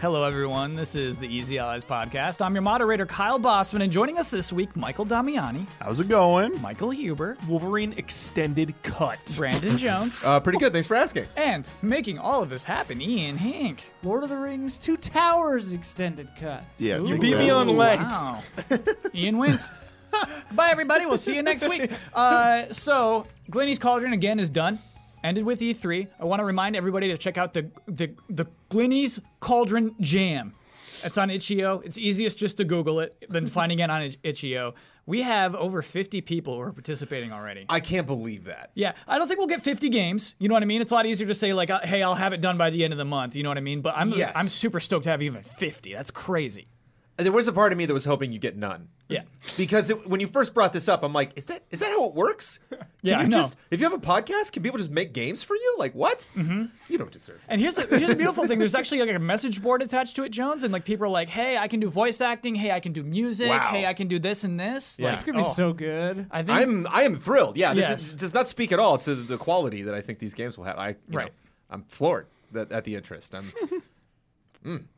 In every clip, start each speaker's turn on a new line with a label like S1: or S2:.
S1: Hello, everyone. This is the Easy Allies podcast. I'm your moderator, Kyle Bossman, and joining us this week, Michael Damiani,
S2: How's it going?
S1: Michael Huber,
S3: Wolverine extended cut.
S1: Brandon Jones,
S2: Uh, pretty good. Thanks for asking.
S1: and making all of this happen, Ian Hank.
S4: Lord of the Rings Two Towers extended cut.
S2: Yeah,
S3: You beat me on length.
S1: Wow. Ian wins. Bye, everybody. We'll see you next week. Uh, so, Glenny's Cauldron again is done. Ended with E3. I want to remind everybody to check out the the the Glenny's Cauldron Jam. It's on itch.io. It's easiest just to Google it than finding it on itch- itch.io. We have over 50 people who are participating already.
S2: I can't believe that.
S1: Yeah, I don't think we'll get 50 games. You know what I mean? It's a lot easier to say like, uh, "Hey, I'll have it done by the end of the month." You know what I mean? But I'm
S5: Yes.
S1: I'm super stoked to have even 50. That's crazy.
S5: There was a part of me that was hoping you get none.
S1: Yeah.
S5: Because it, when you first brought this up, I'm like, is that is that how it works? Can
S1: Yeah, I
S5: you
S1: know.
S5: just if you have a podcast, can people just make games for you? Like what? Mm-hmm. You don't deserve. It.
S1: And here's a, here's a beautiful thing. There's actually like a message board attached to it, Jones, and like people are like, "Hey, I can do voice acting. Hey, I can do music.
S5: Wow.
S1: Hey, I can do this and this." Yeah.
S4: It's gonna be so good.
S1: Oh. I think
S5: I'm I am thrilled. Yeah, this
S1: Yes.
S5: is, does not speak at all to the quality that I think these games will have. I you know,
S1: Right.
S5: I'm floored that, at the interest. I'm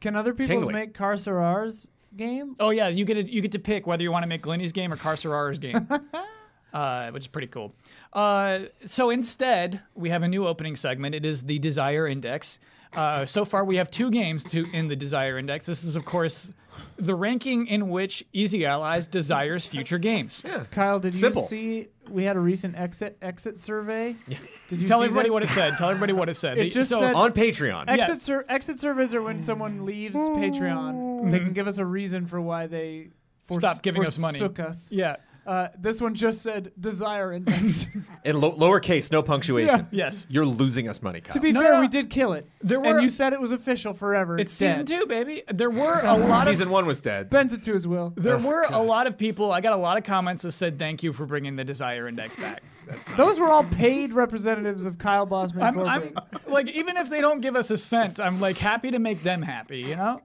S4: Can other people
S5: Tingling.
S4: make Carcerar's game?
S1: Oh yeah, you get to, you get to pick whether you want to make Glenny's game or Carcerara's game, uh, which is pretty cool. Uh, so instead, we have a new opening segment. It is the Desire Index. Uh, so far, we have two games to in the Desire Index. This is, of course, the ranking in which Easy Allies desires future games.
S4: Kyle, did
S5: Simple.
S4: you see we had a recent exit exit survey? Did you
S1: Tell
S4: see
S1: everybody
S4: this?
S1: what it said. Tell everybody what it said.
S4: It
S1: They-
S4: just
S1: so-
S4: said-
S5: on Patreon.
S4: Exit,
S1: Yeah.
S4: sur- exit surveys are when someone leaves Patreon. They can give us a reason for why they forsook-
S1: Stopped Mm-hmm. giving us money.
S4: forsook us.
S1: yeah.
S4: Uh, this one just said desire index.
S5: In lo- lowercase, no punctuation.
S1: Yes.
S5: You're losing us money, Kyle.
S4: to be
S1: No,
S4: fair,
S1: no, no.
S4: we did kill it.
S1: There were-
S4: and you said it was official forever.
S1: It's
S4: dead.
S1: season two, baby. There were a lot of
S5: Season one was dead.
S4: Bends it to his will.
S1: there were a lot of people. I got a lot of comments that said thank you for bringing the Desire Index back.
S4: Those were all paid representatives of Kyle Bossman
S1: I'm, I'm
S4: Corporate.
S1: like even if they don't give us a cent, I'm like happy to make them happy. You know,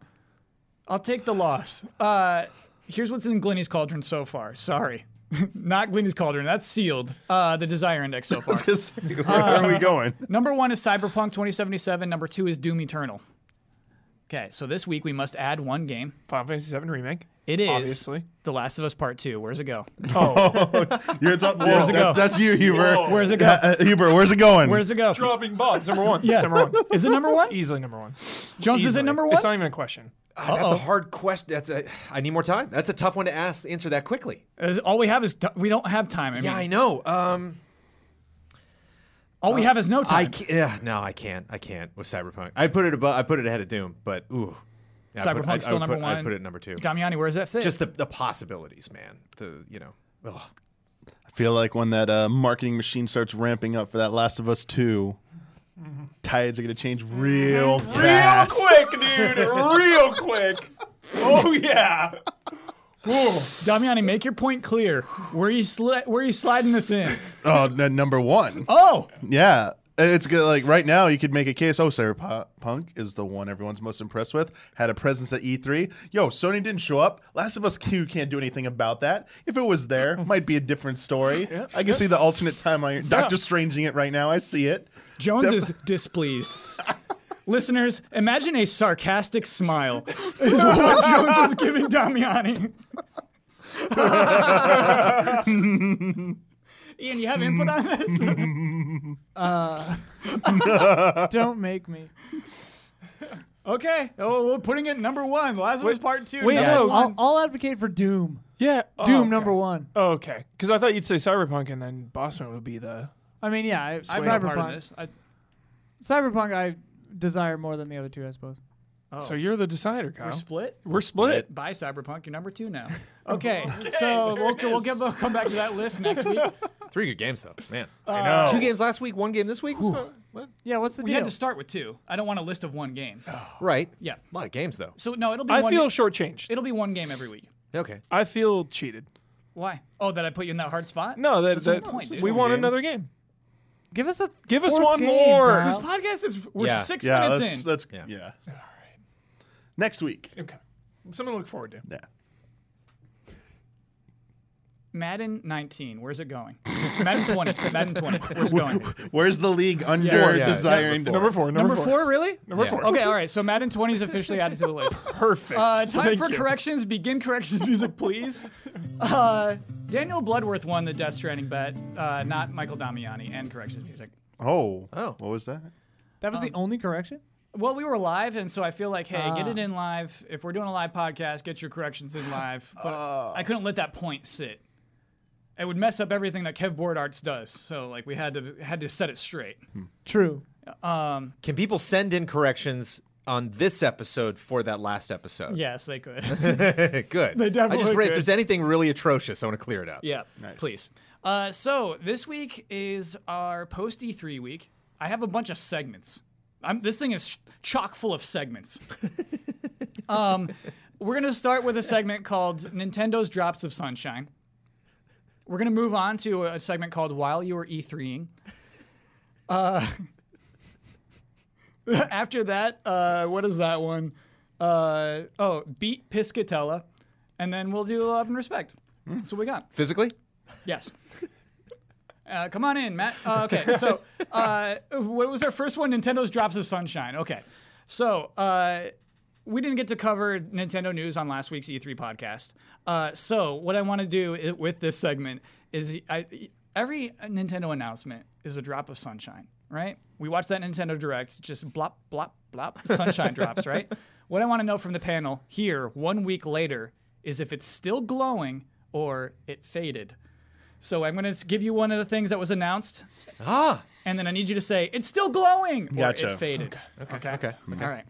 S1: I'll take the loss. Uh, here's what's in Glenny's cauldron so far. Sorry, not Glenny's cauldron. That's sealed. Uh, the Desire Index so far.
S2: Where are
S1: Uh,
S2: we going?
S1: Number one is Cyberpunk 2077. Number two is Doom Eternal. Okay, so this week we must add one game.
S3: Final Fantasy VII remake.
S1: It is
S3: Obviously.
S1: The Last of Us Part Two. Where's it go?
S2: You're talk- whoa,
S1: it
S2: that's,
S1: go?
S2: that's you, Huber.
S1: Where's it go?
S2: Yeah, uh, Huber, where's it going?
S1: Where's it go?
S3: Dropping bots. Number one.
S1: Yeah.
S3: It's number one.
S1: Is it number
S5: E-
S1: one?
S3: Easily number one.
S1: Jones, is
S3: Easily.
S1: it number one?
S3: It's not even a question.
S5: Ah, That's a hard question. That's a. I need more time. That's a tough one to ask. Answer that quickly.
S1: Is- all we have is t- we don't have time. I
S5: Yeah,
S1: mean,
S5: I know. Um,
S1: all we have is no time.
S5: I can't, yeah, no, I can't. I can't with Cyberpunk. I put it above. I put it ahead of Doom, but ooh, Yeah, I put-
S1: Cyberpunk's
S5: I- I
S1: still
S5: would
S1: number
S5: put-
S1: one.
S5: I put it number two.
S1: Damiani, where's that fit?
S5: Just the, the possibilities, man. The you know. Ugh.
S2: I feel like when that uh, marketing machine starts ramping up for that Last of Us 2, tides are going to change
S1: Mm-hmm.
S2: real fast.
S3: quick, dude. Real quick. Oh yeah.
S1: Damiani, make your point clear. Where are you sli- where are you sliding this in?
S2: Oh, n- number one.
S1: Oh,
S2: Yeah. It's good. Like right now, you could make a case. Oh, Cyberpunk is the one everyone's most impressed with. Had a presence at E3. Yo, Sony didn't show up. Last of Us 2 can't do anything about that. If it was there, might be a different story. I can see the alternate timeline. Doctor Stranging it right now. I see it.
S1: Jones is displeased. Listeners, imagine a sarcastic smile is what Jones was giving Damiani. Ian, you have input on this?
S4: Don't make me.
S1: okay. Oh, we're putting it number one. Last of Us Part Two.
S3: wait,
S1: number
S3: no.
S1: one.
S4: I'll, I'll advocate for Doom.
S3: Yeah. oh,
S4: Doom
S3: okay.
S4: number one.
S3: Oh, okay. Because I thought you'd say Cyberpunk and then Bossman would be the.
S4: I mean, yeah, I,
S1: I'm not part of
S4: Cyberpunk.
S1: this. I,
S4: Cyberpunk, I desire more than the other two, I suppose.
S3: So you're the decider, Kyle.
S1: we're split.
S3: Oh. We're split.
S1: By Cyberpunk, you're number two now. Okay, so we'll, we'll, get, we'll come back to that list next week.
S5: Three good games though, man.
S3: I know.
S5: Uh, Two games last week, one game this week. So- what?
S4: Yeah, what's the
S1: We
S4: deal?
S1: had to start with two. I don't want a list of one game.
S5: Right.
S1: Yeah.
S5: A lot of games though.
S1: So no, it'll be.
S3: I
S1: one,
S3: feel shortchanged.
S1: it'll be one game every week.
S5: Okay.
S3: I feel cheated.
S1: Why? Oh, that I put you in that hard spot?
S3: No, that,
S1: That's the
S3: that
S1: point, dude.
S3: we want
S5: Game.
S3: another game.
S4: give us a
S3: Give us
S4: fourth
S3: one
S4: game,
S3: more.
S4: Kyle.
S1: This podcast is we're
S5: Yeah.
S1: six
S2: Yeah,
S1: minutes
S2: let's,
S1: in.
S2: let's yeah.
S5: Yeah.
S2: Next week.
S3: Okay. Something to look forward to.
S2: Yeah.
S1: Madden 19. Where's it going? Madden 20. Madden 20. Where's it going?
S2: Where's the league under
S5: Four, yeah.
S2: desiring?
S5: Number
S3: Number four.
S1: Number four, really?
S3: Number
S5: Yeah.
S3: four.
S1: Okay, all right. So Madden 20 is officially added to the list.
S3: Perfect.
S1: Uh, time
S3: Thank
S1: for
S3: you.
S1: corrections. Begin corrections music, please. Uh, Daniel Bloodworth won the Death Stranding bet, uh, not Michael Damiani and corrections music.
S2: Oh.
S5: Oh.
S2: What was that?
S4: That was the
S1: Um,
S4: only correction.
S1: Well, we were live, and so I feel like, hey, get it in live. If we're doing a live podcast, get your corrections in live. But I couldn't let that point sit. It would mess up everything that Kev Board Arts does. So like we had to had to set it straight.
S4: True.
S5: Can people send in corrections on this episode for that last episode?
S1: Yes, they could.
S5: Good. They I just
S1: definitely
S5: read- if
S1: could.
S5: there's anything really atrocious, I want to clear it up.
S1: Yeah, please. Uh, so this week is our post E3 week. I have a bunch of segments. I'm, this thing is chock full of segments. um, we're gonna start with a segment called Nintendo's Drops of Sunshine. We're gonna move on to a segment called While You Were E E3ing. Uh, after that, uh, what is that one? Uh, oh, beat Piscatella, and then we'll do love and respect. That's what we got.
S5: Physically?
S1: Yes. Uh, come on in, Matt. Uh, okay, so uh, what was our first one? Nintendo's Drops of Sunshine. Okay, so uh, we didn't get to cover Nintendo news on last week's E3 podcast. Uh, so what I want to do i- with this segment is I, every Nintendo announcement is a drop of sunshine, right? We watch that Nintendo Direct, just blop, blop, blop, sunshine drops, right? What I want to know from the panel here, one week later, is if it's still glowing or it faded. So I'm going to give you one of the things that was announced,
S5: Ah.
S1: and then I need you to say it's still glowing or
S2: Gotcha.
S1: it faded. Okay. Okay. All right.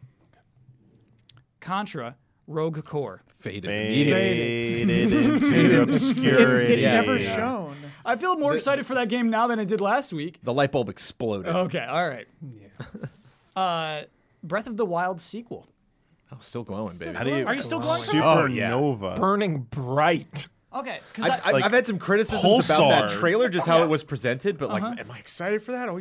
S1: Contra Rogue Core.
S5: Faded.
S2: Faded into
S4: It
S2: obscurity.
S4: never shown.
S1: I feel more excited for that game now than I did last week.
S5: The light bulb exploded.
S1: Okay. All right. uh, Breath of the Wild sequel.
S5: Oh, still glowing, baby.
S2: How do you?
S1: Are you still glowing?
S5: Oh, yeah.
S2: Supernova.
S3: Burning bright.
S1: Okay. Because
S5: I've, I've,
S2: Like,
S5: I've had some criticisms about that
S2: Pulsar.
S5: trailer, just how it was presented, but like, am I excited for that? Oh,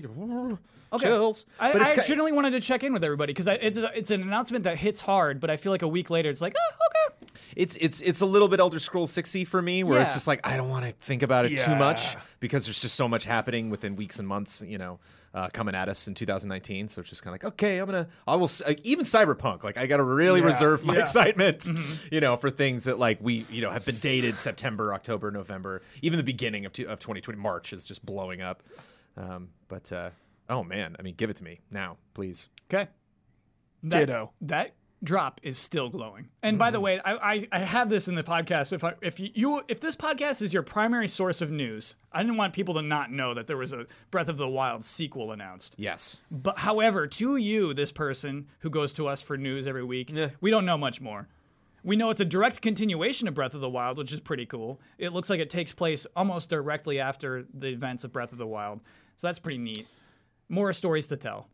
S5: yeah. chills.
S1: I,
S5: but
S1: I
S5: it's ki-
S1: generally wanted to check in with everybody because it's a, it's an announcement that hits hard, but I feel like a week later it's like, oh, okay.
S5: it's it's it's a little bit Elder Scrolls 6 for me, where it's
S1: Yeah.
S5: just like I don't want to think about it too much
S3: Yeah.
S5: because there's just so much happening within weeks and months, you know, uh, coming at us in 2019. So it's just kind of like, okay, I'm gonna, I will, s- like, even Cyberpunk, like I gotta really
S3: Yeah,
S5: reserve my
S3: yeah. Mm-hmm.
S5: excitement, you know, for things that like we, you know, have been dated September, October, November, even the beginning of two, of 2020, March is just blowing up. Um, but uh, oh man, I mean, give it to me now, please.
S1: Okay. That,
S3: Ditto.
S1: That drop is still glowing. And by the way, I, I, I have this in the podcast. If I, if you, you if this podcast is your primary source of news, I didn't want people to not know that there was a Breath of the Wild sequel announced.
S5: Yes,
S1: But however, to you, this person who goes to us for news every week, we don't know much more. We know it's a direct continuation of Breath of the Wild, which is pretty cool. It looks like it takes place almost directly after the events of Breath of the Wild. So that's pretty neat. More stories to tell.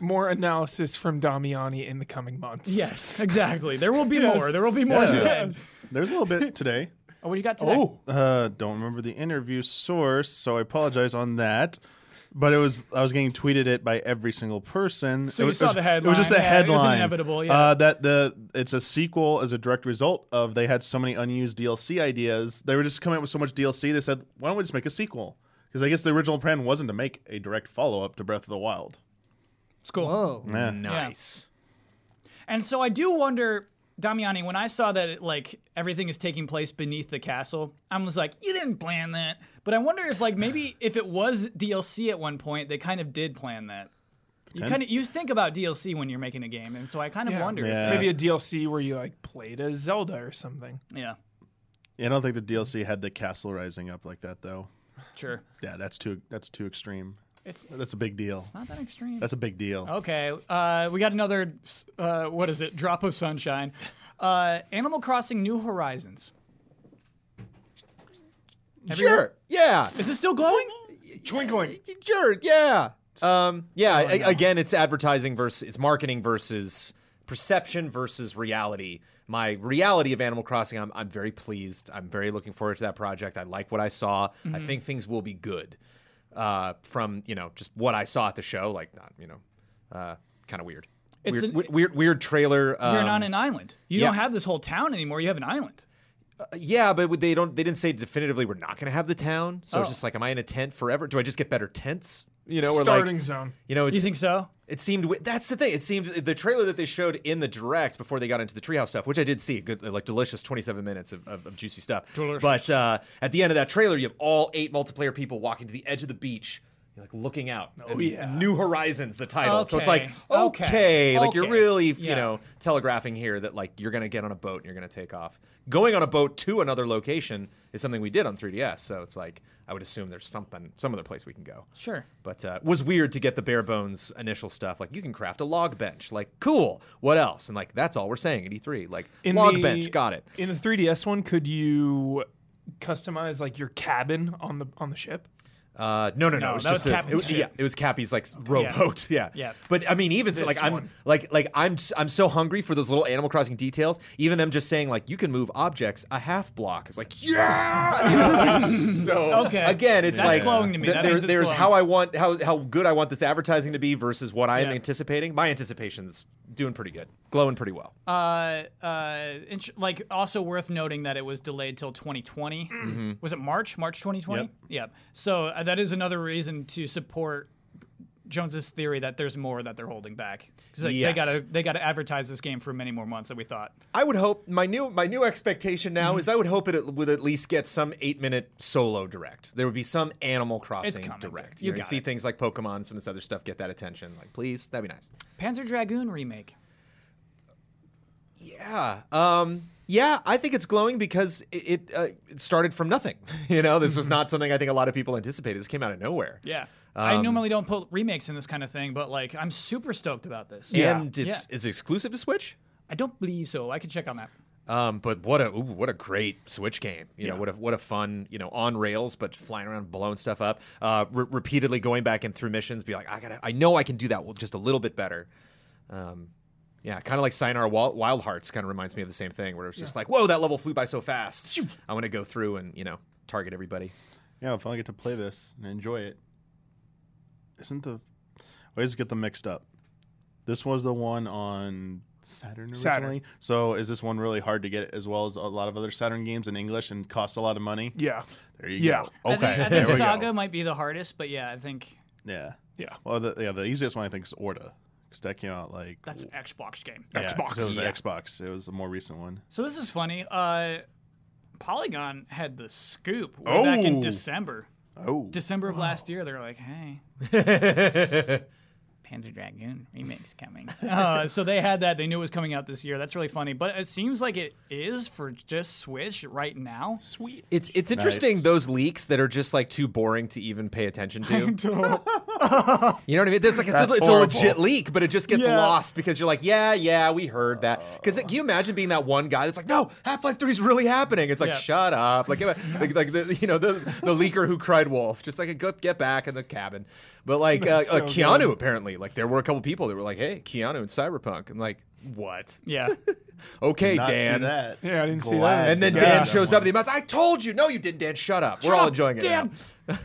S3: More analysis from Damiani in the coming months.
S1: Yes, exactly. There will be more. There will be more
S2: Yeah.
S1: said.
S2: There's a little bit today.
S1: Oh, what you got today?
S3: Oh,
S2: Uh, don't remember the interview source, so I apologize on that. But it was I was getting tweeted at by every single person.
S1: So
S2: it
S1: you
S2: was,
S1: saw
S2: it was-
S1: the
S2: It was just
S1: headline. Yeah,
S2: a
S1: it
S2: headline.
S1: was inevitable, yeah.
S2: Uh, that the it's a sequel as a direct result of they had so many unused DLC ideas. They were just coming up with so much DLC. They said, why don't we just make a sequel? Because I guess the original plan wasn't to make a direct follow up to Breath of the Wild.
S1: It's cool.
S4: Oh,
S5: nice.
S1: And so I do wonder, Damiani, when I saw that it, like everything is taking place beneath the castle, I was like, you didn't plan that. But I wonder if like maybe if it was DLC at one point, they kind of did plan that. You kind of you think about DLC when you're making a game, and so I kind of
S3: Yeah.
S1: wonder.
S2: Yeah.
S5: Uh,
S3: maybe a DLC where you like played a Zelda or something.
S1: If, yeah,
S2: Yeah, I don't think the DLC had the castle rising up like that though.
S1: sure.
S2: Yeah, that's too that's too extreme.
S1: It's
S2: That's a big deal.
S1: not Oh, that extreme.
S2: That's a big deal.
S1: Okay, uh, we got another, s- uh, what is it, drop of sunshine. Uh, Animal Crossing New Horizons.
S5: Sure. Yeah.
S1: Is it still glowing?
S3: Twinkling.
S5: Sure, yeah. Um, yeah, a- again, it's advertising versus it's marketing versus perception versus reality. My reality of Animal Crossing, I'm, I'm very pleased. I'm very looking forward to that project. I like what I saw. I
S1: Mm-hmm.
S5: think things will be good uh, from, you know, just what I saw at the show. Like, not, you know, uh, kind of weird.
S1: It's
S5: weird,
S1: an-
S5: weird, weird trailer. Um,
S1: You're not an island. You don't
S5: yeah.
S1: have this whole town anymore. You have an island.
S5: yeah, but they don't. They didn't say definitively we're not going to have the town. So it's
S1: Oh.
S5: just like, am I in a tent forever? Do I just get better tents? You know, or
S3: Starting
S5: like,
S3: zone.
S5: you know, it's,
S1: You think so?
S5: It seemed wi- that's the thing. It seemed the trailer that they showed in the direct before they got into the treehouse stuff, which I did see, good like delicious twenty seven minutes of, of, of juicy stuff. But uh, at the end of that trailer, you have all eight multiplayer people walking to the edge of the beach. You're like looking out. Oh
S3: yeah.
S5: New Horizons, the title. So it's like
S1: Okay.
S5: okay,
S1: Okay.
S5: like you're
S1: Okay.
S5: really you
S1: Yeah.
S5: know telegraphing here that like you're gonna get on a boat and you're gonna take off. Going on a boat to another location is something we did on 3ds. So it's like I would assume there's something some other place we can go.
S1: Sure.
S5: But uh, it was weird to get the bare bones initial stuff. Like you can craft a log bench. Like cool. What else? And like that's all we're saying at E3. Like log
S3: the-
S5: bench. Got it.
S3: In the 3DS one, could you customize like your cabin on the on the ship?
S5: Uh, no, no, no.
S1: No,
S5: it was
S1: that
S5: just
S1: was
S5: a-
S1: Cappy's
S5: it was-
S1: ship.
S5: yeah, it was Cappy's like s- rowboat. Yeah.
S1: Yeah.
S5: But I mean, even so,
S3: This
S5: like I'm
S3: one.
S5: like like I'm s- I'm so hungry for those little Animal Crossing details. Even them just saying like you can move objects a half block is like yeah. You know, like, so
S1: Okay.
S5: again, it's
S1: That's
S5: like
S1: glowing to me. That
S5: there-
S1: means it's
S5: there's
S1: glowing.
S5: how I want how how good I want this advertising to be versus what I'm
S1: Yeah.
S5: anticipating. My anticipation's doing pretty good, glowing pretty well.
S1: Uh, uh, int- like also worth noting that it was delayed till 2020. Was it March? March 2020.
S2: Mm-hmm. Yep.
S1: Yep. So uh, that is another reason to support Jones's theory that there's more that they're holding back. 'Cause, like,
S5: Yes.
S1: They gotta they gotta advertise this game for many more months than we thought.
S5: I would hope my new my new expectation
S1: Mm-hmm.
S5: now is I would hope it at- would at least get some eight minute solo direct. There would be some Animal Crossing
S1: coming, dude.
S5: direct.
S1: You
S5: know, you
S1: got
S5: see
S1: it.
S5: things like Pokemon, some of this other stuff get that attention. Like, please, that'd be nice.
S1: Panzer Dragoon remake.
S5: Yeah. Um, yeah, I think it's glowing because it, it, uh, it started from nothing. You know, this was
S1: Mm-hmm.
S5: not something I think a lot of people anticipated. This came out of nowhere.
S1: Yeah. I
S2: Um,
S1: normally don't put remakes in this kind of thing, but like I'm super stoked about this.
S3: Yeah.
S5: And it's is it exclusive to Switch.
S1: I don't believe so. I can check on that.
S5: Um, but what a ooh, what a great Switch game! You know what a what a fun you know on rails, but flying around, blowing stuff up, uh, re- repeatedly going back and through missions. Be like, I gotta, I know I can do that well, just a little bit better. Um, yeah, kind of like Sinar Wild, Wild Hearts. Kind of reminds me of the same thing, where it's just like, whoa, that level flew by so fast. I want to go through and you know target everybody.
S2: Yeah, if I get to play this and enjoy it. Isn't the I always get them mixed up. This was the one on Saturn originally.
S3: Saturn.
S2: So is this one really hard to get as well as a lot of other Saturn games in English and costs a lot of money?
S3: Yeah.
S2: There you
S3: Yeah.
S2: go. Okay.
S1: I think, I
S2: there
S1: think
S2: we go.
S1: Saga might be the hardest, but yeah, I think
S2: Yeah.
S3: Yeah.
S2: Well, the, yeah, the easiest one I think is Orta because that came out like
S1: that's an Xbox game.
S2: yeah, 'cause
S3: Xbox.
S2: It was
S3: Yeah.
S2: Xbox. It was a more recent one.
S1: So this is funny. Uh, Polygon had the scoop way back in
S2: Oh.
S1: December,
S2: Oh,
S1: December of last year. They're like, hey. Panzer Dragoon remix coming. Uh, so they had that. They knew it was coming out this year. That's really funny. But it seems like it is for just Switch right now.
S3: Sweet.
S5: It's it's interesting
S2: Nice.
S5: those leaks that are just like too boring to even pay attention to. you know what I mean? There's like it's, a,
S2: That's
S5: it's a legit
S2: horrible.
S5: leak, but it just gets
S1: Yeah.
S5: lost because you're like, yeah, yeah, we heard that. Because can you imagine being that one guy that's like, no, Half Life Three is really happening? It's like,
S1: Yeah.
S5: shut up, like like, like the, you know the the leaker who cried wolf, just like go get back in the cabin. But like uh, uh,
S3: so
S5: Keanu
S3: good.
S5: apparently, like there were a couple people that were like, hey, Keanu in Cyberpunk, and like what?
S1: Yeah.
S5: Okay,
S2: not see
S5: Dan.
S2: that.
S3: Yeah, I didn't see that.
S2: Glad
S5: And then
S3: Yeah.
S2: you got
S5: Dan
S2: that
S5: shows
S2: one.
S5: up at the amounts. I told you. No, you didn't, Dan. Shut up. We're all enjoying it.
S1: Damn.
S5: now.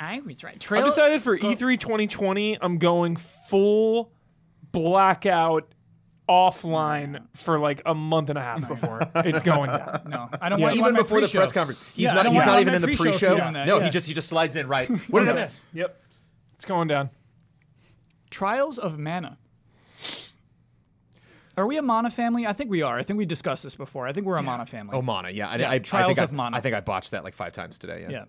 S1: I was right.
S3: I'm
S1: Trail-
S3: decided for E E3 2020. I'm going full blackout offline for like a month and a half before it's going down.
S1: No, I don't
S3: Yeah.
S1: want you
S5: Even
S1: on my
S5: before the
S1: pre-show.
S5: press conference, he's
S1: Yeah, I
S5: not.
S1: don't
S5: He's
S1: want
S5: not
S1: you on
S5: even
S1: my
S5: in the
S1: pre-show if
S5: pre-show.
S1: you're doing that.
S5: No, he
S1: Yeah.
S5: just he just slides in right. What did I miss?
S3: Yep. It's going down.
S1: Trials of Mana. Are we a Mana family? I think we are. I think we discussed this before. I think we're a Mana family.
S5: Oh, Mana. Yeah, I, I- I,
S1: Trials
S5: think
S1: of
S5: I,
S1: Mana.
S5: I think I botched that like five times today. Yeah.
S1: yeah.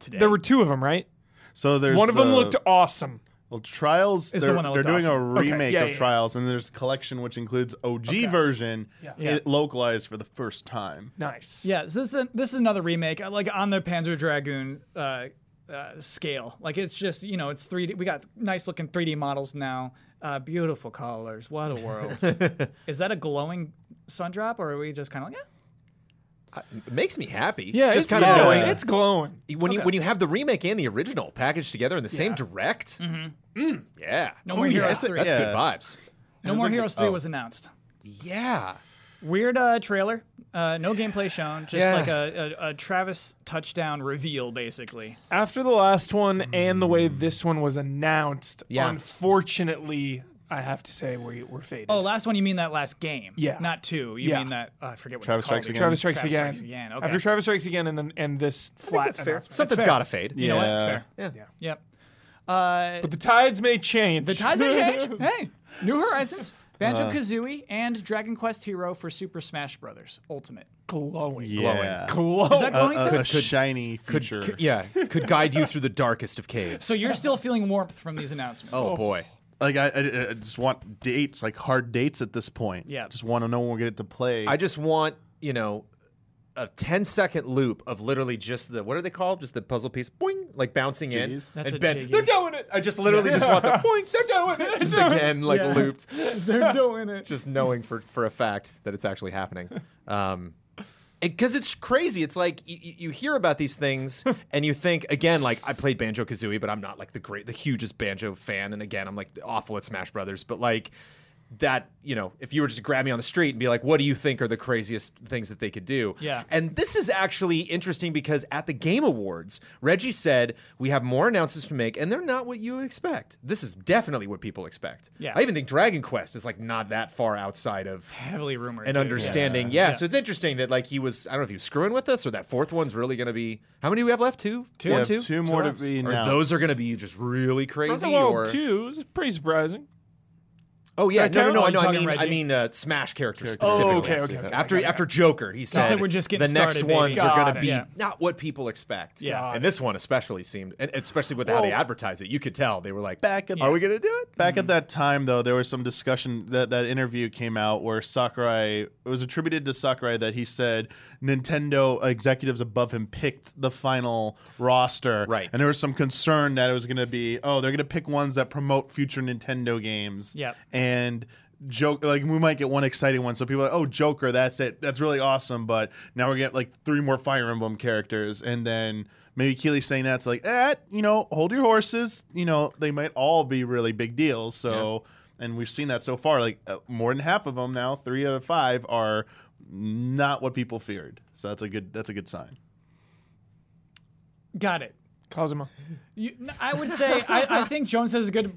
S1: Today.
S3: There were two of them, right?
S2: So there's
S3: One of them
S2: the-
S3: looked awesome.
S2: Well, Trials,
S1: Is the
S2: they're,
S1: one that
S2: they're
S1: looked
S2: doing a
S1: awesome.
S2: remake
S3: yeah,
S2: of
S3: yeah.
S2: Trials, and there's a collection which includes OG version, It localized for the first time.
S3: Nice.
S1: yeah, so this is, this is another remake, uh, like on the Panzer Dragoon uh, uh, scale. Like it's just, you know, it's 3D. We got nice looking 3D models now. Uh, beautiful colors. What a world. is that a glowing sun drop, or are we just kind of like, eh?
S5: It makes me happy.
S3: Yeah,
S5: Just
S3: it's
S5: kind of
S2: glowing.
S5: knowing
S3: glowing. It's glowing.
S5: when you when you have the remake and the original packaged together in the same direct. Mm-hmm. Oh, yeah.
S1: No More Heroes 3?
S5: That's
S2: Yeah.
S5: good vibes.
S1: No More Heroes 3 was announced.
S5: Yeah.
S1: Weird uh, trailer. Uh, no gameplay shown. Just
S5: Yeah.
S1: like a, a, a Travis touchdown reveal, basically.
S3: After the last one and the way this one was announced,
S5: Yeah.
S3: unfortunately, I have to say we, we're faded.
S1: Oh, last one. You mean that last game?
S3: Yeah.
S1: Not two. You
S3: Yeah.
S1: mean that? oh, I forget what
S2: Travis
S1: it's called.
S2: Strikes Again.
S3: Travis Strikes Again.
S1: Strikes Again, okay.
S3: After Travis Strikes Again, and then and this flat.
S5: That's fair.
S3: announcement.
S5: Something's got to fade.
S1: You know what? That's
S2: Yeah.
S1: fair.
S5: Yeah.
S1: Yep. Uh,
S3: But the tides may change.
S1: the ties may change. hey, New Horizons, Banjo
S5: Uh.
S1: Kazooie, and Dragon Quest Hero for Super Smash Brothers Ultimate.
S3: glowing.
S2: Yeah.
S3: Glowing.
S1: Is that
S2: A,
S1: glowing
S2: a-
S1: still?
S2: a shiny feature.
S5: Could- yeah, could guide you through the darkest of caves.
S1: so you're still feeling warmth from these announcements.
S5: oh boy.
S2: like I, I, I just want dates, like hard dates at this point.
S1: Yeah.
S2: Just want to know when we get it to play.
S5: I just want, you know, a 10 second loop of literally just the, what are they called? Just the puzzle piece, boing, like bouncing in.
S2: Jiggies?
S1: That's
S5: and
S1: a
S5: Ben,
S1: jiggy.
S5: they're doing it. I just literally just want the boing, they're doing it. Just again, like
S1: Yeah.
S5: looped.
S1: They're doing it.
S5: Just knowing for, for a fact that it's actually happening. Um, because it's crazy. It's like you, you hear about these things and you think again, like I played Banjo Kazooie, but I'm not like the great, the hugest Banjo fan. And again, I'm like awful at Smash Brothers. But like that, you know, if you were just to grab me on the street and be like, "What do you think are the craziest things that they could do?"
S1: Yeah.
S5: And this is actually interesting because at the Game Awards, Reggie said we have more announcements to make, and they're not what you expect. This is definitely what people expect.
S1: Yeah.
S5: I even think Dragon Quest is like not that far outside of
S1: Heavily rumored.
S5: and
S1: too.
S5: understanding. Yeah. so it's interesting that like he was. I don't know if he was screwing with us or that fourth one's really going to be. How many do we have left? Two, two,
S2: We
S5: one,
S2: have
S5: two?
S2: two more to be
S5: Or
S2: announced.
S5: those are going to be just really
S3: Breath
S5: crazy.
S3: of the Wild
S5: Or
S3: 2 is pretty surprising.
S5: oh yeah,
S3: that
S5: no, no, no, I know.
S3: count?
S1: Are you
S5: I
S1: talking
S5: mean, I
S1: Reggie?
S5: mean, uh, Smash characters
S2: Characters.
S5: specifically.
S3: Oh, okay, okay, okay.
S5: After after Joker, he said
S1: it. We're just getting
S5: the next
S1: started, baby.
S5: ones are
S3: Got
S5: going to
S3: it.
S5: be
S1: Yeah.
S5: not what people expect.
S1: Yeah. Got
S5: and this one especially seemed, and especially with how they advertise it, you could tell they were like,
S2: back at
S5: "Are we going to do it?" Mm-hmm.
S2: Back at that time, though, there was some discussion that that interview came out where Sakurai it was attributed to Sakurai that he said Nintendo executives above him picked the final roster,
S5: Right.
S2: And there was some concern that it was going to be, oh, they're going to pick ones that promote future Nintendo games,
S1: Yep.
S2: and. Joke like we might get one exciting one, so people are like, oh Joker, that's it, that's really awesome. But now we're getting like three more Fire Emblem characters, and then maybe Keeley saying that's like, eh, you know, hold your horses. You know, they might all be really big deals. So, and we've seen that so far. Like uh, more than half of them now, three out of five are not what people feared. So that's a good that's a good sign.
S1: Got it.
S3: Cosmo.
S1: You, n- I would say I, I think Jones has a good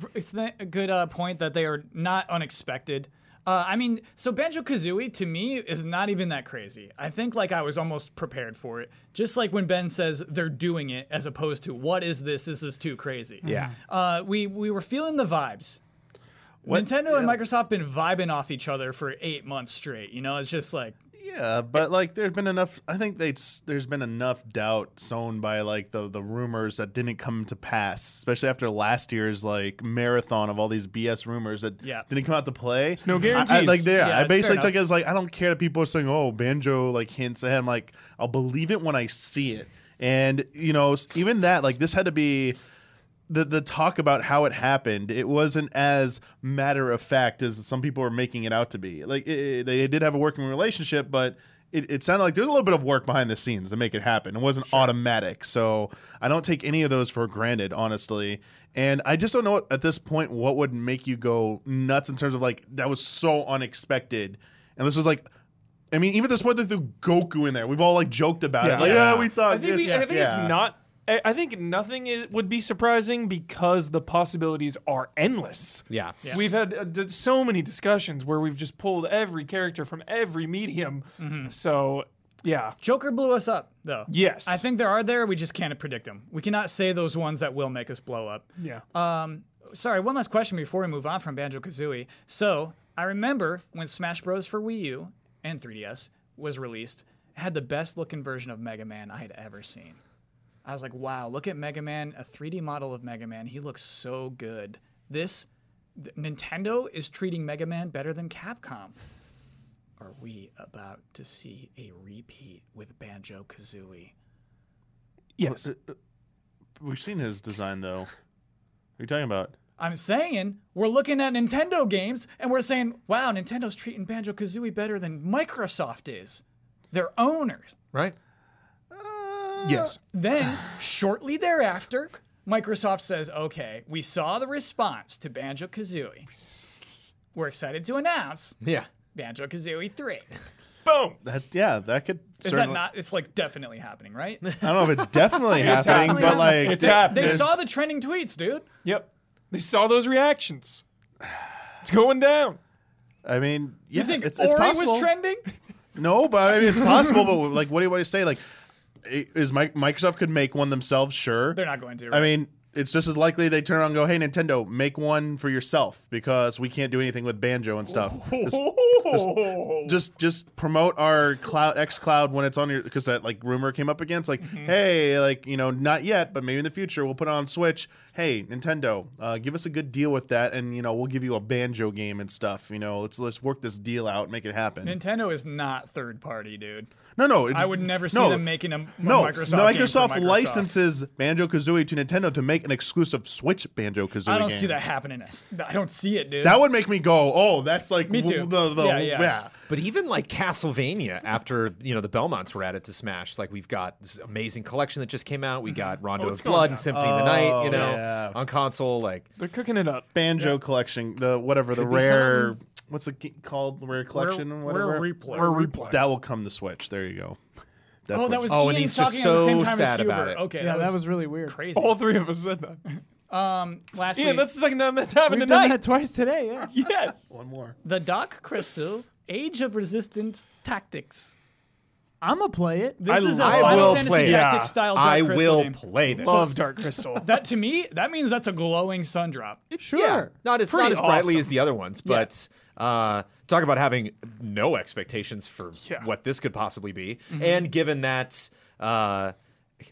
S1: a good uh, point that they are not unexpected. Uh, I mean, so Banjo Kazooie to me is not even that crazy. I think like I was almost prepared for it. Just like when Ben says they're doing it, as opposed to what is this? This is too crazy.
S5: Yeah.
S1: Uh, we we were feeling the vibes. Nintendo and Microsoft been vibing off each other for eight months straight. You know, it's just like
S2: Yeah, but like there's been enough. I think they there's been enough doubt sown by like the the rumors that didn't come to pass, especially after last year's like marathon of all these BS rumors that
S1: Yeah.
S2: didn't come out to play. It's
S3: no
S2: I, I,
S3: guarantees.
S2: like there,
S1: Yeah,
S2: I
S1: it's
S2: basically
S1: fair
S2: took it as like I don't care that people are saying oh banjo like hints ahead. I'm like I'll believe it when I see it, and you know s- even that like this had to be the the talk about how it happened, it wasn't as matter of fact as some people were making it out to be. Like it, it- they did have a working relationship, but it, it sounded like there's a little bit of work behind the scenes to make it happen. It wasn't automatic, so I don't take any of those for granted, honestly. And I just don't know at this point what would make you go nuts in terms of like that was so unexpected, and this was like. I mean, even at this point, they threw Goku in there. We've all like joked about it.
S3: Yeah.
S2: Like, yeah,
S5: Yeah.
S2: we thought.
S3: I think, we, I think it's
S2: yeah.
S3: not. I, I think nothing is, would be surprising because the possibilities are endless.
S5: Yeah.
S3: We've had uh, d- so many discussions where we've just pulled every character from every medium. So, yeah.
S1: Joker blew us up, though.
S3: Yes.
S1: I think there are there. We just can't predict them. We cannot say those ones that will make us blow up.
S3: Yeah.
S1: Sorry, one last question before we move on from Banjo Kazooie. So I remember when Smash Bros. for Wii U and 3DS was released, it had the best looking version of Mega Man I had ever seen. I was like, wow, look at Mega Man, a 3D model of Mega Man. He looks so good. This th- Nintendo is treating Mega Man better than Capcom. Are we about to see a repeat with Banjo Kazooie?
S3: yes.
S2: We've seen his design though. What are you talking about?
S1: I'm saying we're looking at Nintendo games and we're saying, wow, Nintendo's treating Banjo Kazooie better than Microsoft is, their owner.
S5: Right.
S3: yes.
S1: Then, shortly thereafter, Microsoft says, okay, we saw the response to Banjo Kazooie. We're excited to announce
S5: Yeah.
S1: Banjo Kazooie 3.
S3: Boom.
S2: That yeah, that could.
S1: Is that
S2: certainly-
S1: not? It's like definitely happening, right?
S2: I don't know if it's definitely happening,
S1: definitely
S2: but like
S3: It's
S2: they-
S3: happening.
S1: They
S2: there's-
S1: saw the trending tweets, dude.
S3: Yep. They saw those reactions. It's going down.
S2: I mean, yeah,
S1: You think
S2: it's,
S1: Ori
S2: it's possible.
S1: was trending?
S2: No, but I mean, it's possible. but like, what do you want to say? Like, i- is Mi- Microsoft could make one themselves? Sure,
S1: They're not going to.
S2: I mean, it's just as likely they turn around and go, "Hey, Nintendo, make one for yourself because we can't do anything with Banjo and stuff." Just, just, just, just promote our cloud X Cloud when it's on your because that like rumor came up against like,
S1: Mm-hmm.
S2: "Hey, like you know, not yet, but maybe in the future we'll put it on Switch." Hey, Nintendo, uh, give us a good deal with that, and you know we'll give you a Banjo game and stuff. You know, let's let's work this deal out, and make it happen.
S1: Nintendo is not third party, dude.
S2: no, no, it-
S1: I would never see
S2: no,
S1: them making a, a
S2: no,
S1: Microsoft.
S2: the
S1: game for
S2: Microsoft,
S1: Microsoft.
S2: licenses Banjo Kazooie to Nintendo to make an exclusive Switch Banjo Kazooie.
S1: I don't
S2: game.
S1: see that happening. I s- I don't see it, dude.
S2: That would make me go, oh, that's like
S1: Me
S2: w-
S1: too.
S2: the the
S1: Yeah, yeah.
S5: But even like Castlevania, after you know the Belmonts were added to Smash, like we've got this amazing collection that just came out. We got Rondo
S3: it's
S5: of
S3: going
S5: Blood
S3: down.
S5: and Symphony of the Night, you
S2: Oh,
S5: know,
S2: yeah.
S5: on console. Like
S3: They're cooking it up.
S2: Banjo collection, the whatever the
S5: Could be
S2: rare what's it ge- called, rare collection,
S1: we're,
S2: whatever.
S1: We're replay.
S3: We're replay.
S2: that will come to Switch. There you go. That's
S1: oh,
S2: what-
S1: that was
S5: Oh,
S1: Ian
S5: and he's
S1: talking
S5: just
S1: at the
S5: so
S1: same time
S5: sad
S1: as
S5: about
S1: Huber.
S5: it.
S1: Okay,
S4: Yeah,
S1: that, was
S4: really weird.
S1: crazy.
S3: All three of us said that.
S1: Um, lastly,
S3: Ian, that's the second time that's happened
S4: We've done
S3: tonight.
S4: that twice today. Yeah.
S3: Yes.
S2: one more.
S1: the Doc Crystal Age of Resistance Tactics.
S4: I'm gonna play it.
S1: This
S3: I
S1: is a
S3: love- I
S1: Final
S5: will
S1: Fantasy
S5: play it.
S1: Tactics
S3: Yeah.
S1: style Dark
S5: I
S1: Crystal
S5: will
S1: game.
S5: play this.
S3: Love Dark Crystal.
S1: That to me, that means that's a glowing sun drop.
S4: Sure.
S5: Yeah, not as
S3: Pretty
S5: not as brightly
S3: awesome.
S5: as the other ones, but uh, talk about having no expectations for
S3: Yeah.
S5: what this could possibly be, and given that. Uh,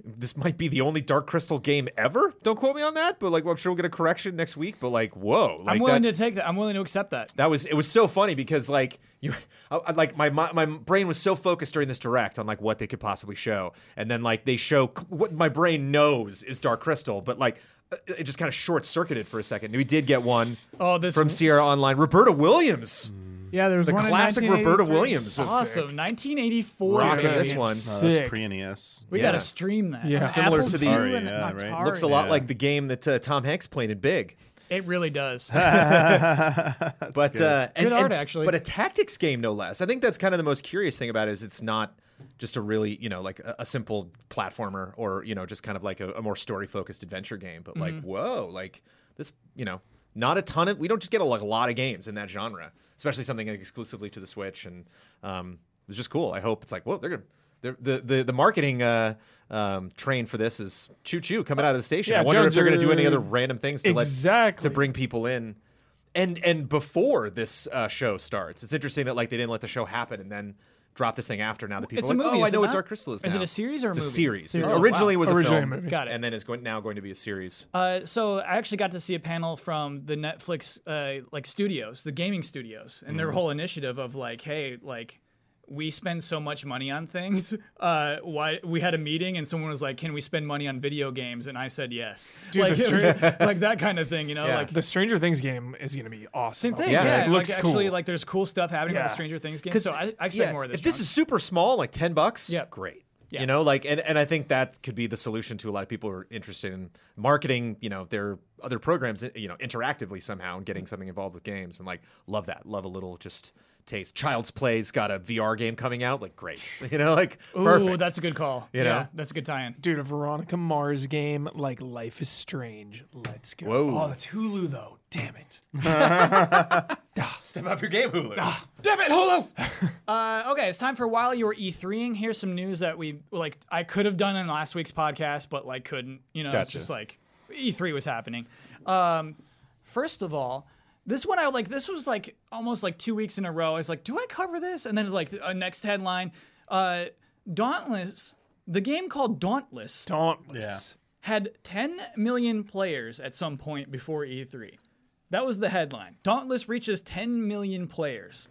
S5: this might be the only Dark Crystal game ever. Don't quote me on that, but like, I'm sure we'll get a correction next week. But like, whoa! Like
S1: I'm willing
S5: that-
S1: to take that. I'm willing to accept that.
S5: That was it was so funny because like you I, I- like my, my my brain was so focused during this direct on like what they could possibly show and then like they show c- what my brain knows is Dark Crystal but like uh, it just kind of short circuited for a second. We did get one
S1: Oh, this
S5: from
S1: was-
S5: Sierra Online. Roberta Williams.
S4: Yeah, there was
S5: The
S4: one in
S5: classic Roberta
S4: 1983.
S5: Williams.
S1: Awesome. 1984.
S5: Rocking
S1: dude.
S5: this one.
S2: Oh, that's
S3: Sick.
S2: pre NES.
S1: We
S5: Yeah.
S1: gotta stream that.
S3: Yeah.
S5: Similar
S4: Apple
S5: to the-
S4: II
S2: Atari,
S4: and
S2: yeah,
S4: Atari.
S2: right?
S5: Looks a lot
S2: Yeah.
S5: like the game that uh, Tom Hanks played in Big.
S1: It really does.
S5: But uh, and,
S1: Good art,
S5: and-
S1: actually.
S5: But a tactics game, no less. I think that's kind of the most curious thing about it is it's not just a really you know like a, a simple platformer or you know just kind of like a, a more story focused adventure game. But like whoa, like this you know not a ton of we don't just get a, like a lot of games in that genre, especially something exclusively to the Switch. And um, it was just cool. I hope it's like whoa they're gonna. they're- The, the the marketing uh, um, train for this is choo choo coming out of the station.
S3: Yeah,
S5: I wonder if
S3: Jones,
S5: they're going to do any
S3: you're-
S5: other random things to let to
S3: Exactly.
S5: bring bring people in and and before this uh, show starts it's interesting that like they didn't let the show happen and then drop this thing after now that people
S1: It's
S5: are
S1: a
S5: like,
S1: movie,
S5: oh i
S1: is it
S5: know what
S1: not?
S5: dark crystal is
S1: Is it
S5: now."
S1: a series or a
S5: it's
S1: movie?
S5: a series
S1: Series.
S5: It
S1: Oh,
S5: originally
S1: wow.
S5: was
S3: Originally
S5: a
S3: a
S5: film
S3: movie.
S1: Got it.
S5: and then it's going now going to be a series
S1: Uh, so I actually got to see a panel from the Netflix uh, like studios, the gaming studios, and their whole initiative of like, hey, like we spend so much money on things. Uh, why we had a meeting and someone was like, can we spend money on video games? And I said yes, like,
S3: the
S1: it was, like that kind of thing, you know,
S5: Yeah.
S1: like.
S3: The Stranger Things game is going to be awesome.
S1: Same thing,
S5: Yeah,
S1: yeah.
S5: it
S1: like,
S3: looks
S1: actually,
S3: cool.
S1: like there's cool stuff happening with the
S3: Yeah.
S1: Stranger Things game. So I, I expect more of this.
S5: if this
S1: John.
S5: is super small like 10 bucks
S1: Yeah.
S5: great
S1: Yeah.
S5: you know like and, and i think that could be the solution to a lot of people who are interested in marketing you know their other programs you know interactively somehow and getting something involved with games and like love that love a little just taste child's play's got a vr game coming out like great you know like
S1: Ooh,
S5: perfect
S1: that's a good call.
S5: You
S1: yeah,
S5: know?
S1: that's a good tie-in.
S3: Dude, a Veronica Mars game like Life is Strange. Let's go.
S5: Whoa.
S3: Oh, that's Hulu though. Damn it.
S5: step up your game hulu
S3: Damn it, Hulu.
S1: Uh, okay, it's time for while you were E3ing. Here's some news that we like. I could have done in last week's podcast, but like couldn't. You know, it's
S2: Gotcha.
S1: just like E3 was happening. Um, first of all, this one I like. This was like almost like two weeks in a row. I was like, do I cover this? And then like a next headline, uh, Dauntless, the game called Dauntless
S3: Dauntless.
S1: had 10 million players at some point before E3. That was the headline. Dauntless reaches 10 million players.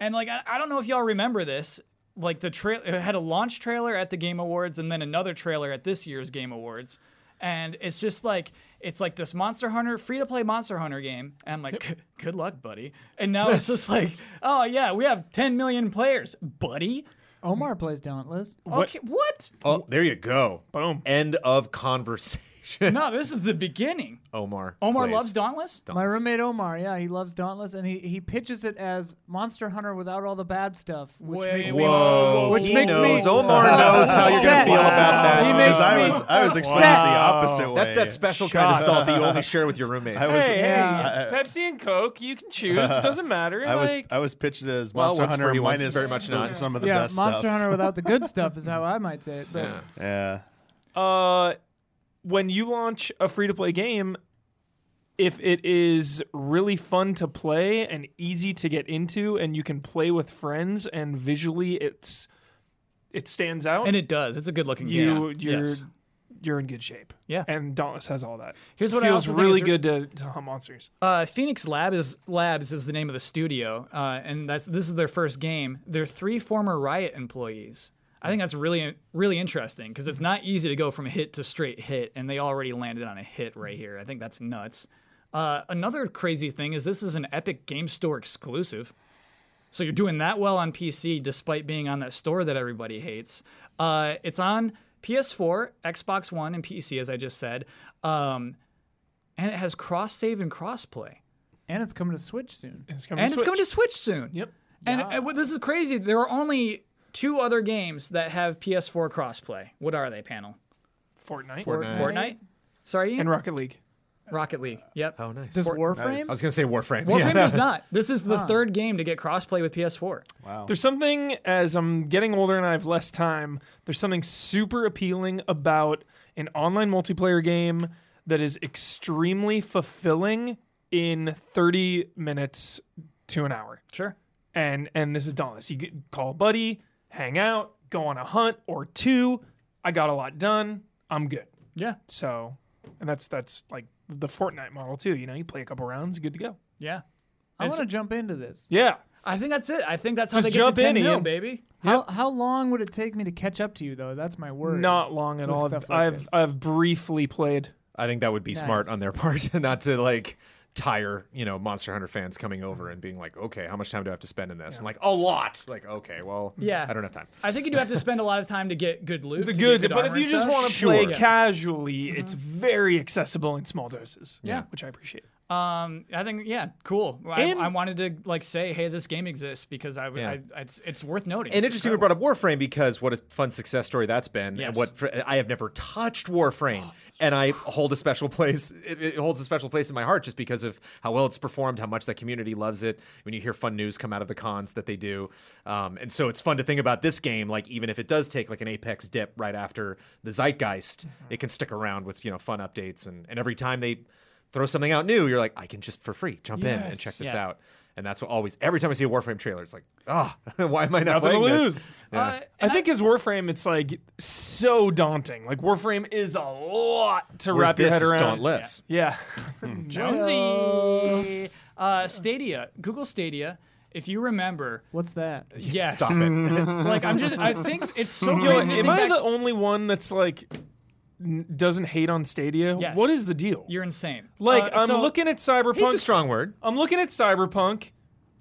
S1: And like I, I don't know if y'all remember this, like the trail it had a launch trailer at the Game Awards and then another trailer at this year's Game Awards. And it's just like it's like this Monster Hunter free to play Monster Hunter game. And I'm like, "Good- good luck, buddy. And now it's just like, oh yeah, we have 10 million players, buddy.
S4: Omar plays Dauntless.
S1: Okay, what?
S5: Oh, there you go.
S3: Boom.
S5: End of conversation. conversation.
S1: No, this is the beginning.
S5: Omar.
S1: Omar
S5: plays
S1: loves Dauntless.
S5: Dauntless.
S4: My roommate Omar, yeah, he loves Dauntless, and he, he pitches it as Monster Hunter without all the bad stuff, which
S1: Way
S4: makes me
S1: more-
S5: Whoa.
S4: Which
S5: he
S4: makes me-
S5: knows. Omar knows how you're going to
S4: Upset.
S5: feel about that.
S4: He
S5: Wow.
S4: makes
S2: I
S4: me
S2: was I was expecting the
S3: Wow.
S2: opposite way.
S5: That's that special kind of
S3: Shots.
S5: salt that you only share with your roommates.
S2: I was-
S3: Hey, hey,
S4: Yeah.
S3: Pepsi and Coke, you can choose. It doesn't matter.
S2: I was
S3: like,
S2: I was pitched as
S5: Well,
S2: Monster
S5: what's
S2: Hunter
S5: free, what's
S2: minus
S5: very much
S2: the-
S5: not.
S2: some of the
S4: yeah,
S2: best
S4: Monster
S2: stuff.
S4: Hunter without the good stuff is how I might say it. But
S5: Yeah.
S2: Yeah.
S3: uh, when you launch a free to play game, if it is really fun to play and easy to get into, and you can play with friends, and visually it's it stands out,
S1: And it does. It's a good looking
S3: you
S1: game.
S3: you're
S1: Yes.
S3: you're in good shape.
S1: Yeah.
S3: and Dauntless has all that.
S1: Here's what I
S3: feels
S1: also think
S3: really
S1: is-
S3: good to, to hunt monsters.
S1: Uh, Phoenix Lab is Labs is the name of the studio, uh, and that's this is their first game. They're three former Riot employees. I think that's really really interesting because it's not easy to go from hit to straight hit, and they already landed on a hit right here. I think that's nuts. Uh, another crazy thing is this is an Epic Game Store exclusive. So you're doing that well on PC despite being on that store that everybody hates. Uh, it's on PS4, Xbox One, and PC, as I just said. Um, and it has cross save and cross play.
S4: and it's coming to Switch soon.
S3: It's coming
S1: And
S3: to
S1: it's coming
S3: Switch.
S1: to Switch soon.
S3: Yep.
S1: And uh, what- this is crazy. There are only two other games that have PS4 crossplay. What are they, panel?
S3: Fortnite,
S5: Fortnite.
S1: Fortnite? Sorry,
S3: and
S1: Ian?
S3: Rocket League.
S1: Rocket League. Yep.
S5: oh, nice.
S4: Does
S5: I
S4: Warframe?
S5: was going to say Warframe.
S1: Warframe
S5: Yeah.
S1: does not. This is the third game to get crossplay with PS4.
S2: Wow.
S3: There's something as I'm getting older and I have less time, there's something super appealing about an online multiplayer game that is extremely fulfilling in 30 minutes to an hour.
S1: Sure.
S3: And and this is Dauntless. You could call a buddy, hang out, go on a hunt or two. I got a lot done. I'm good.
S1: Yeah.
S3: So, and that's that's like the Fortnite model too, you know, you play a couple rounds, good to go.
S1: Yeah.
S4: I want to jump into this.
S3: Yeah.
S1: I think that's it. I think that's how
S3: Just
S1: they get
S3: jump
S1: to 10
S3: in,
S1: mil,
S3: Ian.
S1: baby.
S4: How how long would it take me to catch up to you though? That's my worry.
S3: Not long at
S4: With
S3: all.
S4: stuff like
S3: I've
S4: this.
S3: I've briefly played
S5: I think that would be smart
S4: Nice.
S5: on their part not to like tire, you know, Monster Hunter fans coming over and being like, okay, how much time do I have to spend in this? And like, a lot. Like, okay, well,
S1: Yeah.
S5: I don't have time.
S1: I think you do have to spend a lot of time to get good loot. to
S3: the
S1: get
S3: goods, but
S1: armor
S3: if you
S1: and
S3: just
S1: stuff.
S3: want to
S5: Sure.
S3: play
S5: Yeah.
S3: casually, it's very accessible in small doses.
S1: Yeah.
S3: Mm-hmm. which I appreciate.
S1: Um, I think yeah, cool. I,
S3: And-
S1: I wanted to like say, hey, this game exists because I, w-
S5: Yeah.
S1: I- it's it's worth noting.
S5: And
S1: It's
S5: interesting we
S1: incredible.
S5: brought up Warframe because what a fun success story that's been. And
S1: Yes. Oh,
S5: what fr- I have never touched Warframe, and I hold a special place. It, it holds a special place in my heart just because of how well it's performed, how much that community loves it. When you hear fun news come out of the cons that they do, um, and so it's fun to think about this game. Like even if it does take like an apex dip right after the zeitgeist,
S1: Mm-hmm.
S5: it can stick around with you know fun updates and and every time they throw something out new, you're like I can just for free jump in and
S3: Yes.
S5: check this
S1: Yeah.
S5: out. And that's what always every time I see a Warframe trailer, it's like, ah, why am I not
S3: Nothing to
S5: playing this?
S3: lose.
S1: Uh,
S3: I think as Warframe, it's like so daunting. Like Warframe is a lot to
S5: Whereas
S3: wrap your
S5: this
S3: head
S5: is
S3: around.
S5: Dauntless.
S3: Yeah,
S1: Jonesy, uh, Stadia, Google Stadia. If you remember,
S4: What's that?
S1: yes.
S5: Stop it.
S1: Like I'm just, I think it's so
S3: Yo,
S1: crazy. to
S3: am
S1: think
S3: I
S1: back-
S3: the only one that's like n- doesn't hate on Stadia?
S1: Yes.
S3: What is the deal?
S1: You're insane.
S3: like
S1: Uh,
S3: I'm
S1: so-
S3: looking at Cyberpunk.
S5: It's a strong word.
S3: I'm looking at Cyberpunk.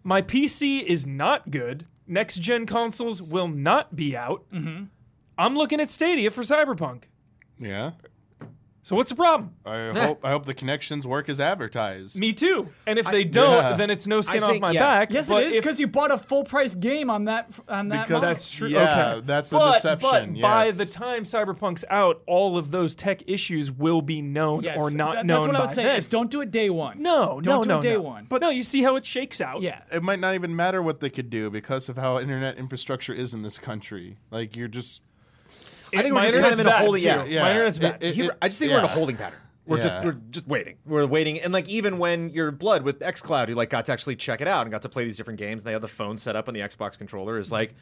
S3: My PC is not good. Next gen consoles will not be out. I'm looking at Stadia for Cyberpunk.
S2: Yeah.
S3: So what's the problem?
S2: I hope I hope the connections work as advertised.
S3: Me too. And if they don't,
S2: Yeah.
S3: then it's no skin
S5: I
S3: off
S5: think-
S3: my
S5: yeah.
S3: back.
S1: Yes,
S3: but
S1: it is
S3: if-
S1: because you bought a full price game on that on that.
S2: Because
S1: model.
S3: that's true.
S2: Yeah,
S3: okay.
S2: that's the
S3: but,
S2: deception.
S3: But by
S2: yes.
S3: the time Cyberpunk's out, all of those tech issues will be known
S1: Yes,
S3: or not
S1: that-
S3: known.
S1: That's what I would
S3: by
S1: say.
S3: then.
S1: Is don't do it day one.
S3: no,
S1: don't
S3: no,
S1: do
S3: no,
S1: it day
S3: no.
S1: one.
S3: But no, you see how it shakes out.
S1: Yeah.
S2: it might not even matter what they could do because of how internet infrastructure is in this country. Like you're just
S5: I think
S3: my
S5: we're just kind of
S3: internet's
S5: in a
S3: bad,
S5: holding.
S3: too.
S5: Yeah,
S3: My internet's bad.
S2: It- it-
S5: Here-
S2: it-
S5: I just think we're in a
S2: yeah.
S5: holding pattern. We're just
S2: Yeah.
S5: we're just waiting. We're waiting, and like even when you're blood with XCloud, who like got to actually check it out and got to play these different games, and they had the phone set up on the Xbox controller, is like,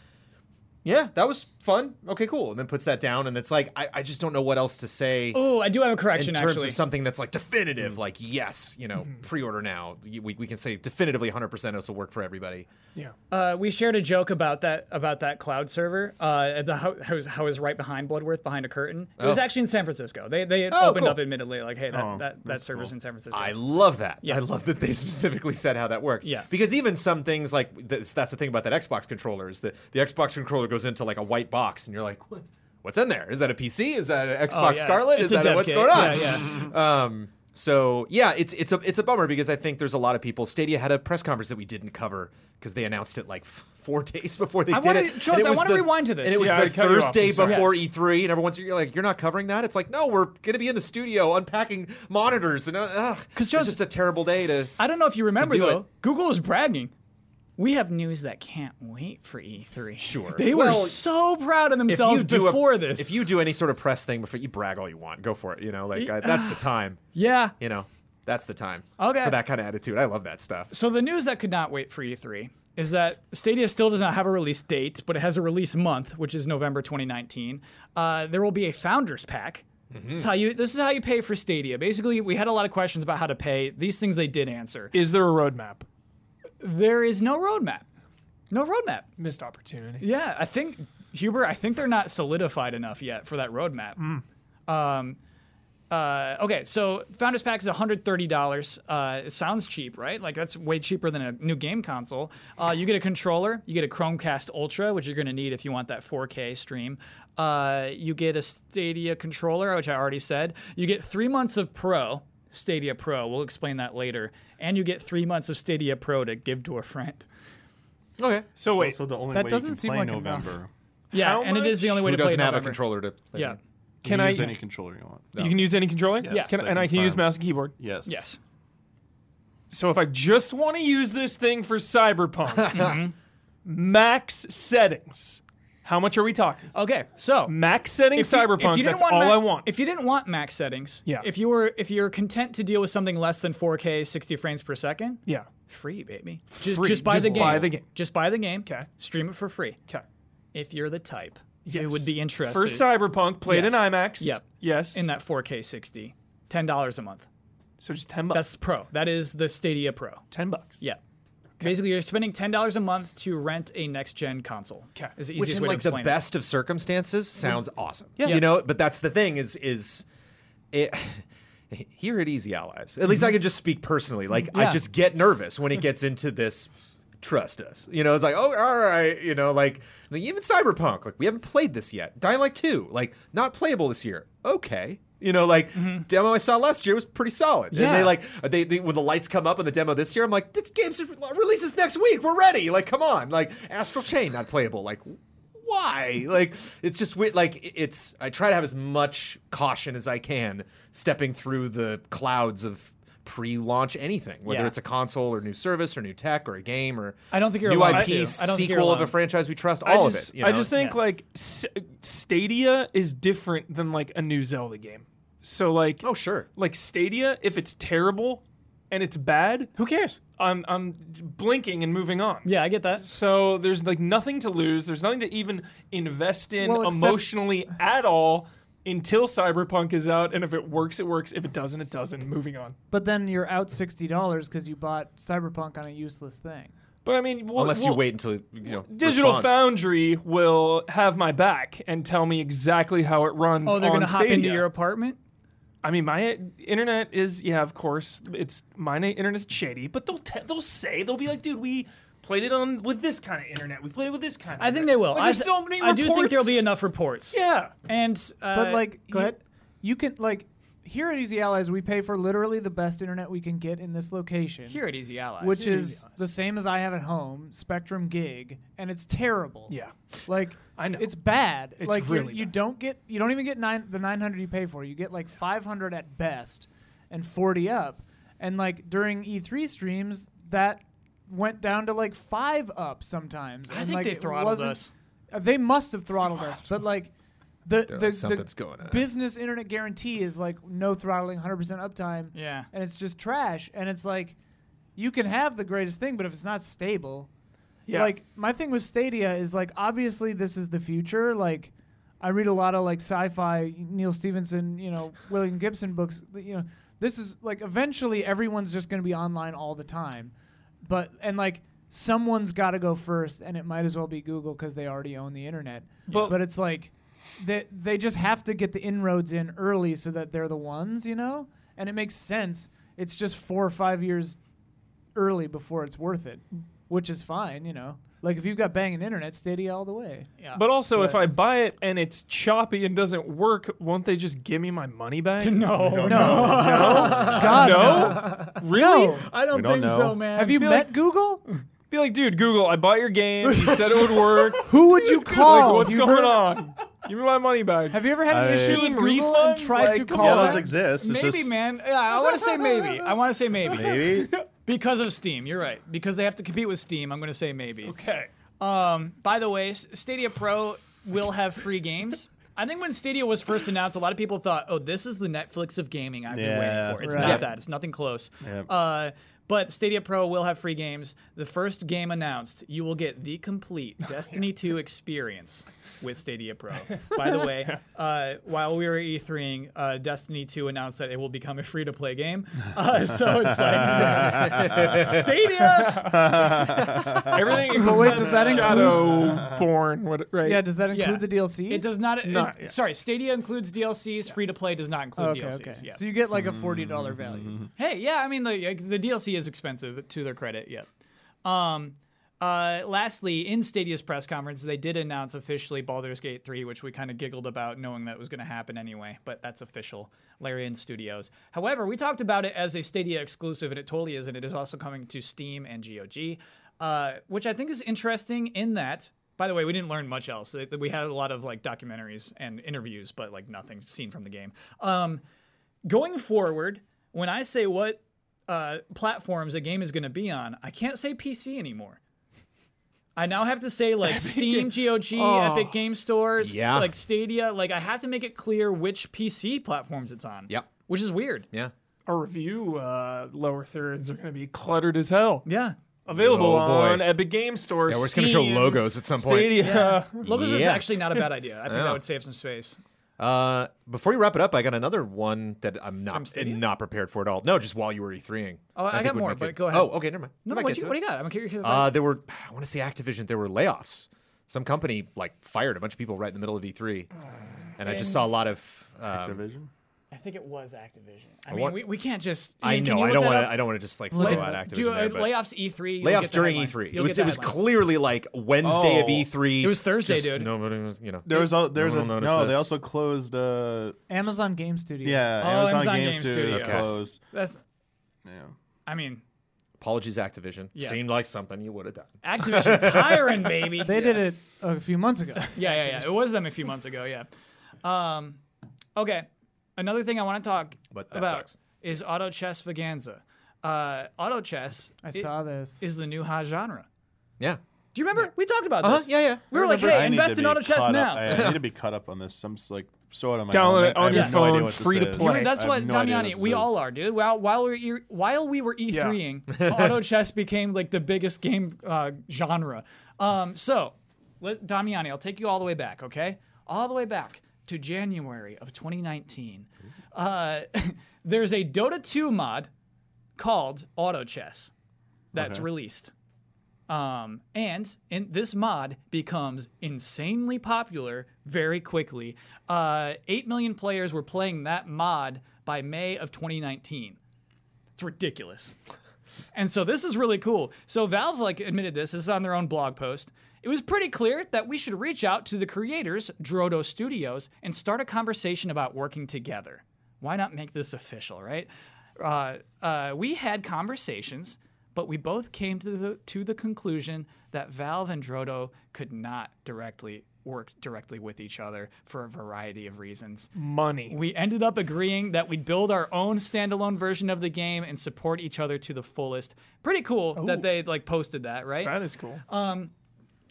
S5: yeah, that was fun. Okay, cool. And then puts that down, and it's like I, I just don't know what else to say
S1: Oh, I do have a
S5: in
S1: correction
S5: terms
S1: actually.
S5: of something that's like definitive. Like yes, you know, pre-order now. You- We, we can say definitively 100 percent this will work for everybody.
S3: Yeah.
S1: Uh, we shared a joke about that about that cloud server. Uh, the how, how, is- how is right behind Bloodworth behind a curtain. It was
S5: Oh.
S1: actually in San Francisco. They they had
S5: Oh,
S1: opened
S5: cool. Oh,
S1: up admittedly like, hey, that that, that server's in San Francisco.
S5: I love that.
S1: Yeah.
S5: I love that they specifically said how that worked.
S1: Yeah.
S5: Because even some things like this, that's the thing about that Xbox controller is that the Xbox controller goes into like a white box and you're like, what? what's in there? Is that a PC? Is that an
S1: Oh,
S5: Xbox
S1: yeah.
S5: Scarlet?
S1: It's
S5: Is
S1: a
S5: that
S1: dev
S5: a, what's
S1: kit.
S5: going on?
S1: Yeah,
S5: um, so yeah, it's it's a it's a bummer because I think there's a lot of people. Stadia had a press conference that we didn't cover because they announced it like f- four days before they
S1: I
S5: did
S1: wanna-
S5: it.
S1: Charles,
S5: And it
S1: I
S5: was
S1: wanna
S5: the-
S1: rewind to this.
S5: And it was
S3: Yeah, I
S5: the
S3: cut you off.
S5: Thursday
S3: I'm sorry.
S5: before
S1: Yes.
S5: E3, and everyone's you're like, you're not covering that. It's like, no, we're gonna be in the studio unpacking monitors, and because
S1: 'Cause
S5: it's
S1: Charles-
S5: just a terrible day to.
S1: I don't know if you remember
S5: do
S1: though.
S5: it.
S1: Google was bragging. We have news that can't wait for E3.
S5: Sure.
S1: They were
S5: Well,
S1: so proud of themselves
S5: do a-
S1: before this.
S5: if you do any sort of press thing before you brag all you want, go for it. You know, like I, that's the time.
S1: yeah.
S5: You know, that's the time.
S1: Okay.
S5: For that kind of attitude, I love that stuff.
S1: So the news that could not wait for E3 is that Stadia still does not have a release date, but it has a release month, which is November 2019. Uh, there will be a founders pack. This is how you. This is how you pay for Stadia. Basically, we had a lot of questions about how to pay. These things they did answer.
S3: Is there a roadmap?
S1: There is no roadmap. No roadmap.
S3: Missed opportunity.
S1: Yeah, I think Huber. I think they're not solidified enough yet for that roadmap. Um, uh, okay, so Founders Pack is $130. Uh, it sounds cheap, right? Like that's way cheaper than a new game console. Uh, you get a controller. You get a Chromecast Ultra, which you're going to need if you want that 4K stream. Uh, you get a Stadia controller, which I already said. You get three months of Pro. Stadia Pro. We'll explain that later. And you get three months of Stadia Pro to give to a friend.
S5: Okay.
S3: So wait,
S2: also the only
S4: that
S2: way you
S4: doesn't
S2: can
S4: seem
S2: play
S4: like enough.
S2: November.
S1: Yeah,
S3: How
S1: and it is the only way
S5: Who
S1: to play
S5: doesn't have a
S1: November.
S5: controller to? play
S1: Yeah.
S5: with?
S3: can
S2: you
S3: I?
S2: use any controller you want?
S3: you can use any controller.
S2: Yes,
S3: Can,
S2: I
S3: and I can use
S2: confirmed.
S3: mouse and keyboard.
S2: Yes.
S1: Yes.
S3: So if I just want to use this thing for Cyberpunk,
S1: Mm-hmm.
S3: max settings. How much are we talking?
S1: Okay, so
S3: Max setting
S1: you-
S3: Cyberpunk.
S1: didn't
S3: that's all
S1: ma-
S3: I want.
S1: If you didn't want max settings,
S3: Yeah.
S1: If you were if you're content to deal with something less than 4K 60 frames per second,
S3: yeah.
S1: free baby. Just,
S3: Free.
S1: just buy
S3: Just
S1: the game.
S3: buy the game.
S1: Just buy the game.
S3: 'Kay.
S1: Stream it for free.
S3: Okay.
S1: If you're the type,
S3: Yes.
S1: you would be interested
S3: First Cyberpunk played
S1: Yes.
S3: in IMAX.
S1: Yep.
S3: Yes.
S1: in that 4K 60. Ten dollars a month.
S3: so just ten bucks.
S1: That's pro. That is the Stadia Pro.
S3: ten bucks.
S1: Yeah. Basically, you're spending ten dollars a month to rent a next gen console.
S3: 'Kay.
S1: Is the
S5: Which
S1: easiest
S5: in
S1: way
S5: like
S1: to
S5: the
S1: explain it. Mm-hmm.
S5: best of circumstances sounds awesome.
S3: Yeah.
S5: You know, but that's the thing is is it here at Easy Allies. At least I can just speak personally. Like I
S1: Mm-hmm. Yeah.
S5: just get nervous when it gets into this trust us. You know, it's like, oh all right, you know, like like, even Cyberpunk, like we haven't played this yet. Dying Light 2, like not playable this year. Okay. You know, like demo I saw last year was pretty solid. And they
S1: Mm-hmm. Yeah.
S5: like Uh, they, they when the lights come up in the demo this year, I'm like, this game's releases next week. We're ready. Like, come on. Like Astral Chain not playable. Like why? Like it's just weird. Like it's I try to have as much caution as I can stepping through the clouds of pre-launch anything, whether
S1: Yeah.
S5: it's a console or new service or new tech or a game or
S1: I don't think you're
S5: new
S1: alone.
S5: IP
S1: I do. I don't think you're
S5: sequel of a
S1: alone.
S5: franchise we trust.
S3: I
S5: All
S3: just,
S5: of it. You know?
S3: I just think
S1: Yeah.
S3: like S- Stadia is different than like a new Zelda game. So like,
S5: oh sure.
S3: like Stadia, if it's terrible and it's bad,
S1: Who cares?
S3: I'm I'm blinking and moving on.
S1: Yeah, I get that.
S3: So there's like nothing to lose. There's nothing to even invest in
S4: Well, except-
S3: emotionally at all until Cyberpunk is out. And if it works, it works. If it doesn't, it doesn't. Moving on.
S4: But then you're out sixty dollars because you bought Cyberpunk on a useless thing.
S3: But I mean, we'll,
S5: Unless you
S3: we'll-
S5: wait until you know
S3: Digital
S5: response.
S3: Foundry will have my back and tell me exactly how it runs.
S1: Oh, they're
S3: on
S1: gonna hop
S3: Stadia.
S1: into your apartment.
S3: I mean, my internet is yeah, of course, it's my na- internet's shady, but they'll te- they'll say they'll be like, dude, we played it on with this kind of internet. We played it with this kind. of
S1: I think
S3: internet."
S1: they will.
S3: Like,
S1: I,
S3: there's
S1: th-
S3: so many
S1: I do think there'll be
S3: reports.
S1: enough reports.
S3: Yeah,
S1: And uh,
S4: But like,
S1: go
S4: you,
S1: ahead.
S4: you can like here at Easy Allies, we pay for literally the best internet we can get in this location.
S1: Here at Easy Allies,
S4: which is the same as I have at home, Spectrum Gig, and it's terrible.
S3: yeah.
S4: Like
S3: I know.
S4: it's bad.
S3: It's
S4: like you-
S3: really
S4: you
S3: bad.
S4: don't get you don't even get nine the nine hundred you pay for. You get like five hundred at best, and forty up. And like during E three streams, that went down to like five up sometimes.
S1: I
S4: and,
S1: think
S4: like,
S1: they
S4: it
S1: throttled
S4: wasn't-
S1: us.
S4: uh, They must have throttled us, but like. The, the,
S5: like,
S4: the
S5: "Something's going on."
S4: business internet guarantee is like no throttling, 100% uptime
S1: Yeah.
S4: and it's just trash. And it's like, you can have the greatest thing, but if it's not stable,
S3: Yeah.
S4: Like my thing with Stadia is like obviously this is the future. Like I read a lot of like sci-fi Neil Stevenson, you know, William Gibson books. that, You know, this is like eventually everyone's just going to be online all the time, but and like someone's got to go first, and it might as well be Google because they already own the internet.
S3: But-
S4: but it's like they they just have to get the inroads in early so that they're the ones, you know? And it makes sense. It's just four or five years early before it's worth it, which is fine, you know. Like if you've got banging internet, Stadia all the way.
S1: Yeah.
S3: But also, if I buy it and it's choppy and doesn't work, won't they just give me my money back?
S1: no, no,
S4: God,
S3: No, really?
S4: No.
S1: I don't,
S2: We don't
S1: think
S2: know.
S1: so, man.
S4: Have you
S3: Be
S4: met
S3: like-
S4: Google?
S3: Be like, dude, Google, I bought your game. You said it would work.
S4: Who would you call?
S3: like, what's
S4: You
S3: going
S4: heard-
S3: on? Give me my money back.
S4: Have you ever had
S2: I-
S4: an issue with
S3: Steam
S4: Google and
S3: refunds?
S4: tried
S3: Like,
S4: to
S3: come
S4: call
S2: yeah,
S4: them?
S2: those exist. It's
S1: Maybe,
S2: just-
S1: man. Yeah, I want to say maybe. I want to say maybe.
S2: Maybe.
S1: Because of Steam, you're right. Because they have to compete with Steam, I'm going to say maybe.
S3: okay.
S1: Um, by the way, S- Stadia Pro will have free games. I think when Stadia was first announced, a lot of people thought, "Oh, this is the Netflix of gaming I've been
S2: Yeah.
S1: waiting for." It's
S4: Right.
S1: not that; it's nothing close.
S2: Yep.
S1: Uh, but Stadia Pro will have free games. The first game announced, you will get the complete Destiny 2 experience with Stadia Pro. By the way, uh, while we were E3ing, uh, Destiny 2 announced that it will become a free-to-play game. Uh, so it's like Stadia
S3: Everything
S4: But
S3: except
S4: wait, does that include-
S3: Shadowborn, what, right?
S4: Yeah, does that include
S1: Yeah.
S4: the DLC?
S1: It does not. it-
S3: Not- yeah.
S1: Sorry, Stadia includes DLCs. Free to play does not include
S4: Okay,
S1: DLCs.
S4: okay.
S1: Yeah.
S4: So you get like
S1: Mm-hmm.
S4: a forty dollar value.
S1: hey, yeah. I mean, the the DLC is expensive to their credit. Yep. Um. Uh, lastly, in Stadia's press conference, they did announce officially Baldur's Gate 3, which we kind of giggled about knowing that was going to happen anyway, but that's official. Larian Studios. However, we talked about it as a Stadia exclusive, and it totally is, and it is also coming to Steam and GOG, uh, which I think is interesting in that, by the way, we didn't learn much else. Uh, We had a lot of like documentaries and interviews, but like nothing seen from the game. Um, going forward, when I say what uh, platforms a game is going to be on, I can't say PC anymore. I now have to say like Steam, GOG, Epic Game Store, st-
S5: Oh. Yeah.
S1: like Stadia. Like I have to make it clear which PC platforms it's on.
S5: Yep.
S1: Which is weird.
S5: Yeah.
S3: Our review uh, lower thirds are going to be cluttered as hell.
S1: Yeah.
S3: Available
S5: Oh, boy.
S3: on Epic Game Store.
S5: Yeah, we're just gonna
S3: Steam,
S5: show logos at some point.
S3: Stadia.
S1: Uh, Logos is
S5: Yeah.
S1: actually not a bad idea. I think that would save some space.
S5: Uh, before you wrap it up, I got another one that I'm not
S1: Stadia?
S5: not prepared for at all. No, just while you were E E3ing.
S1: Oh, I
S5: think
S1: got
S5: would
S1: more,
S5: make
S1: but
S5: it-
S1: go ahead.
S5: Oh, okay, never mind.
S1: No,
S5: We might
S1: what
S5: get
S1: you,
S5: to
S1: what
S5: it.
S1: do you got? I'm curious.
S5: Uh, there were, I want to say Activision, there were layoffs. Some company like fired a bunch of people right in the middle of E3, and I just saw a lot of. Um,
S2: Activision.
S1: I think it was Activision. I, mean,
S5: want-
S1: we, we can't just.
S5: I
S1: Ian, can
S5: know
S1: you
S5: I
S1: look
S5: don't
S1: that
S5: want
S1: up?
S5: to. I don't want to just like
S1: Lay-
S5: throw out Activision.
S1: do,
S5: there,
S1: uh,
S5: but-
S1: layoffs E3. you'll
S5: layoffs
S1: get the
S5: during E
S1: headline. Oh,
S5: E3. It
S1: You'll
S5: was
S1: get
S5: it
S1: the
S5: was
S1: headline.
S5: clearly like Wednesday of
S2: Oh.
S5: E3.
S1: It was Thursday,
S5: Just
S1: dude.
S5: Nobody was, you know.
S2: There was all, there was
S5: No
S2: a,
S5: one will
S2: no.
S5: notice
S2: They
S5: this.
S2: also closed. Uh,
S4: Amazon Game Studio.
S2: yeah,
S1: Oh,
S2: Amazon,
S1: Amazon
S2: Game,
S1: Game
S2: Studios
S1: Studios.
S2: closed.
S1: That's.
S2: Yeah.
S1: I mean,
S5: Apologies, Activision.
S1: Yeah.
S5: Seemed like something you would have done.
S1: Activision's hiring, baby.
S4: They did it a few months ago.
S1: Yeah, yeah, yeah. It was them a few months ago. Yeah. Um, okay. Another thing I want to talk
S5: But that
S1: about
S5: sucks.
S1: is auto chess vaganza. Uh, auto chess
S4: I
S1: i-
S4: saw this.
S1: is the new hot genre.
S5: Yeah.
S1: Do you remember? We talked about
S5: Uh-huh,
S1: this.
S5: yeah, yeah.
S1: We were like,
S2: I
S1: hey,
S2: need
S1: invest
S2: to
S1: in
S2: be
S1: auto chess
S2: caught
S1: now.
S2: up- I, I need to be caught up on this. Some s- like so out of my.
S3: Download it
S2: element.
S3: on
S2: I
S3: your
S2: have no idea
S3: phone,
S2: what this
S3: free to
S2: is.
S3: play.
S1: You know, that's
S2: I
S1: what
S2: have no idea
S1: Damiani,
S2: this
S1: we all
S2: is.
S1: are, dude. While while we are while we were E threeing, auto chess became like the biggest game uh, genre. Um, so, let, Damiani, I'll take you all the way back, okay? All the way back to January of 2019. Uh, there's a Dota 2 mod called Auto Chess that's released. Um, and in, this mod becomes insanely popular very quickly. Uh, 8 million players were playing that mod by May of 2019. It's ridiculous. And so this is really cool. So Valve like admitted this. This is on their own blog post. It was pretty clear that we should reach out to the creators, Drodo Studios, and start a conversation about working together. Why not make this official, right? Uh, uh, we had conversations, but we both came to the to the conclusion that Valve and Drodo could not directly work directly with each other for a variety of reasons.
S3: Money.
S1: We ended up agreeing that we'd build our own standalone version of the game and support each other to the fullest. Pretty cool that they like posted that, right?
S3: That is cool.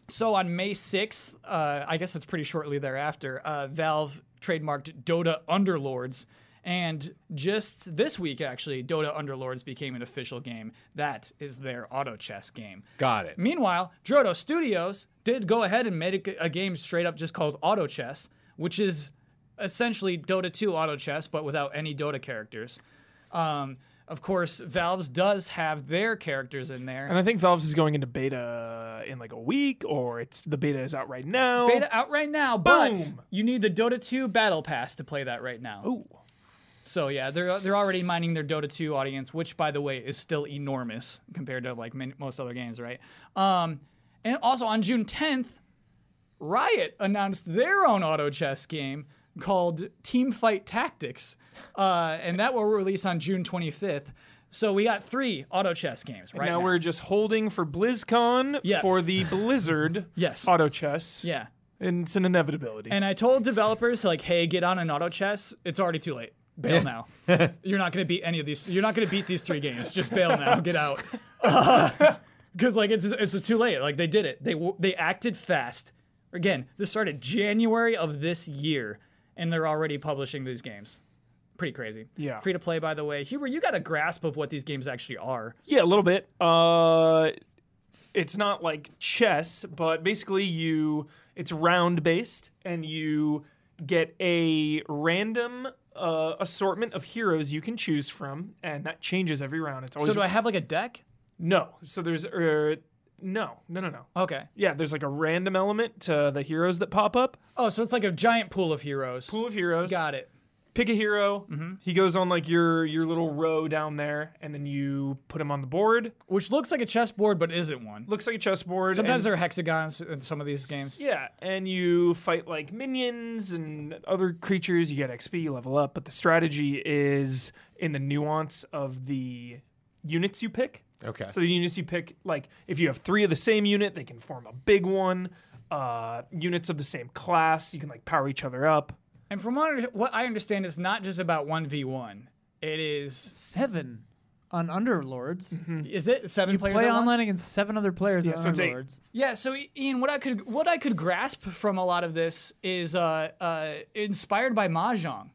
S1: So on May 6th, uh, I guess it's pretty shortly thereafter, uh, Valve trademarked Dota Underlords. And just this week, actually, Dota Underlords became an official game. That is their auto chess game.
S5: Got it.
S1: Meanwhile, Drodo Studios did go ahead and made a, a game straight up just called Auto Chess, which is essentially Dota 2 Auto Chess, but without any Dota characters. Um, of course, Valve's does have their characters in there.
S3: And I think Valve's is going into beta in like a week, or it's the beta is out right now.
S1: beta out right now, but
S3: Boom.
S1: you need the Dota 2 Battle Pass to play that right now.
S3: Ooh.
S1: So yeah, they're they're already mining their Dota 2 audience, which by the way is still enormous compared to like min- most other games, right? Um, And also on June 10th, Riot announced their own auto chess game called Team Fight Tactics, uh, and that will release on June 25th. So we got three auto chess games right
S3: now, we're just holding for BlizzCon
S1: Yeah.
S3: for the Blizzard
S1: Yes.
S3: auto chess.
S1: yeah.
S3: And it's an inevitability.
S1: And I told developers like, hey, get on an auto chess. It's already too late. Bail now. you're not gonna beat any of these. You're not gonna beat these three games. Just bail now. Get out. Because like it's it's too late. Like they did it. They w- they acted fast. Again, this started January of this year, and they're already publishing these games. Pretty crazy.
S3: Yeah.
S1: Free to play, by the way. Huber, you got a grasp of what these games actually are.
S3: Yeah, a little bit. Uh, it's not like chess, but basically you it's round based, and you get a random uh, assortment of heroes you can choose from, and that changes every round. It's always
S1: So do I have like a deck?
S3: no. So there's uh, no, no, no, no.
S1: Okay.
S3: Yeah, there's like a random element to the heroes that pop up.
S1: Oh, so it's like a giant pool of heroes.
S3: Pool of heroes.
S1: Got it. Mm-hmm.
S3: pick a hero. He goes on like your your little row down there, and then you put him on the board.
S1: Which looks like a chessboard, but isn't one.
S3: Looks like a chessboard.
S1: Sometimes
S3: and-
S1: there are hexagons in some of these games.
S3: yeah, and you fight like minions and other creatures. You get XP, you level up, but the strategy is in the nuance of the units you pick.
S5: Okay.
S3: So the units you pick, like if you have three of the same unit, they can form a big one. Uh, units of the same class, you can like power each other up.
S1: And from what I- what I understand, it's not just about one v one. It is.
S4: Seven on Underlords.
S1: Is it seven players?
S4: Play
S1: at once?
S4: online against seven other players
S3: Yeah,
S4: on
S3: so it's eight.
S4: Underlords.
S1: Yeah. So I- Ian, what I could what I could grasp from a lot of this is uh, uh, inspired by mahjong.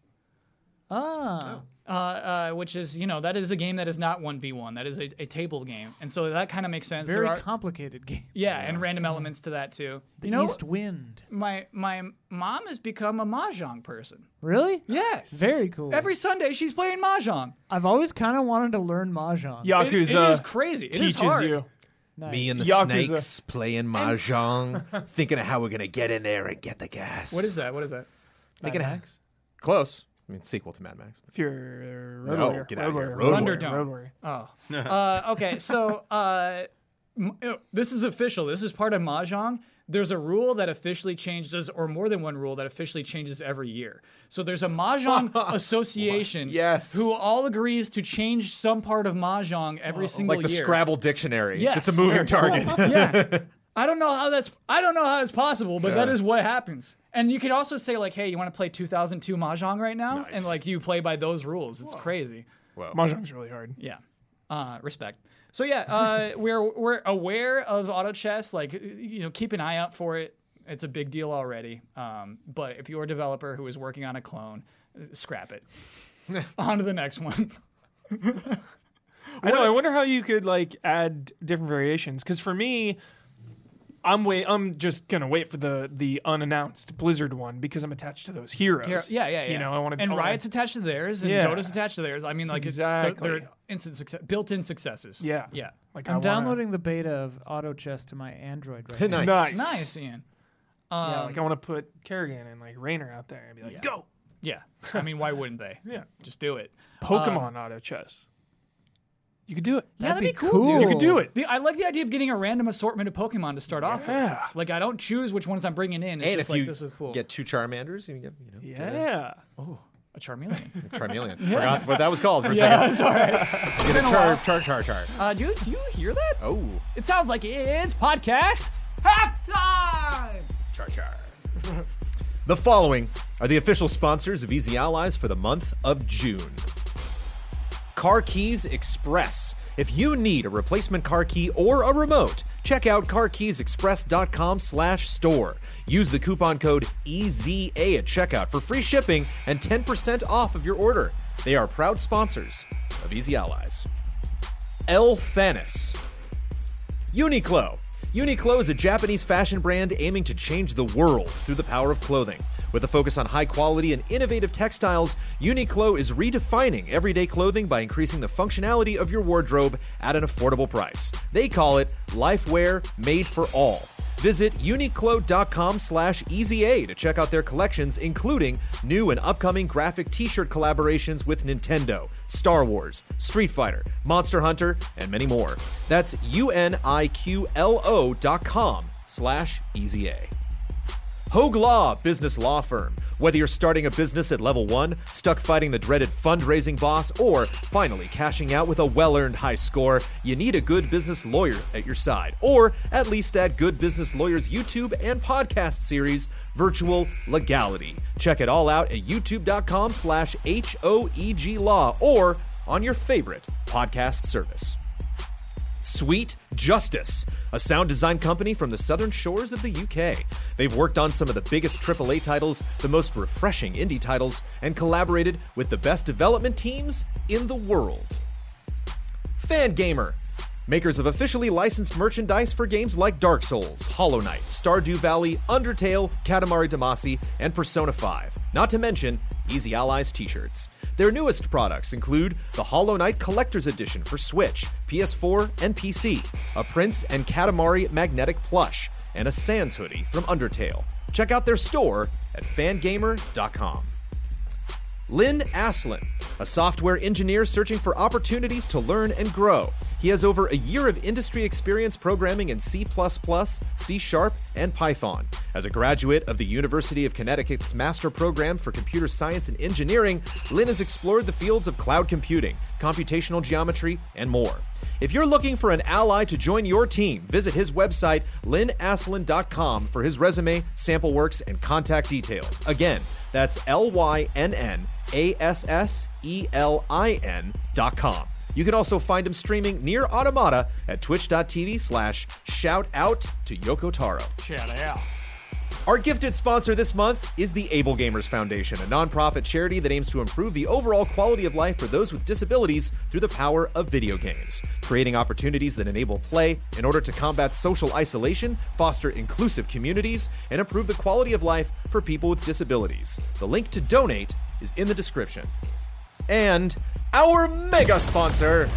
S4: Ah.
S1: Uh, uh, which is, you know, that is a game that is not 1v1. That is a, a table game. And so that kind of makes sense.
S4: Very
S1: There are-
S4: complicated game.
S1: yeah, and random elements to that too.
S4: The
S1: you know,
S4: East Wind.
S1: my, my mom has become a Mahjong person.
S4: Really?
S1: Yes.
S4: Very cool.
S1: Every Sunday she's playing Mahjong.
S4: I've always kind of wanted to learn Mahjong.
S1: It-
S3: Yakuza
S1: it is crazy. It is
S3: teaches
S1: hard.
S3: you.
S4: Nice.
S5: Me and the
S3: Yakuza.
S5: snakes playing mahjong, thinking of how we're gonna get in there and get the gas.
S1: What is that? What is that?
S5: Thinking of hacks. Close. I mean, sequel to Mad Max.
S3: If you're Road
S5: No,
S3: Warrior,
S5: get
S3: Road
S5: out of here.
S3: Warrior,
S5: Road
S3: Warrior,
S1: Warrior.
S3: Road Warrior.
S1: Oh. uh, okay, so uh, m- uh, this is official. This is part of Mahjong. There's a rule that officially changes, or more than one rule that officially changes every year. So there's a Mahjong association
S5: Yes.
S1: who all agrees to change some part of Mahjong every single
S5: Oh, Like the
S1: year.
S5: Scrabble dictionary. It's- It's,
S1: Yes.
S5: a moving target.
S1: yeah. I don't know how that's I don't know how that's possible, but that is what happens. And you could also say like, hey, you want to play 2002 Mahjong right now? And
S5: Nice.
S1: like you play by those rules. It's crazy.
S3: Mahjong's really hard.
S1: Yeah. Uh, respect. So yeah, uh, we're we're aware of auto chess. Like you know, keep an eye out for it. It's a big deal already. Um, but if you're a developer who is working on a clone, uh, scrap it. on to the next one.
S3: I know. I wonder how you could like add different variations. Because for me, I'm wait. I'm just gonna wait for the the unannounced Blizzard one because I'm attached to those heroes.
S1: Yeah, yeah, yeah.
S3: You know, I want to.
S1: And Riot's attached to theirs, and
S3: Yeah.
S1: Dota's attached to theirs. I mean, like it- they're-
S3: Exactly.
S1: they're instant success, built-in successes.
S3: Yeah.
S1: yeah.
S3: Like I
S4: I'm
S3: wanna-
S4: downloading the beta of Auto Chess to my Android right now.
S5: nice.
S3: Nice.
S1: Nice, Ian.
S3: Yeah,
S4: um,
S3: like I want to put Kerrigan and like Raynor out there and be like, go
S1: Yeah. I mean, why wouldn't they?
S3: Yeah.
S1: Just do it.
S3: Pokemon auto chess. You could do it.
S1: Yeah, that'd,
S4: Um, That'd be
S1: be cool, dude.
S4: cool.
S3: You could do it.
S1: The- I like the idea of getting a random assortment of Pokemon to start off with.
S3: Yeah.
S1: Like I don't choose which ones I'm bringing in. It's
S5: And
S1: just
S5: if
S1: like
S5: you
S1: this is cool.
S5: get two Charmanders, you get you know
S3: Yeah.
S1: a Charmeleon.
S5: a Charmeleon. Forgot what that was called for a second.
S1: That's all right.
S5: Get a char, char, char, char.
S1: Uh, dude, do you hear that?
S5: Oh,
S1: It sounds like it's podcast halftime.
S5: char, char. The following are the official sponsors of Easy Allies for the month of June. Car Keys Express. If you need a replacement car key or a remote, check out carkeysexpress.com slash store. Use the coupon code EZA at checkout for free shipping and 10% off of your order. They are proud sponsors of Easy Allies. El Thanis. Uniqlo. Uniqlo is a Japanese fashion brand aiming to change the world through the power of clothing. With a focus on high quality and innovative textiles, Uniqlo is redefining everyday clothing by increasing the functionality of your wardrobe at an affordable price. They call it Life Wear Made for All. Visit uniqlo.com slash EZA to check out their collections, including new and upcoming graphic t-shirt collaborations with Nintendo, Star Wars, Street Fighter, Monster Hunter, and many more. That's uniqlo.com slash EZA. Hoag Law Business Law Firm. Whether you're starting a business at level one, stuck fighting the dreaded fundraising boss, or finally cashing out with a well earned high score, you need a good business lawyer at your side, or at least at Good Business Lawyers YouTube and podcast series, Virtual Legality. Check it all out at youtube.com slash H O E G Law or on your favorite podcast service. Sweet Justice, a sound design company from the southern shores of the UK. They've worked on some of the biggest AAA titles, the most refreshing indie titles, and collaborated with the best development teams in the world. Fangamer. Makers of officially licensed merchandise for games like Dark Souls, Hollow Knight, Stardew Valley, Undertale, Katamari Damacy, and Persona 5. Not to mention Easy Allies t shirts. Their newest products include the Hollow Knight Collector's Edition for Switch, PS4, and PC, a Prince and Katamari magnetic plush, and a Sans hoodie from Undertale. Check out their store at fangamer.com. Lynn Aslan, a software engineer searching for opportunities to learn and grow. He has over a year of industry experience programming in C, C Sharp, and Python. As a graduate of the University of Connecticut's Master Program for Computer Science and Engineering, Lynn has explored the fields of cloud computing, computational geometry, and more. If you're looking for an ally to join your team, visit his website, lynnaslan.com, for his resume, sample works, and contact details. Again, that's L Y N N A S S E L I N dot com. You can also find him streaming near Automata at twitch.tv slash shout out to Yoko Taro.
S3: Shout out.
S5: Our gifted sponsor this month is the Able Gamers Foundation, a nonprofit charity that aims to improve the overall quality of life for those with disabilities through the power of video games, creating opportunities that enable play in order to combat social isolation, foster inclusive communities, and improve the quality of life for people with disabilities. The link to donate is in the description. And our mega sponsor,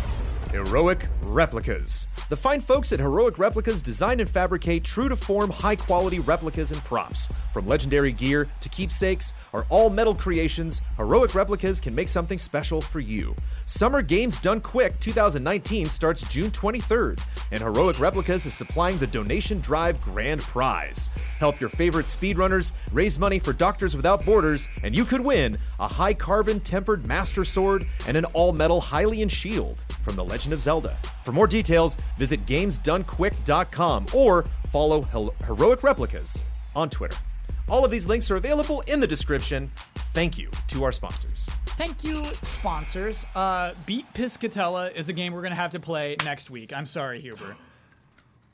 S5: Heroic Replicas. The fine folks at Heroic Replicas design and fabricate true to form, high quality replicas and props. From legendary gear to keepsakes or all metal creations, Heroic Replicas can make something special for you. Summer Games Done Quick 2019 starts June 23rd, and Heroic Replicas is supplying the Donation Drive Grand Prize. Help your favorite speedrunners raise money for Doctors Without Borders, and you could win a high carbon tempered Master Sword and an all metal Hylian Shield from The Legend of Zelda. For more details, visit GamesDoneQuick.com or follow Hel- Heroic Replicas on Twitter. All of these links are available in the description. Thank you to our sponsors.
S1: Thank you, sponsors. Uh, Beat Piscatella is a game we're gonna have to play next week. I'm sorry, Huber.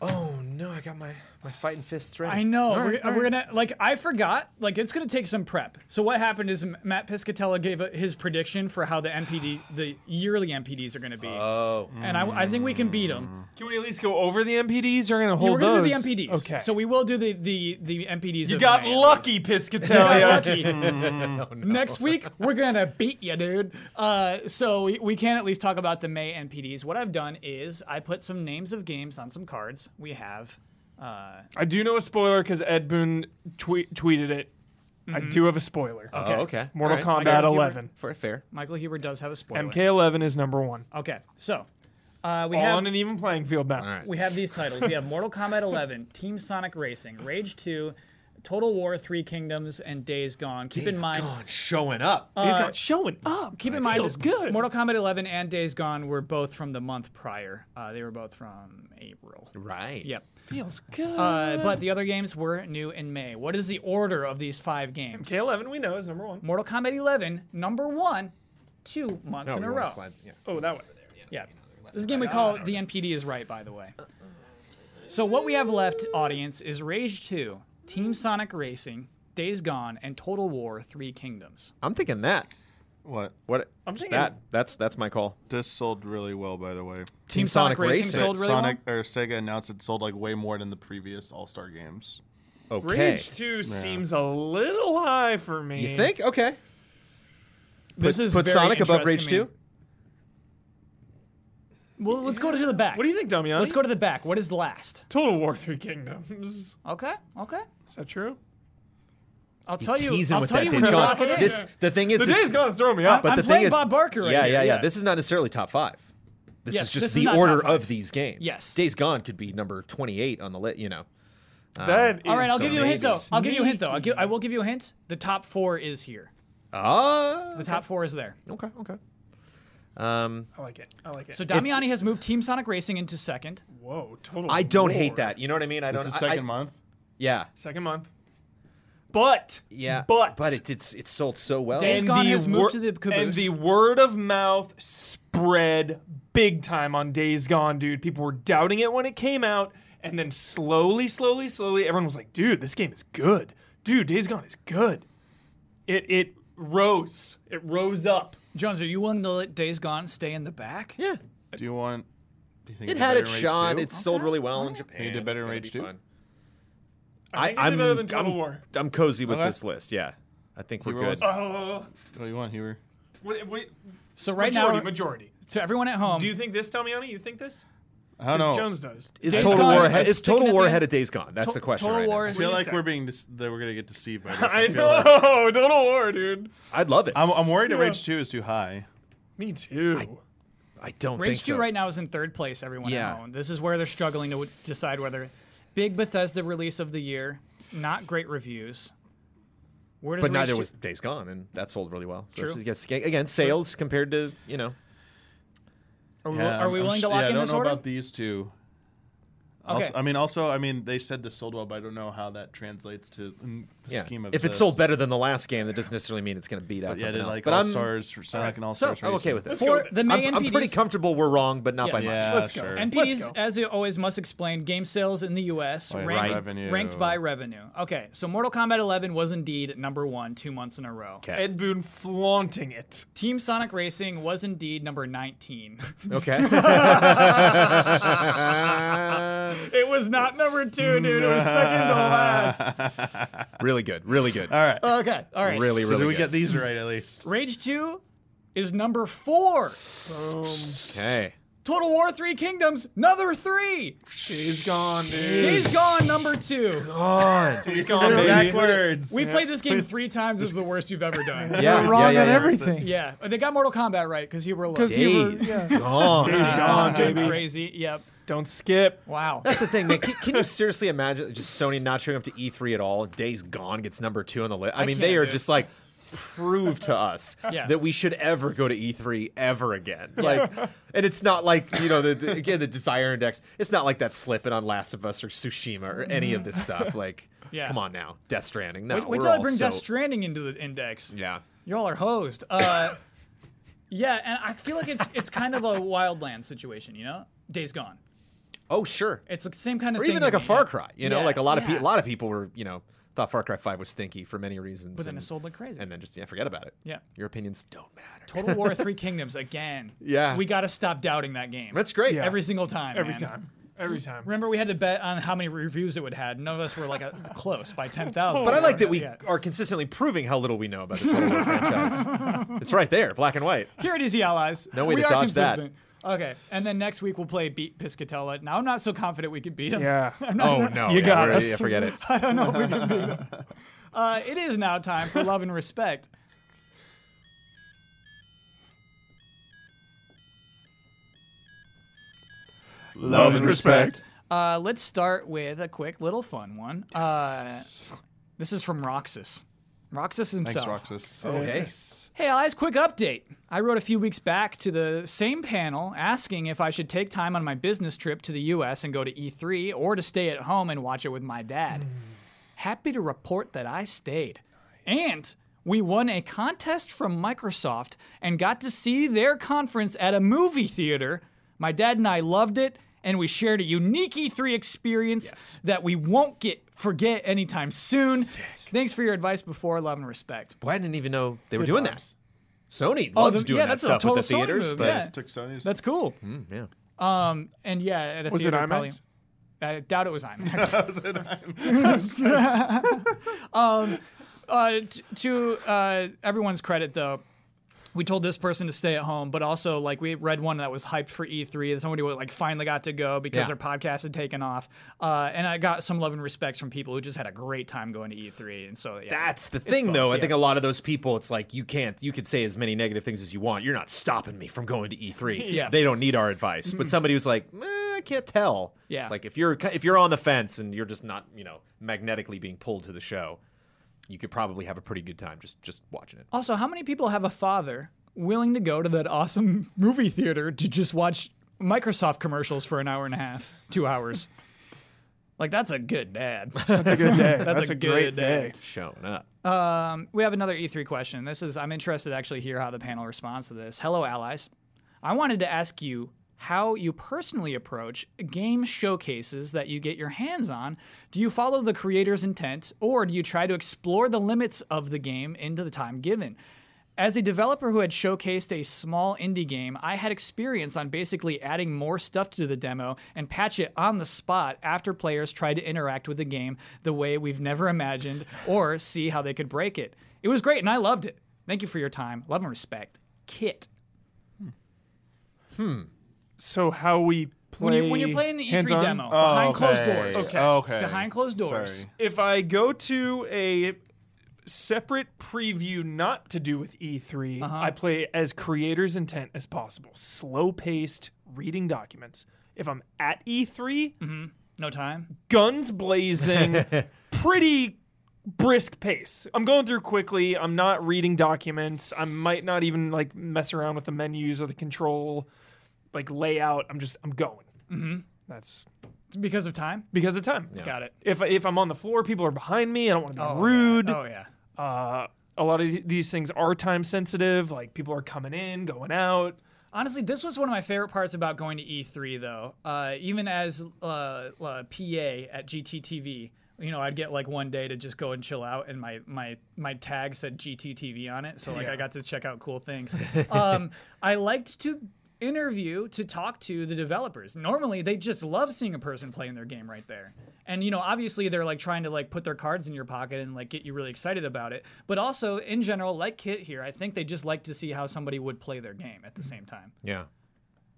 S5: Oh no, I got my my fighting fists ready.
S1: I know.
S5: All right,
S1: we're,
S5: all
S1: we're
S5: right.
S1: gonna like. I forgot. Like, it's gonna take some prep. So what happened is M- Matt Piscatella gave a, his prediction for how the MPD, the yearly MPDs are gonna be. Oh. And I, I think we can beat them.
S3: Can we at least go over the MPDs? You're gonna hold
S1: we're gonna
S3: Mm. those.
S1: do the MPDs.
S3: Okay.
S1: So we will do the the the MPDs.
S3: you
S1: of
S3: got
S1: May, at
S3: lucky,
S1: Got
S3: Piscatella.
S1: lucky. Next week, we're going to beat you, dude. Uh, so we, we can at least talk about the May NPDs. What I've done is I put some names of games on some cards. We have. Uh,
S3: I do know a spoiler because Ed Boon tweet, tweeted it. I do have a spoiler.
S5: Oh, okay.
S3: Mortal
S5: All right.
S3: Kombat
S5: Fair.
S3: 11.
S5: Fair, fair.
S1: Michael Huber does have a spoiler.
S3: MK11 is number one.
S1: Okay, so uh, we
S3: All
S1: have
S3: on an even playing field now.
S5: right.
S1: we have these titles. We have Mortal Kombat 11, Team Sonic Racing, Rage 2, Total War: Three Kingdoms, and Days Gone. Keep in mind. Oh.
S5: showing up.
S3: He's
S1: Uh,
S3: not showing up.
S1: Keep in mind,
S3: feels good.
S1: Mortal Kombat 11 and Days Gone were both from the month prior. Uh, they were both from April.
S5: right.
S1: Yep.
S3: feels good.
S1: Uh, but the other games were new in May. What is the order of these five games?
S3: MK11 we know is number one.
S1: Mortal Kombat 11, number one, two months in a row.
S3: Oh, that one.
S1: Yeah. This is a game we call The NPD is Right, by the way. So, what we have left, audience, is Rage 2, Team Sonic Racing, Days Gone, and Total War Three Kingdoms.
S5: I'm thinking that.
S2: What?
S5: What? I'm
S3: thinking-
S5: that. That's that's my call.
S2: This sold really well, by the way.
S1: Team,
S5: Sonic Racing.
S1: sold really
S2: Sonic or Sega announced it sold like way more than the previous All Star games.
S5: Okay.
S3: Rage 2 seems a little high for me.
S5: You think? Okay.
S1: well. This
S5: put
S1: is
S5: put
S1: very
S5: Sonic above
S1: interesting
S5: Rage
S1: to me.
S5: Two.
S1: Well, let's go to the back.
S3: What do you think, Damian?
S1: Let's go to the back. What is last?
S3: Total War Three Kingdoms.
S1: Okay, okay.
S3: Is that true?
S1: I'll
S5: He's
S1: tell you.
S5: teasing
S1: I'll
S5: with
S1: tell
S5: that.
S1: you
S5: Days
S1: when
S5: Gone.
S1: Rock it in.
S5: This the thing is,
S3: The
S5: this,
S3: day's gone is throwing me off.
S5: but
S1: I'm
S5: the
S1: playing
S5: thing is,
S1: Bob Barker right
S5: yeah,
S1: here,
S5: yeah, yeah,
S1: yeah.
S5: This is not necessarily top five. This
S1: Yes,
S5: is just
S1: this is
S5: the
S1: not top
S5: order
S1: five.
S5: of these games.
S1: Yes.
S5: Days Gone could be number twenty-eight on the list. You know,
S3: That
S1: All right,
S3: is
S1: I'll give you a hint though. I'll give you a hint though. I'll
S3: sneaky.
S1: give, I will give you a hint. The top four is here.
S5: ah,
S1: The top four is there.
S5: okay, okay. Um,
S3: I like it. I like it.
S1: So Damiani has moved Team Sonic Racing into second.
S3: whoa, total.
S5: I don't
S3: War.
S5: hate that. You know what I mean? I
S2: This
S5: don't.
S2: is
S5: I-
S2: second
S5: I-
S2: month.
S5: Yeah,
S3: Second month. But
S5: yeah.
S3: but
S5: but it it's, it sold so well.
S1: Days
S3: and
S1: Gone
S3: the
S1: has moved to the caboose.
S3: and the word of mouth spread big time on Days Gone, dude. People were doubting it when it came out, and then slowly, slowly, slowly, everyone was like, "Dude, this game is good. Dude, Days Gone is good." It it rose. It rose up.
S1: Jones, are you willing to let Days Gone stay in the back?
S5: yeah,
S2: Do you want? Do you think
S5: it
S2: did
S5: had
S2: better
S5: its
S2: in Rage
S5: shot.
S2: 2?
S5: It sold really well in Japan.
S2: He did better
S5: It's
S2: in
S5: gonna
S2: Rage
S5: be
S2: 2?
S5: fun.
S3: I think it did
S5: I'm-
S3: better than Total
S5: I'm-
S3: War.
S5: I'm cozy with
S2: Okay.
S5: this list. Yeah, I think we're
S2: were
S5: good.
S2: all-
S3: Oh,
S2: What do you want, Huber?
S3: wait, wait,
S1: So right
S3: majority,
S1: now,
S3: majority.
S1: to everyone at home,
S3: Do you think this, Damiani? You think this?
S2: I don't know.
S3: Jones does.
S5: Is
S1: Days
S5: Total
S1: Gone
S5: War
S1: is
S5: ahead? Is
S1: sticking
S5: Total
S1: at
S5: War
S1: the
S5: ahead
S1: end.
S5: of Days Gone? That's
S1: To-
S5: the question.
S1: Total
S5: right
S1: War
S5: now.
S1: is-
S2: I feel
S3: Wait a
S2: like
S3: sec.
S2: we're being dis- that we're gonna get deceived by this.
S3: I
S2: feel that.
S3: know. Total War, dude.
S5: I'd love it.
S2: I'm, I'm worried that Rage Two is too high.
S3: Me too.
S5: I don't
S1: Rage
S5: think
S1: Two
S5: so.
S1: right now is in third place. Everyone
S5: Yeah.
S1: at home. This is where they're struggling to w- decide whether big Bethesda release of the year, not great reviews. Where does
S5: but
S1: Rage
S5: neither
S1: 2
S5: was Days Gone, and that sold really well. So
S1: True.
S5: it's just- again, sales compared to you know.
S1: Are we,
S2: Yeah,
S1: are we
S2: I'm- I'm
S1: willing
S2: sh-
S1: to lock
S2: yeah,
S1: in
S2: I don't
S1: this
S2: know
S1: order?
S2: about these two. Also,
S1: Okay.
S2: I mean, also, I mean, they said this sold well, but I don't know how that translates to mm, the
S5: Yeah.
S2: scheme of
S5: If it
S2: this.
S5: sold better than the last game, that doesn't necessarily mean it's going to beat out
S2: yeah,
S5: something
S2: did
S5: else.
S2: like
S5: but
S2: all
S5: I'm
S2: stars for Sonic and all
S5: so
S2: stars.
S5: I'm okay
S2: Racing.
S5: with it.
S3: go
S1: For
S3: with it.
S1: the May
S5: I'm, I'm pretty
S1: NPDs,
S5: comfortable. We're wrong, but not
S1: Yes.
S5: by much.
S2: Yeah,
S3: Let's go.
S2: sure.
S3: And-
S1: NPDs,
S3: Let's go.
S1: as you always must explain, game sales in the U.S.
S2: yeah,
S1: ranked,
S2: revenue.
S1: ranked by revenue. Okay, so Mortal Kombat 11 was indeed number one two months in a row.
S5: Okay.
S3: Ed Boon flaunting it.
S1: Team Sonic Racing was indeed number 19.
S5: Okay.
S1: it was not number two, dude. It was second to last.
S5: really good. Really good.
S2: All right.
S1: Okay, all right.
S5: Really,
S2: so
S5: really
S2: do we
S5: good.
S2: get these right at least?
S1: Rage 2 is number four.
S5: okay.
S1: Total War 3 Kingdoms, another three.
S3: Days Gone, dude.
S1: Days Gone, number two.
S5: Oh, God.
S3: Days Gone, baby.
S2: Backwards.
S1: We've played this game three times. This is the worst you've ever done.
S5: Yeah.
S4: We're wrong
S5: yeah, yeah,
S4: on
S5: yeah.
S4: everything.
S1: Yeah, they got Mortal Kombat right because you were low.
S4: 'Cause you were-
S5: Days.
S4: yeah.
S5: Gone.
S3: Days Gone,
S1: Going
S3: baby.
S1: crazy. Yep.
S3: Don't skip.
S1: Wow.
S5: That's the thing, man. Can, can you seriously imagine just Sony not showing up to E3 at all? Days Gone gets number two on the list. I mean, they
S1: can't,
S5: are
S1: dude.
S5: just like prove to us
S1: Yeah.
S5: that we should ever go to E3 ever again. Like, and it's not like you know, the, the, again, the Desire Index. It's not like that slipping on Last of Us or Tsushima or any of this stuff. Like,
S1: Yeah.
S5: come on now, Death Stranding. No,
S1: Wait, wait
S5: we're
S1: till I
S5: all
S1: bring
S5: so,
S1: Death Stranding into the index.
S5: Yeah.
S1: Y'all are hosed. Uh, yeah, and I feel like it's it's kind of a Wildlands situation, you know? Days Gone.
S5: Oh sure.
S1: It's the same kind of
S5: Or
S1: thing.
S5: even
S1: to
S5: like a
S1: me,
S5: Far
S1: yeah.
S5: Cry. You know, like a
S1: Yes,
S5: lot of
S1: yeah.
S5: people. A lot of people were you know thought Far Cry Five was stinky for many reasons.
S1: But then
S5: and-
S1: it sold like crazy.
S5: and then just yeah, forget about it.
S1: Yeah.
S5: your opinions don't matter.
S1: Total War Three Kingdoms again.
S5: Yeah.
S1: We got to stop doubting that game.
S5: That's great.
S3: Yeah.
S1: Every single time.
S3: Every
S1: man.
S3: time. Every time.
S1: Remember, we had to bet on how many reviews it would had. None of us were like a, close by ten thousand.
S5: But I like that we
S1: Yeah.
S5: are consistently proving how little we know about the Total War franchise. It's right there, black and white.
S1: Here it is, the allies.
S5: No way
S1: we
S5: to
S1: are
S5: dodge that.
S1: consistent. Okay, and then next week we'll play beat Piscatella. Now I'm not so confident we can beat him.
S3: Yeah.
S5: Oh no,
S3: You
S5: yeah,
S3: got
S5: we're-
S3: us.
S5: yeah, forget it.
S1: Uh, it is now time for love and respect.
S2: Love and respect.
S1: Uh, let's start with a quick little fun one. Uh, this is from Roxas. Roxas
S2: Thanks,
S1: himself.
S2: Roxas.
S5: Okay.
S1: Hey, guys, quick update. I wrote a few weeks back to the same panel asking if I should take time on my business trip to the US and go to E3 or to stay at home and watch it with my dad. Happy to report that I stayed. And we won a contest from Microsoft and got to see their conference at a movie theater. My dad and I loved it, and we shared a unique E3 experience that we won't get forget anytime soon. Thanks for your advice before. Love and respect.
S5: Boy, I didn't even know they were doing that. Sony loves
S1: Oh, the-
S5: doing
S1: yeah,
S5: that
S1: that's a
S5: stuff
S1: total
S5: with the
S1: Sony
S5: theaters,
S1: move,
S5: but
S1: yeah.
S2: Took Sony's.
S1: That's cool.
S5: Hmm, yeah.
S1: Um, and yeah, at a
S3: Was it
S1: theater
S3: IMAX?
S1: probably- I doubt it was IMAX. um, uh, t- to uh, everyone's credit, though, we told this person to stay at home, but also like we read one that was hyped for E3 that somebody like finally got to go because
S5: Yeah.
S1: their podcast had taken off. Uh, and I got some love and respects from people who just had a great time going to E3. And so yeah,
S5: That's the thing,
S1: both,
S5: though. I
S1: yeah.
S5: think a lot of those people, it's like you can't. You could say as many negative things as you want. You're not stopping me from going to E3.
S1: Yeah.
S5: They don't need our advice. But somebody was like, "Eh, I can't tell.
S1: Yeah.
S5: It's like if you're if you're on the fence and you're just not, you know, magnetically being pulled to the show, you could probably have a pretty good time just just watching it.
S1: Also, how many people have a father willing to go to that awesome movie theater to just watch Microsoft commercials for an hour and a half, two hours? Like that's a good dad.
S4: That's a good day. That's,
S1: That's a
S4: a,
S1: good
S4: great
S1: day.
S4: day.
S5: Showing up.
S1: Um, we have another E3 question. This is I'm interested to actually hear how the panel responds to this. Hello, allies. I wanted to ask you how you personally approach game showcases that you get your hands on. Do you follow the creator's intent, or do you try to explore the limits of the game into the time given? As a developer who had showcased a small indie game, I had experience on basically adding more stuff to the demo and patch it on the spot after players tried to interact with the game the way we've never imagined or see how they could break it. It was great and I loved it. Thank you for your time. Love and respect. Kit.
S3: So how we
S1: When,
S3: play
S1: you, when you're playing the E3
S3: hands-on?
S1: demo, behind closed
S2: Oh, Okay.
S1: doors.
S2: Okay. Okay.
S1: Behind closed doors.
S2: Sorry.
S3: if I go to a separate preview not to do with E3, I play as creator's intent as possible. Slow paced reading documents. If I'm at E E3,
S1: No time.
S3: guns blazing, pretty brisk pace. I'm going through quickly. I'm not reading documents. I might not even like mess around with the menus or the control like layout. I'm just I'm going. Mm-hmm. That's
S1: It's because of time.
S3: because of time.
S1: Got it.
S3: If if I'm on the floor, people are behind me. I don't want to be rude.
S1: Oh yeah.
S3: Uh, a lot of th- these things are time sensitive. Like people are coming in, going out.
S1: Honestly, this was one of my favorite parts about going to E3, though. Uh, even as uh, uh, PA at GTTV, you know, I'd get like one day to just go and chill out, and my my my tag said GTTV on it, so like I got to check out cool things. Um, I liked to interview to talk to the developers. Normally, they just love seeing a person playing their game right there. And you know, obviously they're like trying to like put their cards in your pocket and like get you really excited about it. But also in general, like Kit here, I think they just like to see how somebody would play their game at the same time.
S5: Yeah.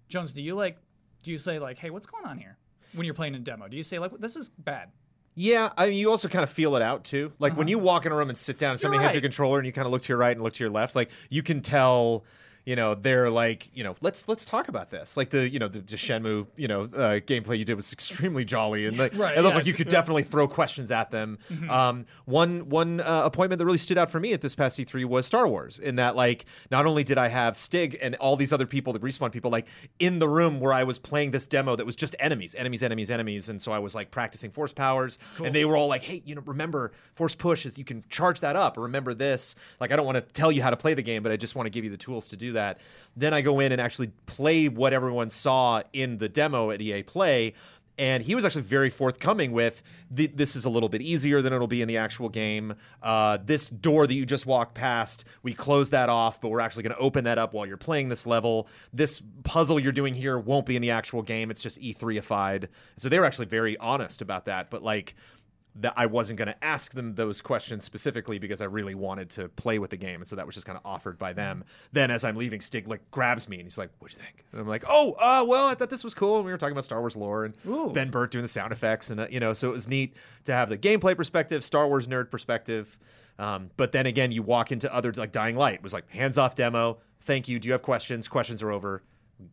S1: Jones, do you like do you say like, "Hey, what's going on here?" when you're playing a demo? Do you say like, "This is bad."
S5: Yeah, I mean, you also kind of feel it out too. Like
S1: Uh-huh.
S5: when you walk in a room and sit down, and somebody hands you a
S3: right.
S5: controller, and you kind of look to your right and look to your left. Like you can tell, you know, they're like, you know, let's let's talk about this. Like the you know the, the Shenmue you know uh, gameplay you did was extremely jolly, and like
S1: Right,
S5: it looked
S1: yeah,
S5: like you
S1: it's- Mm-hmm.
S5: could definitely throw questions at them. Um, one one uh, appointment that really stood out for me at this past E3 was Star Wars. In that, like, not only did I have Stig and all these other people, the respawn people, like in the room where I was playing this demo that was just enemies, enemies, enemies, enemies, and so I was like practicing force powers, and they were all like, "Hey, you know, remember force push is you can charge that up, or remember this." Like, I don't want to tell you how to play the game, but I just want to give you the tools to do that. Then I go in and actually play what everyone saw in the demo at EA Play and he was actually very forthcoming with "Th- this is a little bit easier than it'll be in the actual game. Uh, this door that you just walked past, we close that off, but we're actually going to open that up while you're playing this level. This puzzle you're doing here won't be in the actual game. It's just E3ified. So they were actually very honest about that. But like that, I wasn't going to ask them those questions specifically because I really wanted to play with the game, and so that was just kind of offered by them. Then as I'm leaving, Stig like grabs me and he's like, "What'd you think?" And I'm like, "Oh, uh, well, I thought this was cool." And we were talking about Star Wars lore and
S1: Ooh.
S5: Ben Burt doing the sound effects, and uh, you know, so it was neat to have the gameplay perspective, Star Wars nerd perspective. Um, but then again, you walk into other like Dying Light It was like hands off demo. Thank you. Do you have questions? Questions are over.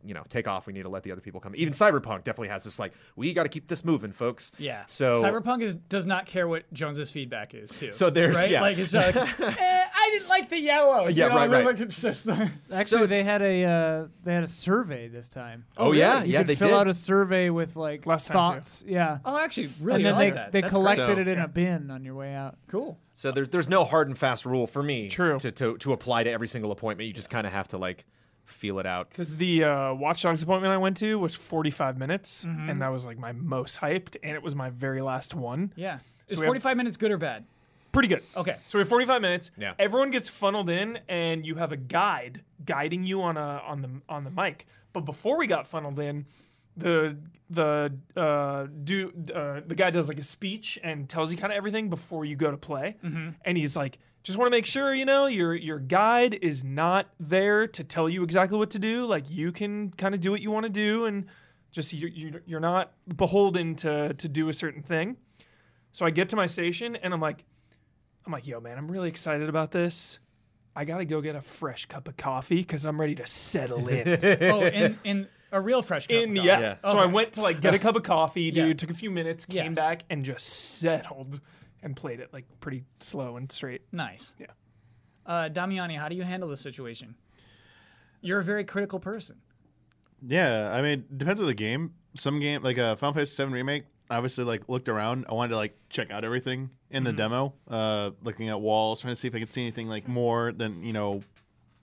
S5: You know, take off. We need to let the other people come. Even Cyberpunk definitely has this like, we got to keep this moving, folks. So oh,
S1: Cyberpunk is does not care what Jones's feedback is too.
S5: So there's-
S1: right?
S5: yeah.
S1: like it's like, eh, I didn't like the yellow.
S5: Yeah, right, right.
S1: Like it's just
S4: Actually,
S5: it's-
S4: they had a uh, they had a survey this time.
S5: Oh, yeah,
S4: You
S5: yeah,
S4: could
S5: they
S4: fill
S5: did.
S4: out a survey with like
S3: Last time, too.
S4: thoughts. Yeah,
S1: oh, actually, really
S4: and then
S1: like
S4: they
S1: that.
S4: they
S1: That's
S4: collected
S5: So-
S4: it in a bin on your way out.
S1: cool.
S5: So there's there's no hard and fast rule for me
S3: True.
S5: To, to to apply to every single appointment. You just kind of have to like feel it out.
S3: Because the uh, Watch Dogs appointment I went to was 45 minutes,
S1: Mm-hmm.
S3: and that was like my most hyped, and it was my very last one.
S1: Yeah. Is
S3: we have-
S1: 45 minutes good or bad?
S3: Pretty good.
S1: Okay.
S3: So we have 45 minutes.
S5: Yeah.
S3: Everyone gets funneled in, and you have a guide guiding you on a on the on the mic. But before we got funneled in, the the uh, do uh, the guy does like a speech and tells you kind of everything before you go to play, and he's like. just want to make sure you know your your guide is not there to tell you exactly what to do. Like you can kind of do what you want to do, and just you, you you're not beholden to to do a certain thing. So I get to my station and I'm like, I'm like, yo, man, I'm really excited about this. I gotta go get a fresh cup of coffee because I'm ready to settle in.
S1: Oh, in, in a real fresh cup.
S3: in
S1: of
S3: yeah.
S1: coffee.
S3: So I went to like get a cup of coffee, dude.
S1: Yeah.
S3: Took a few minutes, came
S1: Yes.
S3: back, and just settled and played it like pretty slow and straight.
S1: Nice.
S3: Yeah.
S1: Uh, Damiani, how do you handle this situation? You're a very critical person.
S2: Yeah, I mean, depends on the game. Some game like uh, Final Fantasy VII remake. I obviously like looked around. I wanted to like check out everything in the
S1: Mm-hmm.
S2: demo, uh, looking at walls, trying to see if I could see anything like more than you know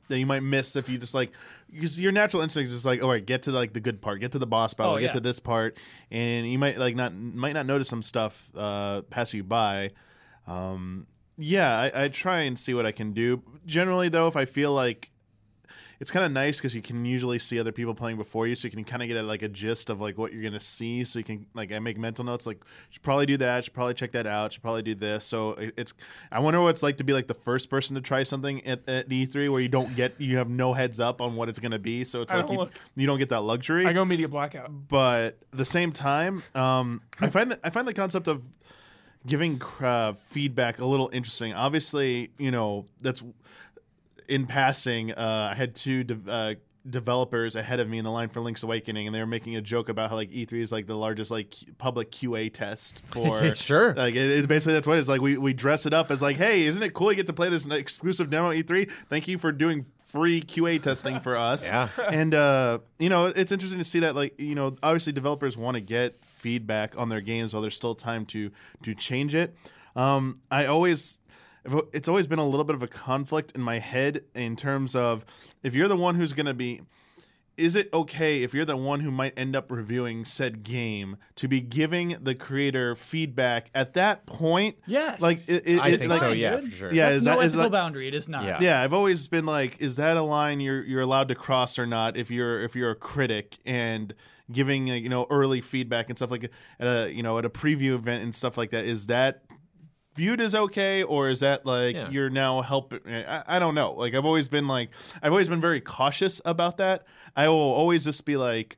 S2: that you might miss if you just like because your natural instinct is just like all right get to like the good part get to the boss battle
S1: Oh,
S2: get
S1: yeah.
S2: to this part and you might like not might not notice some stuff uh pass you by um yeah I, I try and see what i can do generally though if i feel like it's kind of nice because you can usually see other people playing before you, so you can kind of get a, like a gist of like what you're gonna see. So you can like I make mental notes like should probably do that, should probably check that out, should probably do this. So it- it's I wonder what it's like to be like the first person to try something at, at E3 where you don't get you have no heads up on what it's gonna be. So it's
S3: I
S2: like
S3: don't
S2: you,
S3: look.
S2: you don't get that luxury
S3: I go media blackout.
S2: but at the same time, um, I find the, I find the concept of giving cr- uh, feedback a little interesting. Obviously, you know that's in passing. Uh, I had two de- uh, developers ahead of me in the line for Link's Awakening, and they were making a joke about how like E3 is like the largest like Q- public QA test for
S5: Sure.
S2: Like it, it- basically that's what it's like. We we dress it up as like, hey, isn't it cool? You get to play this exclusive demo at E3. Thank you for doing free QA testing for us
S5: Yeah.
S2: and uh, you know it's interesting to see that like you know obviously developers want to get feedback on their games while there's still time to to change it um, i always it's always been a little bit of a conflict in my head in terms of if you're the one who's going to be is it okay if you're the one who might end up reviewing said game to be giving the creator feedback at that point
S1: Yes.
S2: like it, it-
S5: I
S2: it's
S5: think
S2: like
S5: so.
S1: fine,
S5: Yeah,
S1: dude.
S5: for sure.
S2: yeah
S1: That's
S2: is
S1: no
S2: that is
S1: ethical
S2: like,
S1: boundary. It is not.
S5: Yeah.
S2: yeah, I've always been like, is that a line you're you're allowed to cross or not? If you're if you're a critic and giving uh, you know early feedback and stuff like at a you know at a preview event and stuff like that, is that viewed as okay or is that like
S5: Yeah.
S2: you're now helping? I, I don't know. Like I've always been like I've always been very cautious about that. I will always just be like.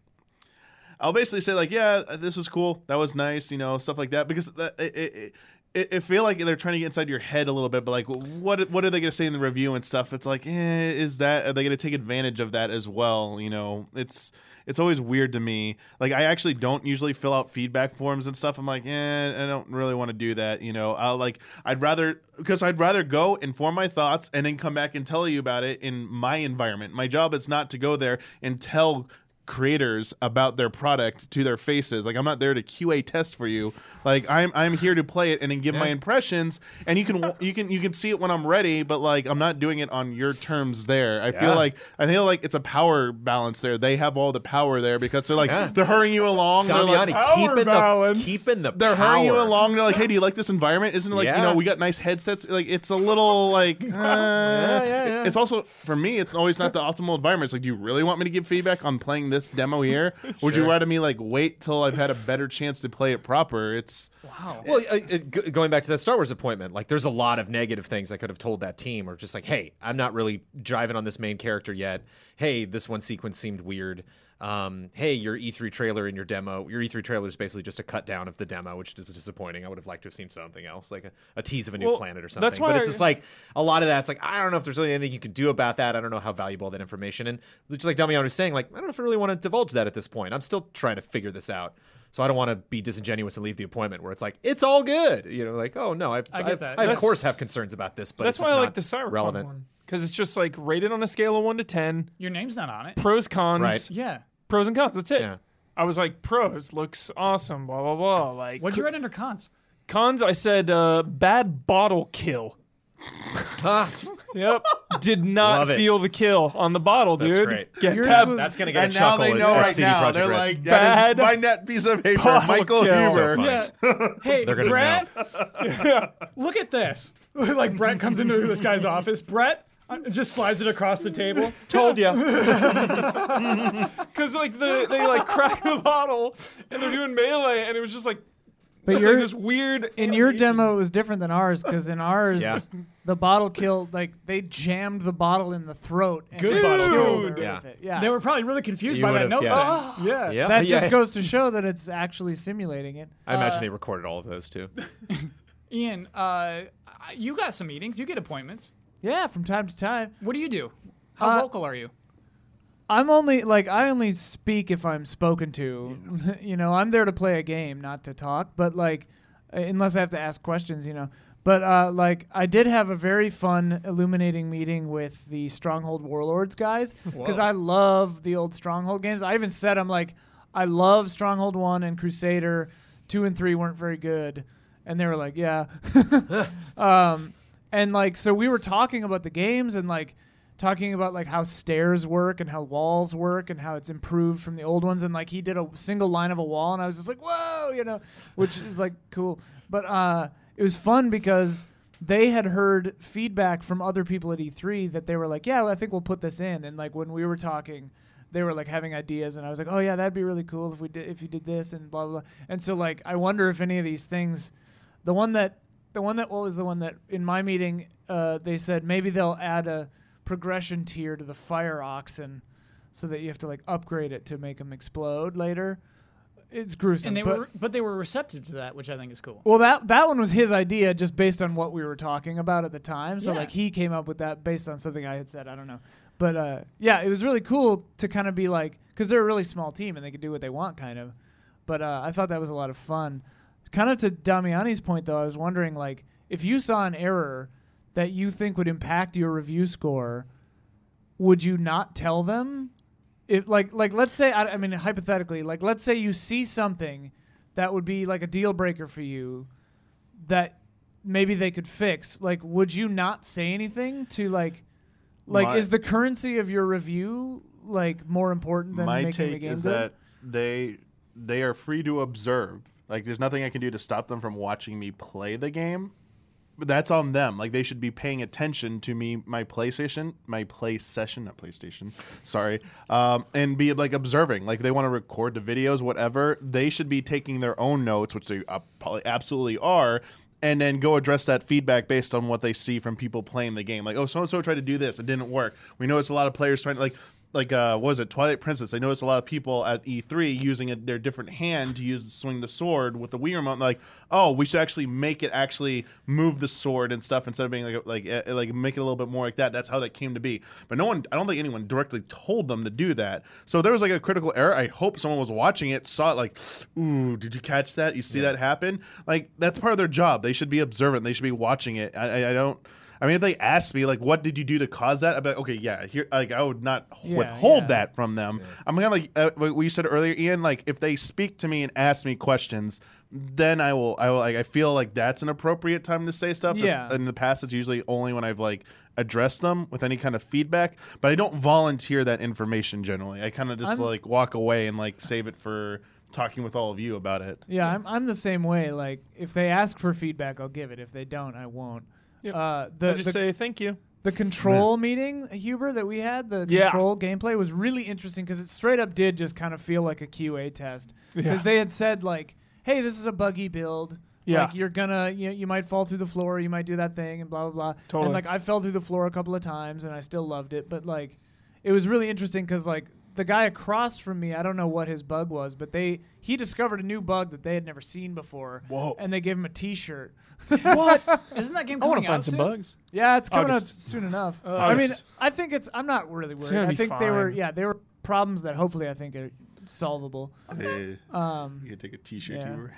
S2: I'll basically say like, yeah, this was cool. That was nice, you know, stuff like that. Because that, it, it, it, it feel like they're trying to get inside your head a little bit. But like, what what are they going to say in the review and stuff? It's like, eh, is that are they going to take advantage of that as well? You know, it's it's always weird to me. Like, I actually don't usually fill out feedback forms and stuff. I'm like, eh, I don't really want to do that. You know, I'll like, I'd rather because I'd rather go and form my thoughts and then come back and tell you about it in my environment. My job is not to go there and tell creators about their product to their faces. Like I'm not there to QA test for you. Like I'm I'm here to play it and then give my impressions and you can you can you can see it when I'm ready, but like I'm not doing it on your terms there. I feel
S5: Yeah.
S2: like I feel like it's a power balance there. They have all the power there because they're like
S5: Yeah.
S2: they're hurrying you along. They're like,
S5: Damiani,
S3: "Power
S5: keeping the
S3: balance."
S5: keeping the
S2: they're hurrying you
S5: power.
S2: along. They're like, "Hey, do you like this environment? Isn't it like you
S5: Yeah.
S2: know we got nice headsets? Like it's a little like uh,
S5: yeah, yeah.
S2: it's also for me. It's always not the optimal environment. It's like, do you really want me to give feedback on playing this demo here? Would you
S5: Sure.
S2: rather me like wait till I've had a better chance to play it proper? It's
S1: Wow.
S5: Well, uh, uh, g- going back to that Star Wars appointment, like there's a lot of negative things I could have told that team, or just like, hey, I'm not really driving on this main character yet. Hey, this one sequence seemed weird. Um, hey, your E3 trailer and your demo, your E3 trailer is basically just a cut down of the demo, which was disappointing. I would have liked to have seen something else, like a, a tease of a new
S3: Well,
S5: planet or
S3: that's
S5: something.
S3: why
S5: but it's
S3: I-
S5: just like a lot of that's like I don't know if there's really anything you can do about that. I don't know how valuable that information and just like Damian was saying, like I don't know if I really want to divulge that at this point. I'm still trying to figure this out. So I don't want to be disingenuous and leave the appointment where it's like it's all good, you know, like oh no, I've,
S1: I get
S5: I've-
S1: that.
S5: I, of
S1: That's-
S5: course have concerns about this, but
S3: That's
S5: it's just
S3: why I
S5: not
S3: like the cyberpunk
S5: relevant.
S3: one because it's just like rated on a scale of one to ten,
S1: Your name's not on it.
S3: pros cons,
S5: Right.
S1: Yeah.
S3: pros and cons. That's it.
S5: Yeah.
S3: I was like, pros looks awesome, blah blah blah. Like
S1: What'd you write under cons?
S3: cons, I said uh, bad bottle kill.
S5: Ah,
S3: Yep, did not
S5: Love it.
S3: feel the kill on the bottle,
S5: That's
S3: dude.
S5: great.
S3: Get
S4: Yours
S3: that
S4: was-
S5: that's gonna get a chuckle. at- at CD Projekt Red.
S3: Bad
S2: net piece of paper,
S3: bottle kill.
S5: Huber. So
S1: Yeah.
S5: Yeah.
S1: Hey,
S5: They're gonna
S1: Brett. Yeah. Look at this. like Brett comes into this guy's office. Brett uh, just slides it across the table.
S5: Told you.
S3: Because like the they like crack the bottle and they're doing melee and it was just like
S4: But
S3: It's like
S4: your
S3: this weird.
S4: in your
S3: animation.
S4: demo it was different than ours because in ours
S5: Yeah.
S4: the bottle kill like they jammed the bottle in the throat and
S1: Good
S4: they
S1: bottle
S4: killed
S1: kill.
S4: her
S5: Yeah.
S4: with it. Yeah.
S1: They were probably really confused
S5: You
S1: by that note.
S5: would've- yeah.
S1: thing. yeah.
S5: Yeah.
S4: that
S5: yeah.
S4: just goes to show that it's actually simulating it.
S5: I imagine they recorded all of those too.
S1: Ian, uh, you got some meetings. You get appointments.
S4: Yeah, from time to time.
S1: What do you do? How
S4: Uh,
S1: vocal are you?
S4: I'm only like I only speak if I'm spoken to. you know, I'm there to play a game, not to talk. But like, uh, unless I have to ask questions, you know. But uh, like, I did have a very fun, illuminating meeting with the Stronghold Warlords guys because
S1: Whoa.
S4: I love the old Stronghold games. I even said I'm like, I love Stronghold One and Crusader. Two and three weren't very good, and they were like, yeah. um, and like so we were talking about the games and like talking about like how stairs work and how walls work and how it's improved from the old ones and like he did a single line of a wall and i was just like whoa you know which is like cool but uh it was fun because they had heard feedback from other people at e3 that they were like yeah well, i think we'll put this in and like when we were talking they were like having ideas and i was like oh yeah that'd be really cool if we did if you did this and blah blah, blah. and so like i wonder if any of these things the one that the one that what was the one that in my meeting uh, they said maybe they'll add a progression tier to the fire oxen so that you have to like upgrade it to make them explode later. It's
S3: Um,
S4: gruesome.
S1: And they
S4: but-
S1: were, but they were receptive to that, which I think is cool.
S4: well, that that one was his idea, just based on what we were talking about at the time. So
S1: Yeah.
S4: like he came up with that based on something I had said. I don't know, but uh, yeah, it was really cool to kind of be like, because they're a really small team and they could do what they want, kind of. But uh, I thought that was a lot of fun. Kind of to Damiani's point, though, I was wondering like if you saw an error that you think would impact your review score, would you not tell them? If like like let's say I, I mean hypothetically like let's say you see something that would be like a deal breaker for you that maybe they could fix like would you not say anything to like like
S2: My-
S4: is the currency of your review like more important than
S2: my
S4: making the
S2: take
S4: game
S2: is
S4: good?
S2: that they they are free to observe. Like there's nothing I can do to stop them from watching me play the game. But that's on them. Like they should be paying attention to me, my PlayStation, my play session, not PlayStation. Sorry, um, and be like observing. Like they want to record the videos, whatever. They should be taking their own notes, which they uh, probably absolutely are, and then go address that feedback based on what they see from people playing the game. Like, oh, so and so tried to do this, it didn't work. We know it's a lot of players trying to like like uh, what was it Twilight Princess? I noticed a lot of people at E3 using a, their different hand to use swing the sword with the Wii remote. and Like, oh, we should actually make it actually move the sword and stuff instead of being like like eh, like make it a little bit more like that. That's how that came to be. But no one, I don't think anyone directly told them to do that. So if there was like a critical error. I hope someone was watching it, saw it like, ooh, did you catch that? You see that happen? Like that's part of their job. They should be observant. They should be watching it. I, I, I don't. I mean, if they asked me like, "What did you do to cause that?" I'd be like, "Okay, yeah, here." Like, I would not h-
S4: Yeah,
S2: withhold
S4: yeah.
S2: that from them. I'm kind of like uh, what you said earlier, Ian. Like, if they speak to me and ask me questions, then I will. I will. Like, I feel like that's an appropriate time to say stuff. It's-
S4: Yeah.
S2: In the past, it's usually only when I've like addressed them with any kind of feedback, but I don't volunteer that information generally. I kind of just
S4: I'm-
S2: like walk away and like save it for talking with all of you about it.
S4: Yeah, I'm, I'm the same way. Like, if they ask for feedback, I'll give it. If they don't, I won't.
S3: Yep.
S4: Uh,
S3: I
S4: the,
S3: just
S4: the,
S3: say thank you.
S4: the control meeting, Huber, that we had, the
S3: Yeah.
S4: control gameplay was really interesting because it straight up did just kind of feel like a QA test. Because
S3: Yeah.
S4: they had said, like, hey, this is a buggy build.
S3: Yeah.
S4: Like, you're gonna, you, you might fall through the floor, you might do that thing, and blah, blah, blah.
S3: Totally.
S4: And, like, I fell through the floor a couple of times and I still loved it. But, like, it was really interesting because, like, the guy across from me, I don't know what his bug was, but they he discovered a new bug that they had never seen before.
S3: Whoa.
S4: And they gave him a t shirt.
S3: What?
S1: Isn't that game
S3: I
S1: coming
S3: want to
S1: out
S3: find some
S1: soon?
S3: bugs.
S4: Yeah, it's coming out
S3: August.
S4: soon enough. I mean,
S3: August.
S4: I think it's. I'm not really worried.
S3: gonna
S4: I
S3: be
S4: think they were.
S3: fine.
S4: Yeah, they were problems that hopefully I think are solvable.
S2: Hey,
S4: Um,
S2: you could take a T-shirt.
S4: Yeah.
S2: Huber.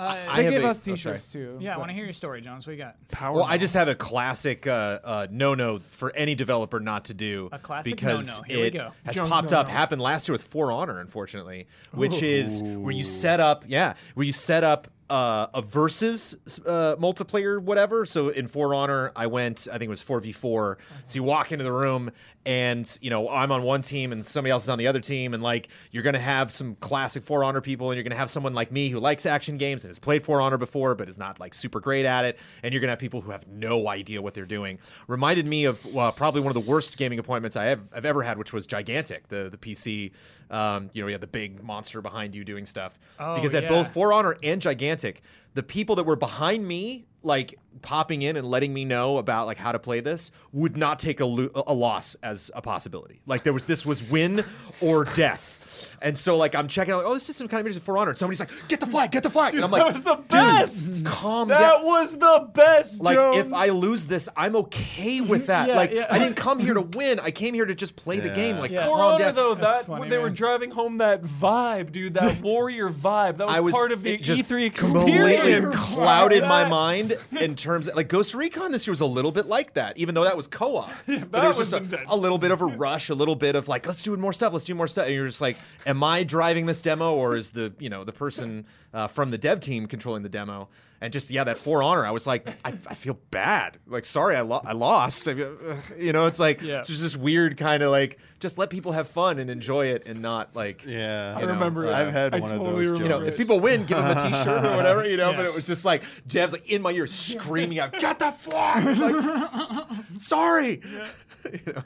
S1: Uh,
S5: I-
S4: they
S5: have
S4: gave
S5: a-
S4: us
S5: oh, sorry.
S4: T-shirts too.
S1: yeah, I
S4: but-
S1: want to hear your story, Jones. What you got?
S3: Power.
S5: Well, I just have a classic uh, uh, no-no for any developer not to do.
S1: A classic
S5: because
S1: no-no. Here we
S5: it
S1: go.
S5: has
S3: Jones
S5: popped up.
S3: no-no.
S5: Happened last year with For Honor, unfortunately, which is where you set up. Yeah, where you set up uh, a versus uh, multiplayer, whatever. So in For Honor, I went. I think it was four v four. So you walk into the room, and you know I'm on one team, and somebody else is on the other team, and like you're gonna have some classic For Honor people, and you're gonna have someone like me who likes action games and has played For Honor before, but is not like super great at it, and you're gonna have people who have no idea what they're doing. Reminded me of uh, probably one of the worst gaming appointments I have I've ever had, which was gigantic. The the PC, um, you know, you had the big monster behind you doing stuff because at
S1: yeah.
S5: both for Honor and Gigantic, the people that were behind me, like popping in and letting me know about like how to play this, would not take a, lo- a loss as a possibility. Like there was this was win or death, and so like I'm checking out, like, oh, this is some kind of interesting For Honor. And somebody's like, get the flag, get the flag, and I'm like,
S3: that was the best.
S5: calm down.
S3: That was the best.
S5: Like
S3: Jones.
S5: if I lose this, I'm okay with that.
S1: Yeah,
S5: like
S1: yeah.
S5: I didn't come here to win. I came here to just play the game.
S2: Yeah.
S5: Like
S1: Yeah.
S5: calm
S3: For honor,
S5: down.
S3: though,
S1: That's
S3: that
S1: funny,
S3: they were
S1: man.
S3: driving home that vibe, dude. That warrior vibe. That was,
S5: I was
S3: part of the
S5: it just
S3: E3
S5: Completely
S3: experience.
S5: clouded
S3: That-
S5: my mind in terms of, like Ghost Recon this year was a little bit like that, even though that was co-op. but there
S3: that
S5: was,
S3: was
S5: just a,
S3: intense.
S5: a little bit of a rush, a little bit of like, let's do more stuff, let's do more stuff. And you're just like, am I driving this demo or is the you know the person uh, from the dev team controlling the demo? And just yeah, that For Honor, I was like, I, I feel bad. Like sorry, I, lo- I lost. I- uh, you know, it's like
S1: Yeah.
S5: it's just this weird kind of like just let people have fun and enjoy it and not like
S2: Yeah,
S5: I remember
S2: I've
S5: that.
S2: had
S3: I
S2: one
S3: totally
S2: of those.
S3: remember
S5: you know,
S2: jokes.
S5: if people win, give them a T-shirt or whatever, you know. But
S1: Yeah.
S5: it was just like Dev's like in my ear screaming out, "Get the flag!" It's like, sorry, you know.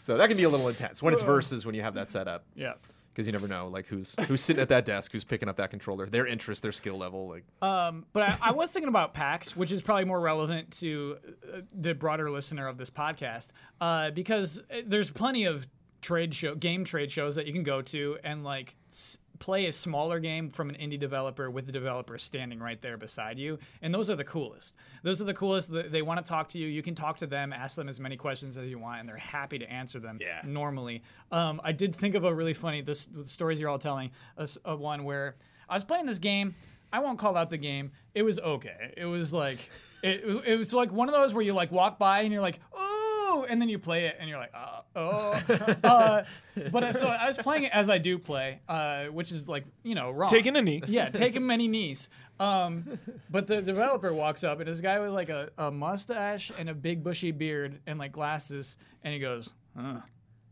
S5: So that can be a little intense when it's versus when you have that set up
S1: Yeah.
S5: because you never know like who's who's sitting at that desk, who's picking up that controller, their interest, their skill level. Like
S1: Um, but I, I was thinking about PAX, which is probably more relevant to uh, the broader listener of this podcast, uh, because uh, there's plenty of trade show, game trade shows that you can go to and like s- play a smaller game from an indie developer with the developer standing right there beside you, and those are the coolest. Those are the coolest. Th- They want to talk to you. You can talk to them, ask them as many questions as you want, and they're happy to answer them
S5: Yeah.
S1: normally. Um, I did think of a really funny this the stories you're all telling. a s- a one where I was playing this game. I won't call out the game. It was okay. It was like it, it was like one of those where you like walk by and you're like, ooh, and then you play it and you're like, uh, oh. uh, but uh, so I was playing it as I do play, uh, which is like you know wrong.
S3: Taking a knee.
S1: Yeah, taking many knees. Um, but the developer walks up and this guy with like a, a mustache and a big bushy beard and like glasses, and he goes, huh,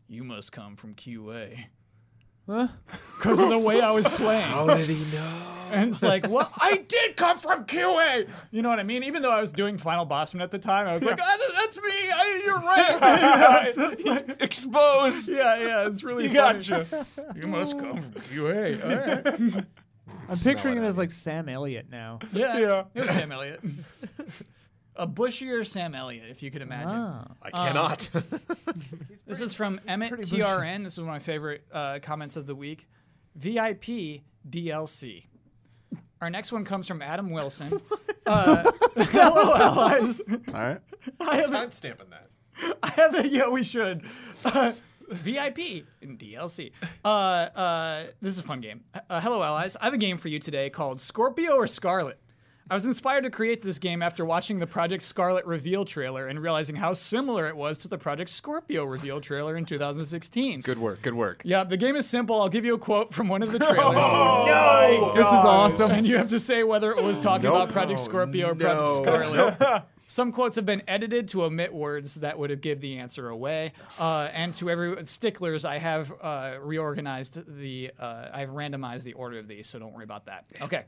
S1: "You must come from QA." Because of the way I was playing.
S5: did he know?
S1: And it's like, well, I did come from QA. You know what I mean? Even though I was doing Final Bossman at the time, I was like, "Ah, that's me. I, you're right.
S3: Exposed.
S1: yeah, yeah, it's really
S3: You
S1: funny.
S3: gotcha.
S1: You must come from QA. All right.
S4: I'm picturing it as like Sam Elliott now.
S1: Yeah, yeah. It was Sam Elliott. A bushier Sam Elliott, if you could imagine.
S4: Ah.
S5: I cannot.
S1: This is from Emmett
S4: pretty bushy.
S1: TRN. This is one of my favorite uh, comments of the week. VIP DLC. Our next one comes from Adam Wilson. uh, LOL, guys.
S2: All right.
S1: I have a
S5: I'm stamping that.
S1: I have a yeah, we should. Uh, VIP and DLC. Uh, uh, this is a fun game. Uh, hello, allies. I have a game for you today called Scorpio or Scarlet. I was inspired to create this game after watching the Project Scarlet reveal trailer and realizing how similar it was to the Project Scorpio reveal trailer in 2016.
S5: Good work. Good work.
S1: Yeah, the game is simple. I'll give you a quote from one of the trailers.
S5: Oh.
S4: This is awesome.
S1: And you have to say whether it was talking
S5: Nope. Oh,
S1: about Project Scorpio or Project
S5: No.
S1: Scarlet. Some quotes have been edited to omit words that would have give the answer away. Uh, and to every sticklers, I have uh, reorganized the, uh, I've randomized the order of these, so don't worry about that. Okay.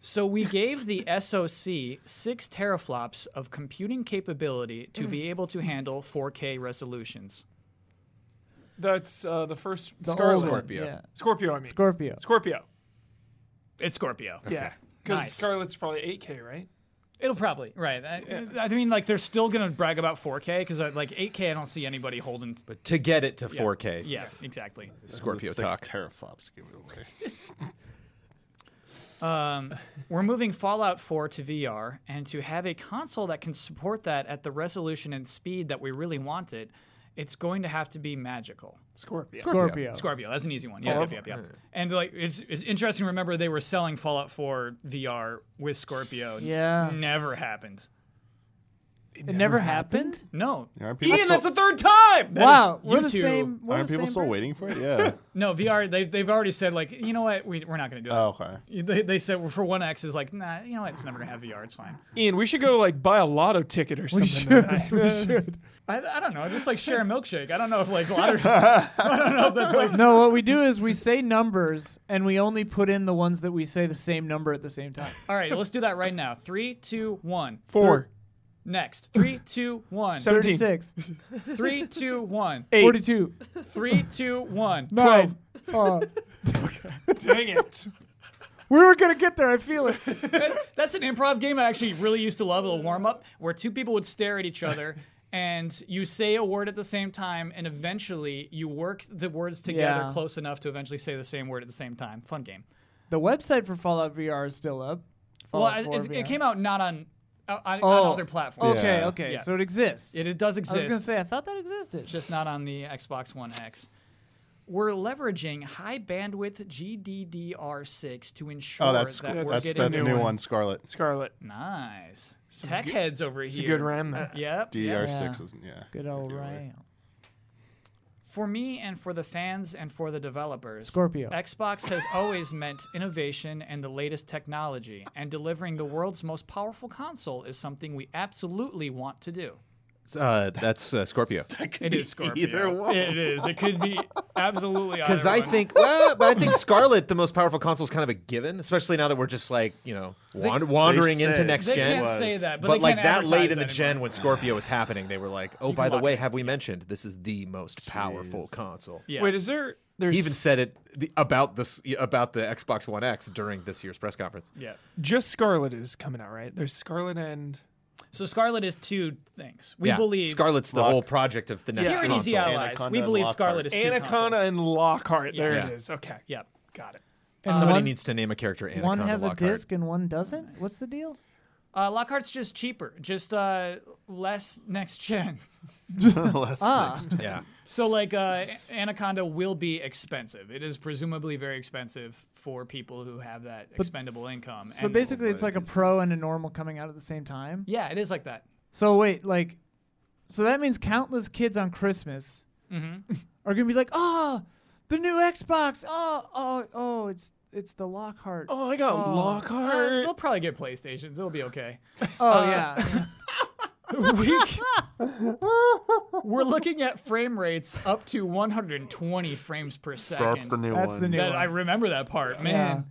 S1: So we gave the SoC six teraflops of computing capability to be able to handle 4K resolutions.
S3: That's uh, the first
S4: The
S3: Scarlet.
S4: old one,
S5: Scorpio.
S4: yeah.
S3: Scorpio, I mean.
S4: Scorpio.
S3: Scorpio.
S1: It's Scorpio.
S3: Yeah. Because
S1: Nice.
S3: Scarlet's probably 8K, right?
S1: It'll probably right. I, I mean, like they're still gonna brag about 4K because uh, like 8K, I don't see anybody holding.
S5: But to get it to 4K,
S1: Yeah, exactly.
S5: Scorpio
S2: Six
S5: talk.
S2: teraflops. Give it away.
S1: Um, we're moving Fallout 4 to VR, and to have a console that can support that at the resolution and speed that we really want it, it's going to have to be magical.
S3: Scorpio.
S4: Scorpio.
S1: Scorpio, that's an easy one. Yeah, yep, yep, yep. And like, it's it's interesting. to Remember, they were selling Fallout 4 VR with Scorpio.
S4: Yeah.
S1: never happened.
S4: It, never happened.
S1: No.
S2: Aren't people
S3: Ian,
S2: still,
S3: that's the third time.
S1: That
S4: wow,
S1: is-
S4: we're
S1: you
S4: the
S1: two-
S4: same. We're
S2: aren't
S4: the
S2: people
S4: same
S2: still
S4: person.
S2: waiting for it? Yeah.
S1: No, VR, they've, they've already said, like, you know what? We, we're not going to do it.
S2: oh, okay.
S1: They, they said well, for 1X is like, nah, you know what? It's never going to have VR. It's fine.
S3: Ian, we should go like buy a lotto ticket or
S4: We
S3: something.
S4: should. We should.
S1: I, I don't know. Just like share a milkshake. I don't know if, like, a lot of. I don't know if that's like.
S4: No, what we do is we say numbers and we only put in the ones that we say the same number at the same time.
S1: All right, let's do that right now. Three, two, one.
S3: Four,
S1: Next. Three, two, one.
S3: Seven- 17.
S4: 36,
S1: Three, two, one.
S3: eight,
S4: 42,
S1: Three, two, one.
S4: 9. Uh,
S3: Dang it.
S4: we were going to get there. I feel it.
S1: That's an improv game I actually really used to love, a warm up, where two people would stare at each other and you say a word at the same time, and eventually you work the words together
S4: Yeah.
S1: close enough to eventually say the same word at the same time. Fun game.
S4: The website for Fallout VR is still up.
S1: Well,
S4: Fallout
S1: I-
S4: 4
S1: it's,
S4: VR.
S1: it came out not on, uh, on,
S4: Oh.
S1: on other platforms.
S4: Okay,
S2: Yeah.
S4: okay.
S1: Yeah.
S4: So it exists.
S1: It, it does
S4: I was
S1: exist.
S4: going to say, I thought that existed.
S1: just not on the Xbox One X. We're leveraging high bandwidth GDDR6 to ensure
S2: Oh, that's
S1: that we're
S2: that's
S1: getting
S2: that's
S3: new
S2: new
S3: one.
S2: one, Scarlet.
S3: Scarlet.
S1: nice tech heads over
S3: It's a
S1: here. Uh,
S3: good RAM there.
S1: Yep. yep.
S2: DR E six
S4: Yeah.
S2: isn't yeah.
S4: Good old
S2: Good
S4: Ryan.
S1: For me and for the fans and for the developers,
S4: Scorpio.
S1: Xbox has always meant innovation and the latest technology, and delivering the world's most powerful console is something we absolutely want to do.
S5: Uh, that's uh, Scorpio.
S1: It is Scorpio.
S2: either one.
S1: It is. It could be absolutely
S5: Because
S1: either
S5: I
S1: one.
S5: think, well, but I think Scarlet, the most powerful console, is kind of a given, especially now that we're just like you know wand- wandering
S2: They
S5: into
S2: said-
S5: next
S1: they
S5: gen.
S1: can't
S2: was.
S1: say that, but,
S5: but
S1: they
S5: like
S1: can't
S5: that late
S1: advertise
S5: in the
S1: that
S5: gen
S1: anymore.
S5: when Scorpio was happening, they were like, oh, by the
S1: lock
S5: way,
S1: it.
S5: have we mentioned this is the most powerful console?
S1: Yeah.
S3: Wait, is there? There's
S5: He even said it the, about this about the Xbox One X during this year's press conference.
S1: yeah.
S3: just Scarlet is coming out, right? There's Scarlet and
S1: So Scarlet is two things. We
S5: Yeah,
S1: believe
S5: Scarlet's the
S2: Lock-
S5: whole project of the next
S1: here at
S5: console.
S1: Easy Allies,
S2: Anaconda
S1: we
S2: and
S1: believe
S2: Lockhart.
S1: Scarlet is two
S3: Anaconda
S1: consoles.
S3: and Lockhart. There it
S1: Yeah.
S3: is. Okay.
S1: Yep.
S3: Got it.
S4: And
S5: Somebody
S4: one,
S5: needs to name a character. Anaconda
S4: one has
S5: Lockhart.
S4: a disc and one doesn't? What's the deal?
S1: Uh, Lockhart's just cheaper, just uh, less next gen.
S2: Less
S4: Ah.
S5: Yeah,
S1: So like uh, Anaconda will be expensive. It is presumably very expensive for people who have that expendable income.
S4: So
S1: and-
S4: basically, it's like a pro and a normal coming out at the same time.
S1: yeah, it is like that.
S4: So wait, like, so that means countless kids on Christmas
S1: Mm-hmm.
S4: are gonna be like, oh, the new Xbox, oh, oh, oh, it's it's the Lockhart. Oh,
S3: Oh, I got
S1: Uh,
S3: Lockhart.
S1: they'll probably get PlayStations. They'll be okay.
S4: Oh,
S1: Uh,
S4: yeah,
S1: we, we're looking at frame rates up to 120 frames per second.
S2: That's the new
S4: that's
S2: one.
S4: the new
S1: That-
S4: one.
S1: I remember that part, man.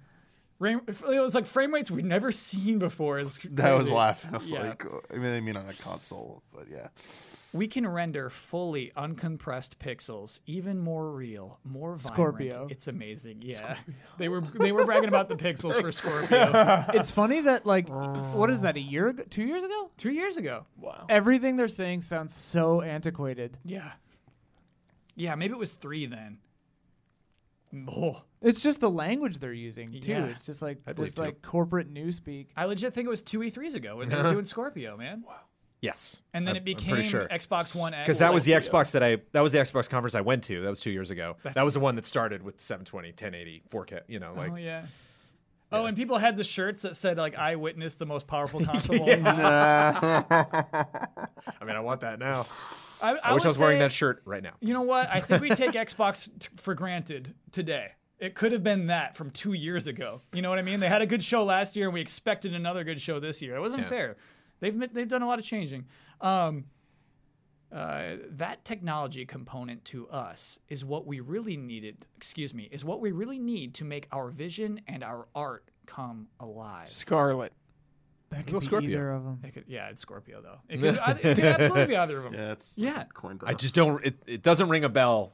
S1: Frame- it was like frame rates we'd never seen before. It's
S2: that was
S1: crazy.
S2: laughing. I was
S1: Yeah.
S2: like, oh, I mean, I mean on a console, but yeah.
S1: We can render fully uncompressed pixels, even more real, more vibrant.
S4: Scorpio.
S1: It's amazing. Yeah, they were they were bragging about the pixels for Scorpio
S4: it's funny that like, what is that? A year ago? Two years ago?
S1: two years ago.
S3: wow.
S4: Everything they're saying sounds so antiquated.
S1: Yeah, yeah. Maybe it was three then. Oh,
S4: It's just the language they're using too.
S1: Yeah.
S4: It's just like
S5: believe
S4: this
S5: too.
S4: like corporate newspeak.
S1: I legit think it was two E3s ago when they
S2: Uh-huh.
S1: were doing Scorpio, man.
S5: yes.
S1: And then
S5: I'm-
S1: it
S5: I'm pretty
S1: became
S5: sure.
S1: Xbox One X.
S5: Because that was the Xbox that I that was the Xbox conference I went to. That was two years ago. that was the one that started with 720, 1080, 4K. You know, like
S1: Oh yeah. Oh, and people had the shirts that said like "I witnessed the most powerful console." of all time."
S5: I mean, I want that now.
S1: I,
S5: I, wish I
S1: would
S5: was wearing
S1: say-
S5: that shirt right now.
S1: You know what? I think we take Xbox t- for granted today. It could have been that from two years ago. You know what I mean? They had a good show last year, and we expected another good show this year. It wasn't
S5: Yeah.
S1: fair. They've mi- they've done a lot of changing. Um, uh, that technology component to us is what we really needed. Excuse me, is what we really need to make our vision and our art come alive.
S3: Scarlet.
S4: That
S5: Go
S4: could be
S5: Scorpio.
S4: either of them.
S1: It could, yeah, it's Scorpio though. It could, I- it could absolutely be either of them.
S2: Yeah, it's
S1: Yeah.
S2: corn dog.
S5: I just don't. It, it doesn't ring a bell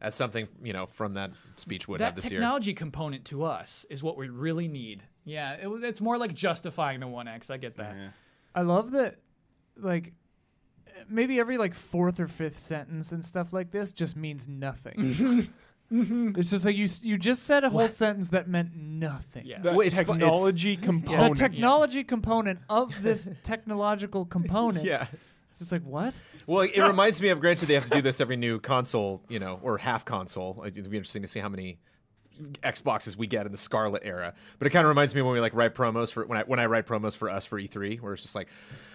S5: as something you know from that speech would have
S1: that
S5: this
S1: technology component to us is what we really need. Yeah, it, was- it's more like justifying the One X. I get that.
S4: I love that, like, maybe every like fourth or fifth sentence and stuff like this just means nothing. It's just like you s- you just said a whole sentence that meant nothing.
S1: Yeah.
S3: The
S5: Well, it's fu- it's-
S3: technology
S4: The
S3: component.
S4: technology component of this technological component.
S5: year. Yeah.
S4: It's just like what?
S5: Well, it reminds me of. Granted, they have to do this every new console, you know, or half console. It'd be interesting to see how many Xboxes we get in the Scarlet era. But it kind of reminds me when we like write promos for when I when I write promos for us for E3, where it's just like,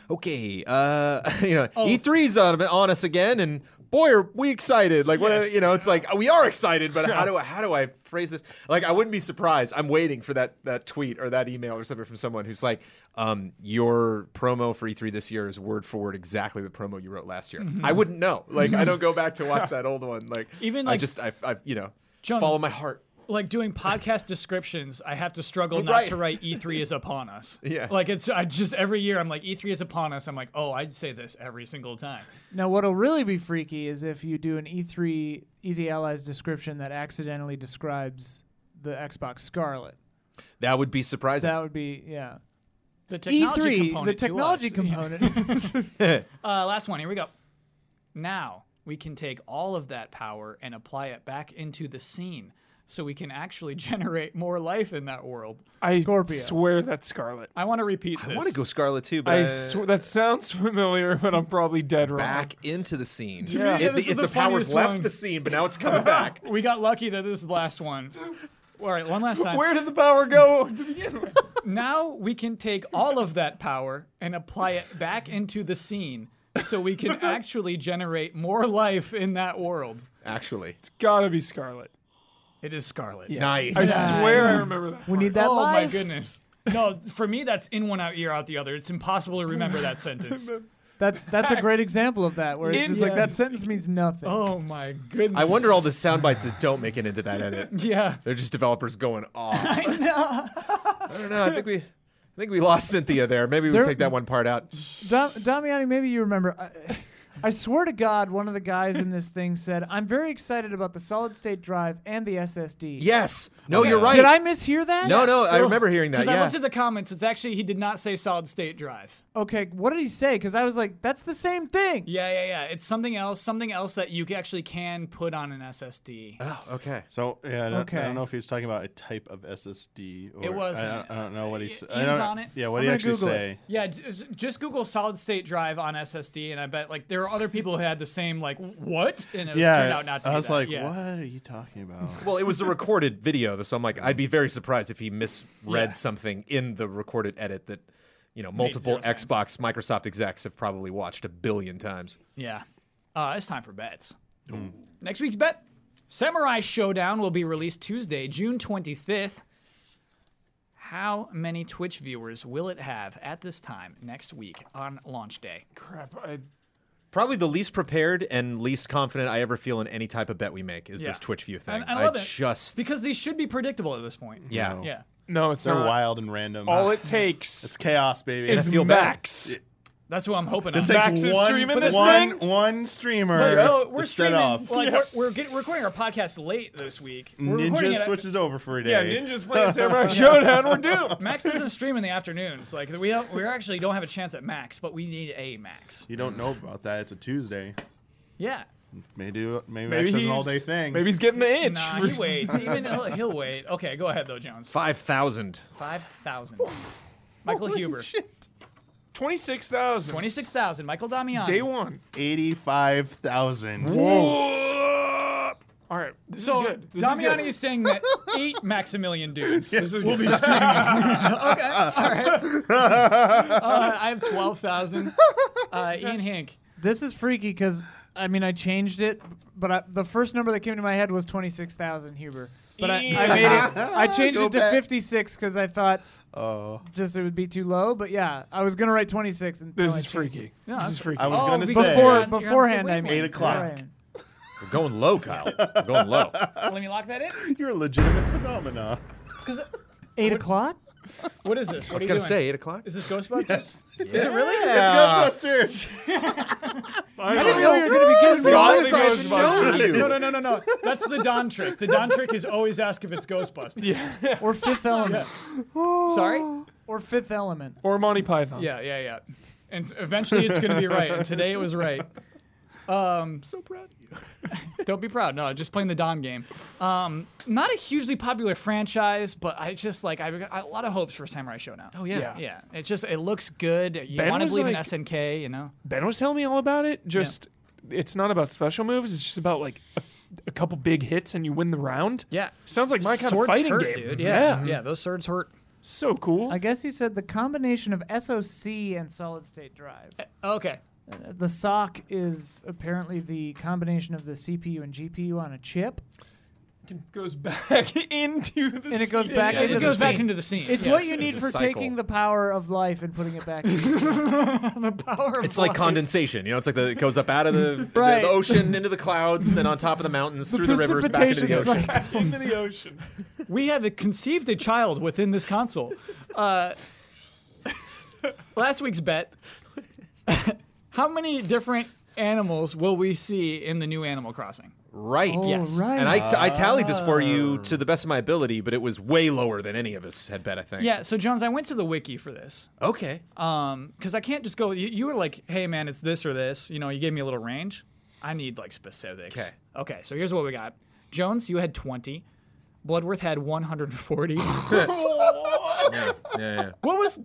S5: okay, uh, you know,
S1: Oh.
S5: E3's on on us again, and boy, are we excited! Like, what,
S3: Yes.
S5: you know, it's like we are excited, but how do I how do I phrase this? Like, I wouldn't be surprised. I'm waiting for that that tweet or that email or something from someone who's like, um, your promo for E3 this year is word for word exactly the promo you wrote last year.
S1: Mm-hmm.
S5: I wouldn't know. Like, I don't go back to watch that old one. Like,
S1: Even,
S5: I
S1: like-
S5: just I, I you know
S1: Jones-
S5: follow my heart.
S1: like doing podcast descriptions, I have to struggle not
S5: Right.
S1: to write E3 is upon us.
S5: Yeah.
S1: Like it's I just every year I'm like E3 is upon us. I'm like, "Oh, I'd say this every single time."
S4: Now, what'll really be freaky is if you do an E3 Easy Allies description that accidentally describes the Xbox Scarlet.
S5: That would be surprising.
S4: That would be yeah.
S1: The
S5: E
S1: technology
S4: E3,
S1: component.
S4: the
S1: to
S4: technology
S1: us.
S4: component.
S1: Uh, last one. Here we go. Now we can take all of that power and apply it back into the scene, so we can actually generate more life in that world.
S3: I
S4: Scorpio.
S3: swear that's Scarlet.
S1: I want to repeat
S5: I
S1: this.
S5: want to go Scarlet too, but
S3: I swear that sounds familiar, but I'm probably dead wrong.
S5: back into the scene.
S3: me, Yeah.
S1: this is
S5: it,
S1: the
S5: the powers
S1: funniest
S5: left
S1: one.
S5: the scene, but now it's coming back.
S1: We got lucky that this is the last one. All right, one last time.
S3: Where did the power go to begin with?
S1: Now we can take all of that power and apply it back into the scene so we can actually generate more life in that world.
S5: Actually,
S3: Gotta be Scarlet.
S1: It is Scarlet.
S5: nice.
S3: I swear I remember that.
S4: we need that
S1: Oh my
S4: life.
S1: goodness. No, for me that's in one out, ear out the other. It's impossible to remember that sentence.
S4: That's that's a great example of that where it's just like that
S1: Yes.
S4: sentence means nothing.
S1: Oh my goodness.
S5: I wonder all the sound bites that don't make it into that edit.
S1: Yeah.
S5: They're just developers going off. I know. I don't know. I think we, I think we lost Cynthia there. Maybe we
S4: There-
S5: take that one part out.
S4: Dom- Damiani, maybe you remember. I, I swear to God, one of the guys in this thing said, "I'm very excited about the solid state drive and the SSD."
S5: Yes. No, you're right.
S4: Did I mishear that?
S5: No, no. I
S1: So-
S5: remember hearing that.
S1: Because I
S5: Yeah.
S1: looked at the comments, it's actually he did not say solid state drive.
S4: Okay, what did he say? Because I was like, that's the same thing.
S1: Yeah, yeah, yeah. It's something else, something else that you actually can put on an SSD.
S5: Oh, okay.
S2: So yeah, I don't, I
S4: Okay.
S2: don't know if he was talking about a type of SSD. Or,
S1: It was,
S2: I don't, I don't know what he
S1: uh,
S2: said.
S1: Ian's on it.
S2: Yeah, what
S4: I'm
S2: did he
S4: gonna
S2: actually
S4: Google it.
S2: say?
S1: Yeah, j- j- just Google solid state drive on SSD, and I bet like there are other people who had the same like what, and it was,
S2: yeah,
S1: turned out not to.
S2: I
S1: be
S2: was
S1: that.
S2: like,
S1: yeah.
S2: what are you talking about?
S5: Well, it was the recorded video, though, so I'm like, I'd be very surprised if he misread something in the recorded edit that, you know, multiple
S1: zero sense.
S5: Xbox, Microsoft execs have probably watched a billion times.
S1: Yeah, uh, it's time for bets.
S2: Hmm.
S1: Next week's bet: Samurai Showdown will be released Tuesday, June 25th. How many Twitch viewers will it have at this time next week on launch day?
S3: Crap. I,
S5: Probably the least prepared and least confident I ever feel in any type of bet we make is this
S1: Yeah.
S5: Twitch view thing.
S1: And- and I love it,
S5: just
S1: Because these should be predictable at this point.
S5: yeah,
S2: No.
S1: yeah.
S3: no, it's
S2: They're
S3: not.
S2: wild and random.
S3: All it takes
S2: it's chaos, baby.
S3: is
S5: feel bad.
S3: Max.
S1: That's what I'm hoping.
S2: this
S1: on.
S2: takes
S3: Max is
S2: one,
S3: streaming this
S2: one-
S3: thing?
S2: one streamer.
S1: so
S2: to
S1: oh, we're
S2: set
S1: streaming.
S2: off.
S1: Like we're, we're getting, recording our podcast late this week. We're recording it.
S2: Ninja switches over for a day.
S3: Yeah, Ninja's playing Samurai Showdown. We're doomed.
S1: Max doesn't stream in the afternoons. Like we have, we actually don't have a chance at Max, but we need a Max.
S2: You don't know about that. It's a Tuesday.
S1: Yeah.
S2: Maybe do- maybe, Max does an all day
S3: he's-
S2: thing.
S3: Maybe he's getting the itch.
S1: Nah, he waits. Even he'll, he'll wait. Okay, go ahead though, Jones.
S5: five thousand.
S1: Five thousand. Michael Huber.
S3: Twenty-six thousand.
S1: Twenty-six thousand. Michael Damiani.
S3: Day one.
S2: eighty-five thousand.
S3: Whoa. All right. This
S1: So
S3: is good. This is
S1: Damiani
S3: good.
S1: is, saying that eight Maximilian dudes.
S3: This is good.
S1: Okay, all right. Uh, I have twelve thousand. Uh, Ian Hink.
S4: This is freaky because I mean I changed it, but I, the first number that came to my head was twenty six thousand Huber. But I, I made it. I changed
S2: Go
S4: it to
S2: back.
S4: fifty six because I thought
S2: Oh,
S4: just it would be too low. But yeah, I was gonna write twenty six.
S3: This is freaky.
S1: No,
S3: this
S1: I'm-
S3: is freaky.
S2: I was
S1: Oh,
S2: gonna
S1: because
S2: say.
S1: you're on-
S4: Before
S1: you're on the same
S4: beforehand, I made
S1: wavelength.
S2: Eight o'clock.
S4: Beforehand.
S5: We're going low, Kyle. We're going low.
S1: Let me lock that in.
S2: You're a legitimate phenomena.
S1: Because
S4: Eight o'clock.
S1: what is this? What
S5: I was
S1: are you
S5: gonna
S1: doing?
S5: say eight o'clock.
S1: Is this Ghostbusters? Is it really?
S2: It's Ghostbusters.
S4: I didn't know you were gonna be giving me
S3: Godly
S4: this. I should know.
S3: Ghostbusters.
S1: No, no, no, no, no. That's the Don trick. The Don trick is always ask if it's Ghostbusters.
S3: Yeah.
S4: Or Fifth Element.
S1: Sorry?
S4: Or Fifth Element.
S3: Or Monty Python.
S1: Yeah, yeah, yeah. And s- eventually it's going to be right. And today it was right. Um, so proud of you. don't be proud. No, just playing the Don game. Um, not a hugely popular franchise, but I just like I, I a lot of hopes for Samurai Showdown. Oh
S3: yeah. Yeah.
S1: yeah. It just it looks good. You
S3: Ben
S1: want to
S3: was
S1: believe in
S3: like-
S1: SNK, you know?
S3: Ben was telling me all about it. Just, it's not about special moves. It's just about like a a couple big hits and you win the round.
S1: Yeah.
S3: Sounds like my kind of
S1: Swords
S3: fighting
S1: hurt,
S3: game.
S1: dude. Yeah. yeah, Those swords hurt.
S3: So cool.
S4: Mm-hmm. I guess he said the combination of SOC and solid state drive.
S1: Okay.
S4: Uh, The SOC is apparently the combination of the CPU and GPU on a chip,
S3: It goes back into the
S4: and it goes back
S1: Yeah,
S4: into
S1: it
S4: the
S1: goes back
S4: scene.
S1: into the scene.
S4: It's
S1: yes.
S4: what you need
S5: a
S4: for
S5: cycle.
S4: taking the power of life and putting it back. in.
S1: the power of
S5: It's like condensation, you know. It's like the, it goes up out of the, the-
S4: Right.
S5: the ocean into the clouds, then on top of the mountains, through the rivers, back into the
S4: precipitation's
S5: ocean.
S4: like-
S3: into the ocean.
S1: we have conceived a child within this console. Uh, last week's bet. how many different animals will we see in the new Animal Crossing?
S5: Right.
S4: Oh, Yes. right.
S5: And I, t- I tallied this for you
S1: Ah.
S5: to the best of my ability, but it was way lower than any of us had bet, I think.
S1: Yeah. So, Jones, I went to the wiki for this.
S5: Okay.
S1: Um, because I can't just go. You, you were like, "Hey, man, it's this or this." You know, you gave me a little range. I need like specifics.
S5: 'Kay.
S1: Okay. So here's what we got. Jones, you had 20. Bloodworth had 140. what
S5: yeah, yeah, yeah.
S1: was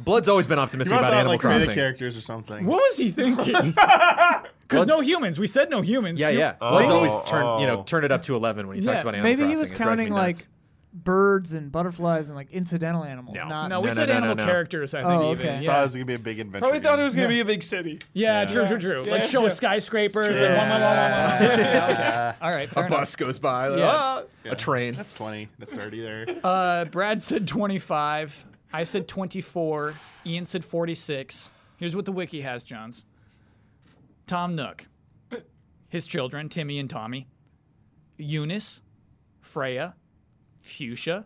S5: Blood's always been optimistic
S2: I
S5: about
S2: thought
S5: Animal
S2: like meta
S5: Crossing.
S2: characters or something.
S1: what was he thinking? Because no
S5: Let's-
S1: humans. We said no humans.
S5: Yeah,
S1: You-
S5: yeah. Blood's
S2: Oh,
S5: always turn, you know,
S2: oh.
S5: turn it up to eleven when he talks
S1: Yeah,
S5: about Animal
S4: Maybe he
S5: Crossing.
S4: was
S5: It drives me
S4: counting like
S5: nuts.
S4: birds and butterflies and like incidental animals. Not
S1: No, we
S5: Uh, No, no,
S1: said
S5: no, no,
S1: animal
S5: no.
S1: characters. I think even.
S4: Oh, okay.
S2: Thought it
S1: Yeah.
S2: was gonna be a big adventure.
S3: Probably thought it
S2: game.
S3: was gonna be a big city.
S1: yeah, True. True. True. Like show us skyscrapers and one, one, one, one, one. Yeah, okay. All right. Fair
S5: a
S1: enough.
S5: bus goes by, like,
S1: Yeah.
S5: ah, a train.
S2: That's twenty. That's thirty there.
S1: Uh, Brad said 25. I said 24. Ian said 46. Here's what the wiki has, Johns. Tom Nook, his children, Timmy and Tommy, Eunice, Freya, Fuchsia,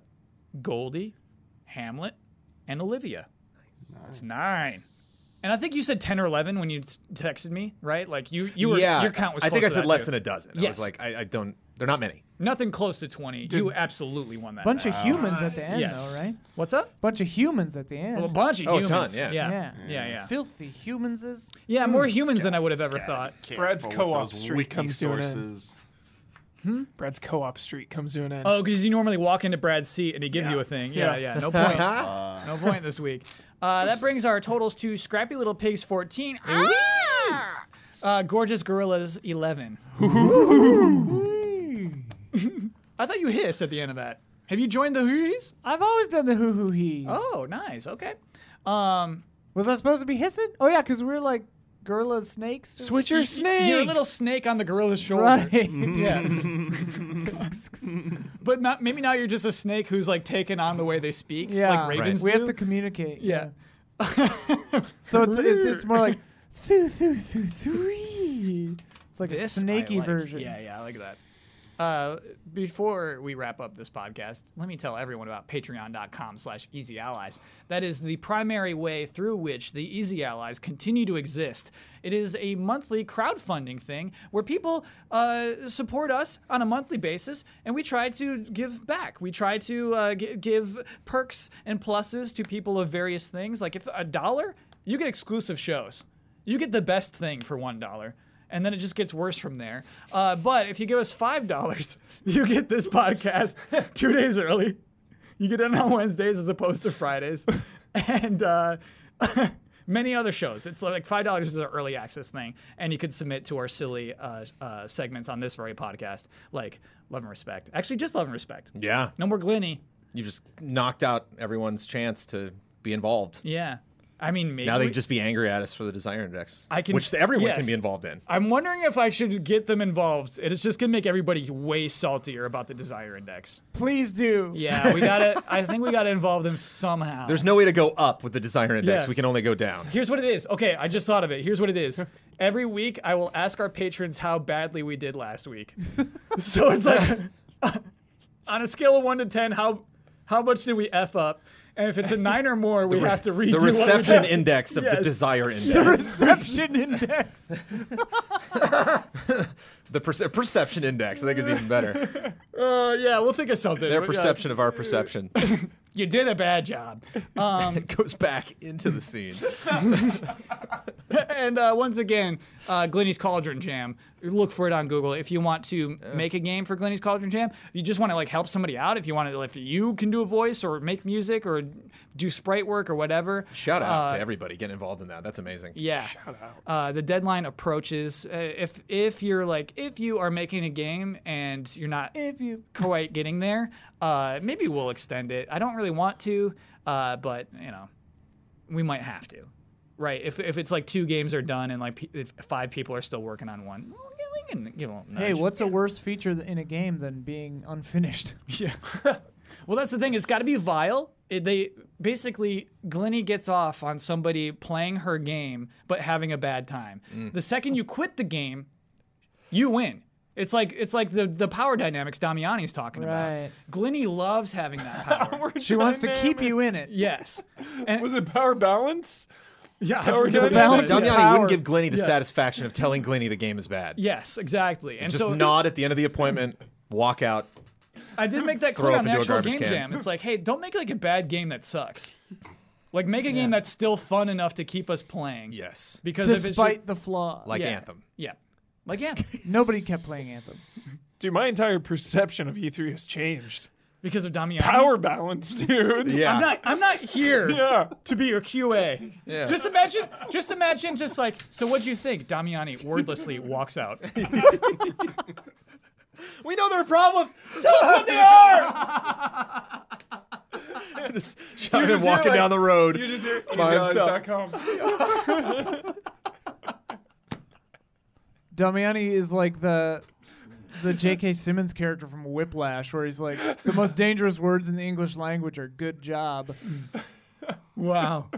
S1: Goldie, Hamlet, and Olivia. It's nine. And I think you said 10 or 11 when you t- texted me, right? Like you, you were,
S5: yeah,
S1: your count was
S5: I think I
S1: close to
S5: said
S1: that,
S5: less
S1: too.
S5: than a dozen. I
S1: Yes.
S5: was like, I, I don't. They're not many.
S1: Nothing close to 20. you absolutely won that.
S4: bunch
S1: bet.
S4: of humans at the end,
S1: yes.
S4: though, right?
S1: What's up?
S4: Bunch of humans at the
S1: Well, a
S4: end.
S1: bunch of
S5: Oh, a
S1: humans.
S5: ton, yeah.
S1: yeah,
S4: Yeah.
S1: yeah, yeah.
S4: Filthy humans is.
S1: Yeah, more humans than I would have ever thought.
S3: Brad's
S2: Careful with
S3: co-op
S2: those
S3: streak
S2: wiki
S3: comes to an end.
S2: sources.
S3: Brad's co-op street comes to an end.
S1: Oh, because you normally walk into Brad's seat and he gives you a thing. Yeah, yeah.
S3: Yeah.
S1: No point. no point this week. Uh, that brings our totals to Scrappy Little Pigs 14. Ah! Uh, Gorgeous Gorillas 11. I thought you hiss at the end of that. Have you joined the Who's?
S4: I've always done the hoo hoo hees.
S1: Oh, nice. Okay. Um,
S4: Was I supposed to be hissing? Oh yeah, because we're like gorilla snakes. or-
S3: Switcher snake.
S1: you're a little snake on the gorilla's shoulder.
S4: Right.
S1: Yeah. but not, maybe now you're just a snake who's like taken on the way they speak,
S4: yeah.
S1: like ravens
S4: We
S1: do.
S4: have to communicate.
S1: yeah.
S4: So it's, it's it's more like thoo thoo thoo three. It's like
S1: This
S4: a
S1: I
S4: snaky
S1: like.
S4: version.
S1: Yeah, yeah, I like that. Uh, before we wrap up this podcast, let me tell everyone about patreon.com slash easy allies. That is the primary way through which the Easy Allies continue to exist. It is a monthly crowdfunding thing where people uh, support us on a monthly basis and we try to give back. We try to uh, g- give perks and pluses to people of various things. Like if a dollar, you get exclusive shows. You get the best thing for one dollar, and then it just gets worse from there. Uh, but if you give us five dollars, you get this podcast two days early. You get it on Wednesdays as opposed to Fridays, and uh, many other shows. It's like five dollars is an early access thing, and you could submit to our silly uh, uh, segments on this very podcast, like love and respect. Actually, just love and respect.
S5: Yeah.
S1: No more Glenny.
S5: You just knocked out everyone's chance to be involved.
S1: Yeah. I mean, maybe
S5: Now
S1: we-
S5: they just be angry at us for the desire index,
S1: I can-
S5: which everyone
S1: yes.
S5: can be involved in.
S1: I'm wondering if I should get them involved. It is just gonna make everybody way saltier about the desire index.
S4: Please do.
S1: Yeah, we gotta. I think we gotta involve them somehow.
S5: There's no way to go up with the desire index.
S1: Yeah.
S5: We can only go down.
S1: Here's what it is. Okay, I just thought of it. Here's what it is. Every week, I will ask our patrons how badly we did last week. so it's like on a scale of one to ten, how how much did we f up? And if it's a nine or more, we have to redo
S5: The
S1: what we
S5: reception
S1: did.
S5: index of the
S1: Yes.
S5: desire index.
S4: Perception index.
S5: The perce- perception index, I think, is even better.
S1: Uh, yeah, we'll think of something.
S5: Their
S1: We got-
S5: perception of our perception
S1: You did a bad job. Um,
S5: it goes back into the scene.
S1: and uh, once again, uh, Glenny's Cauldron Jam, look for it on Google. If you want to make a game for Glenny's Cauldron Jam, if you just want to like help somebody out, if you want to, if you can do a voice or make music or do sprite work or whatever.
S5: Shout out to everybody getting involved in that. That's amazing.
S1: Yeah. Uh, the deadline approaches. Uh, if if you're like if you are making a game and you're not
S4: If you
S1: quite getting there, uh, maybe we'll extend it. I don't really want to, uh, but you know, we might have to. Right? If, if it's like two games are done and like pe- if five people are still working on one, well, yeah, we can give them.
S4: Hey, what's a worse feature th- in a game than being unfinished?
S1: Yeah. well, that's the thing. It's got to be vile. It- they basically Glenny gets off on somebody playing her game but having a bad time.
S5: Mm.
S1: The second you quit the game, you win. It's like it's like the the power dynamics Damiani's talking
S4: Right.
S1: about. Glenny loves having that power.
S4: She wants to keep you in it.
S1: yes. And
S3: Was it power balance?
S1: yeah,
S3: Power dynamics?
S4: balance.
S5: Damiani
S4: Yeah.
S5: wouldn't give Glenny the satisfaction of telling Glenny the game is bad.
S1: Yes, exactly. And
S5: Just
S1: so
S5: nod at the end of the appointment, walk out.
S1: I did make that
S5: Throw
S1: clear
S5: up
S1: on the
S5: into a
S1: actual
S5: garbage
S1: game
S5: can.
S1: jam. It's like, hey, don't make like a bad game that sucks. Like make a game that's still fun enough to keep us playing.
S5: Yes.
S1: Because if it's ju-
S4: Despite the flaw,
S5: Like
S1: Yeah.
S5: Anthem.
S1: Yeah. Like yeah,
S4: nobody kept playing Anthem.
S3: Dude, my entire perception of E3 has changed.
S1: because of Damiani.
S3: Power balance, dude.
S5: Yeah.
S1: I'm not. I'm not here
S3: Yeah.
S1: to be your QA. Just imagine. Just imagine. Just like. So, what'd you think? Damiani wordlessly walks out.
S5: We know there are problems.
S3: You just-
S5: I've
S3: you
S5: been
S3: just hear,
S5: walking
S3: like-
S5: down the road.
S3: You just hear
S5: by himself.
S3: easyallies.com.
S4: Damiani is like the the J.K. Simmons character from Whiplash, where he's like the most dangerous words in the English language are "good job."
S1: Wow.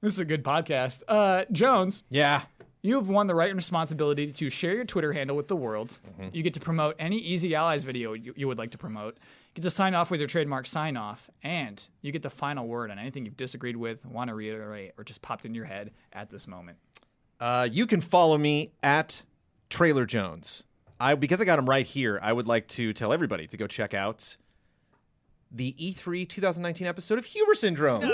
S1: This is a good podcast. Uh, Jones,
S5: Yeah.
S1: you have won the right and responsibility to share your Twitter handle with the world. You get to promote any Easy Allies video you, you would like to promote. You get to sign off with your trademark sign off, and you get the final word on anything you've disagreed with, want to reiterate, or just popped in your head at this moment.
S5: Uh, you can follow me at Trailer Jones. I because I got him right here. I would like to tell everybody to go check out the E E3 2019 episode of Huber Syndrome. Uh,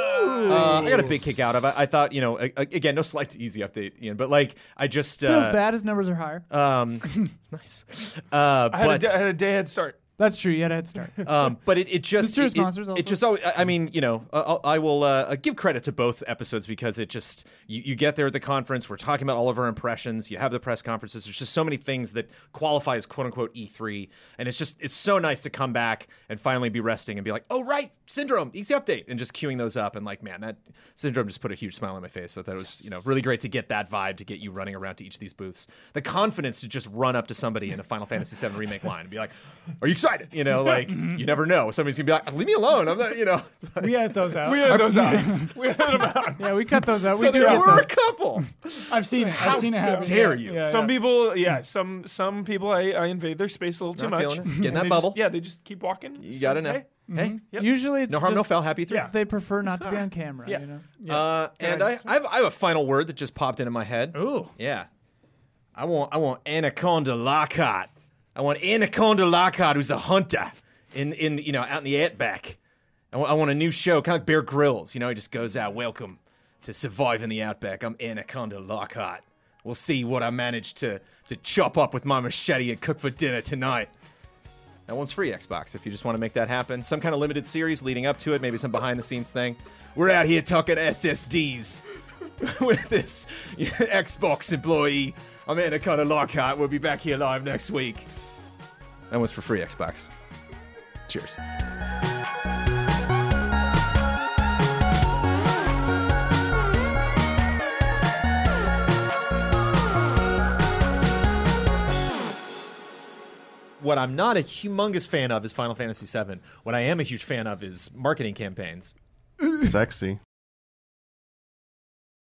S5: I got a big kick out of it. I thought, you know, a- a- again, no slight to easy update, Ian, but like I just
S4: Feels
S5: uh,
S4: bad. His numbers are higher.
S5: um, nice, uh,
S3: I had, a
S5: but
S3: da- I had a day head start.
S4: That's true. You had a head start.
S5: um, but it, it just
S4: Mr.
S5: it,
S4: Sponsors
S5: it,
S4: also.
S5: it just always, I I mean you know I'll, I will uh, give credit to both episodes because it just you, you get there at the conference we're talking about all of our impressions you have the press conferences there's just so many things that qualify as quote unquote E3 and it's just it's so nice to come back and finally be resting and be like oh right syndrome easy update and just queuing those up and like man that syndrome just put a huge smile on my face so I thought it was you know really great to get that vibe to get you running around to each of these booths the confidence to just run up to somebody in a Final Fantasy VII remake line and be like are you excited you know like you never know somebody's gonna be like leave me alone I'm not you know
S1: We edit those out.
S3: We had those out. we had them out.
S4: yeah, we cut those out.
S5: so
S4: we do
S5: there
S4: get
S5: were a
S4: those.
S5: couple
S1: I've seen it. I've seen it happen.
S5: dare you.
S3: some people, yeah, some some people, I, I invade their space a little too
S5: Not
S3: much.
S5: feeling it. Get in
S3: And
S5: that
S3: they
S5: bubble.
S3: Just, yeah, they just keep walking.
S5: you
S3: So,
S5: gotta know
S3: hey,
S1: Mm-hmm.
S5: hey
S3: Yep.
S4: Usually, it's
S5: no harm no
S4: just
S5: foul happy three
S3: Yeah.
S4: They prefer not to be on camera.
S3: Yeah.
S4: You know.
S5: Uh, and I, I, have, I have a final word that just popped into my head.
S1: Ooh.
S5: Yeah. I want I want Anaconda Lockhart. I want Anaconda Lockhart, who's a hunter in in you know out in the outback. I want, I want a new show, kind of like Bear Grylls. You know, he just goes out. Welcome to surviving the outback. I'm Anaconda Lockhart. We'll see what I manage to to chop up with my machete and cook for dinner tonight. That one's free Xbox if you just want to make that happen. Some kind of limited series leading up to it, maybe some behind the scenes thing. We're out here talking SSDs with this Xbox employee. I'm Anaconda Lockhart. We'll be back here live next week. That one's for free Xbox. Cheers. What I'm not a humongous fan of is Final Fantasy VII. What I am a huge fan of is marketing campaigns.
S2: Sexy.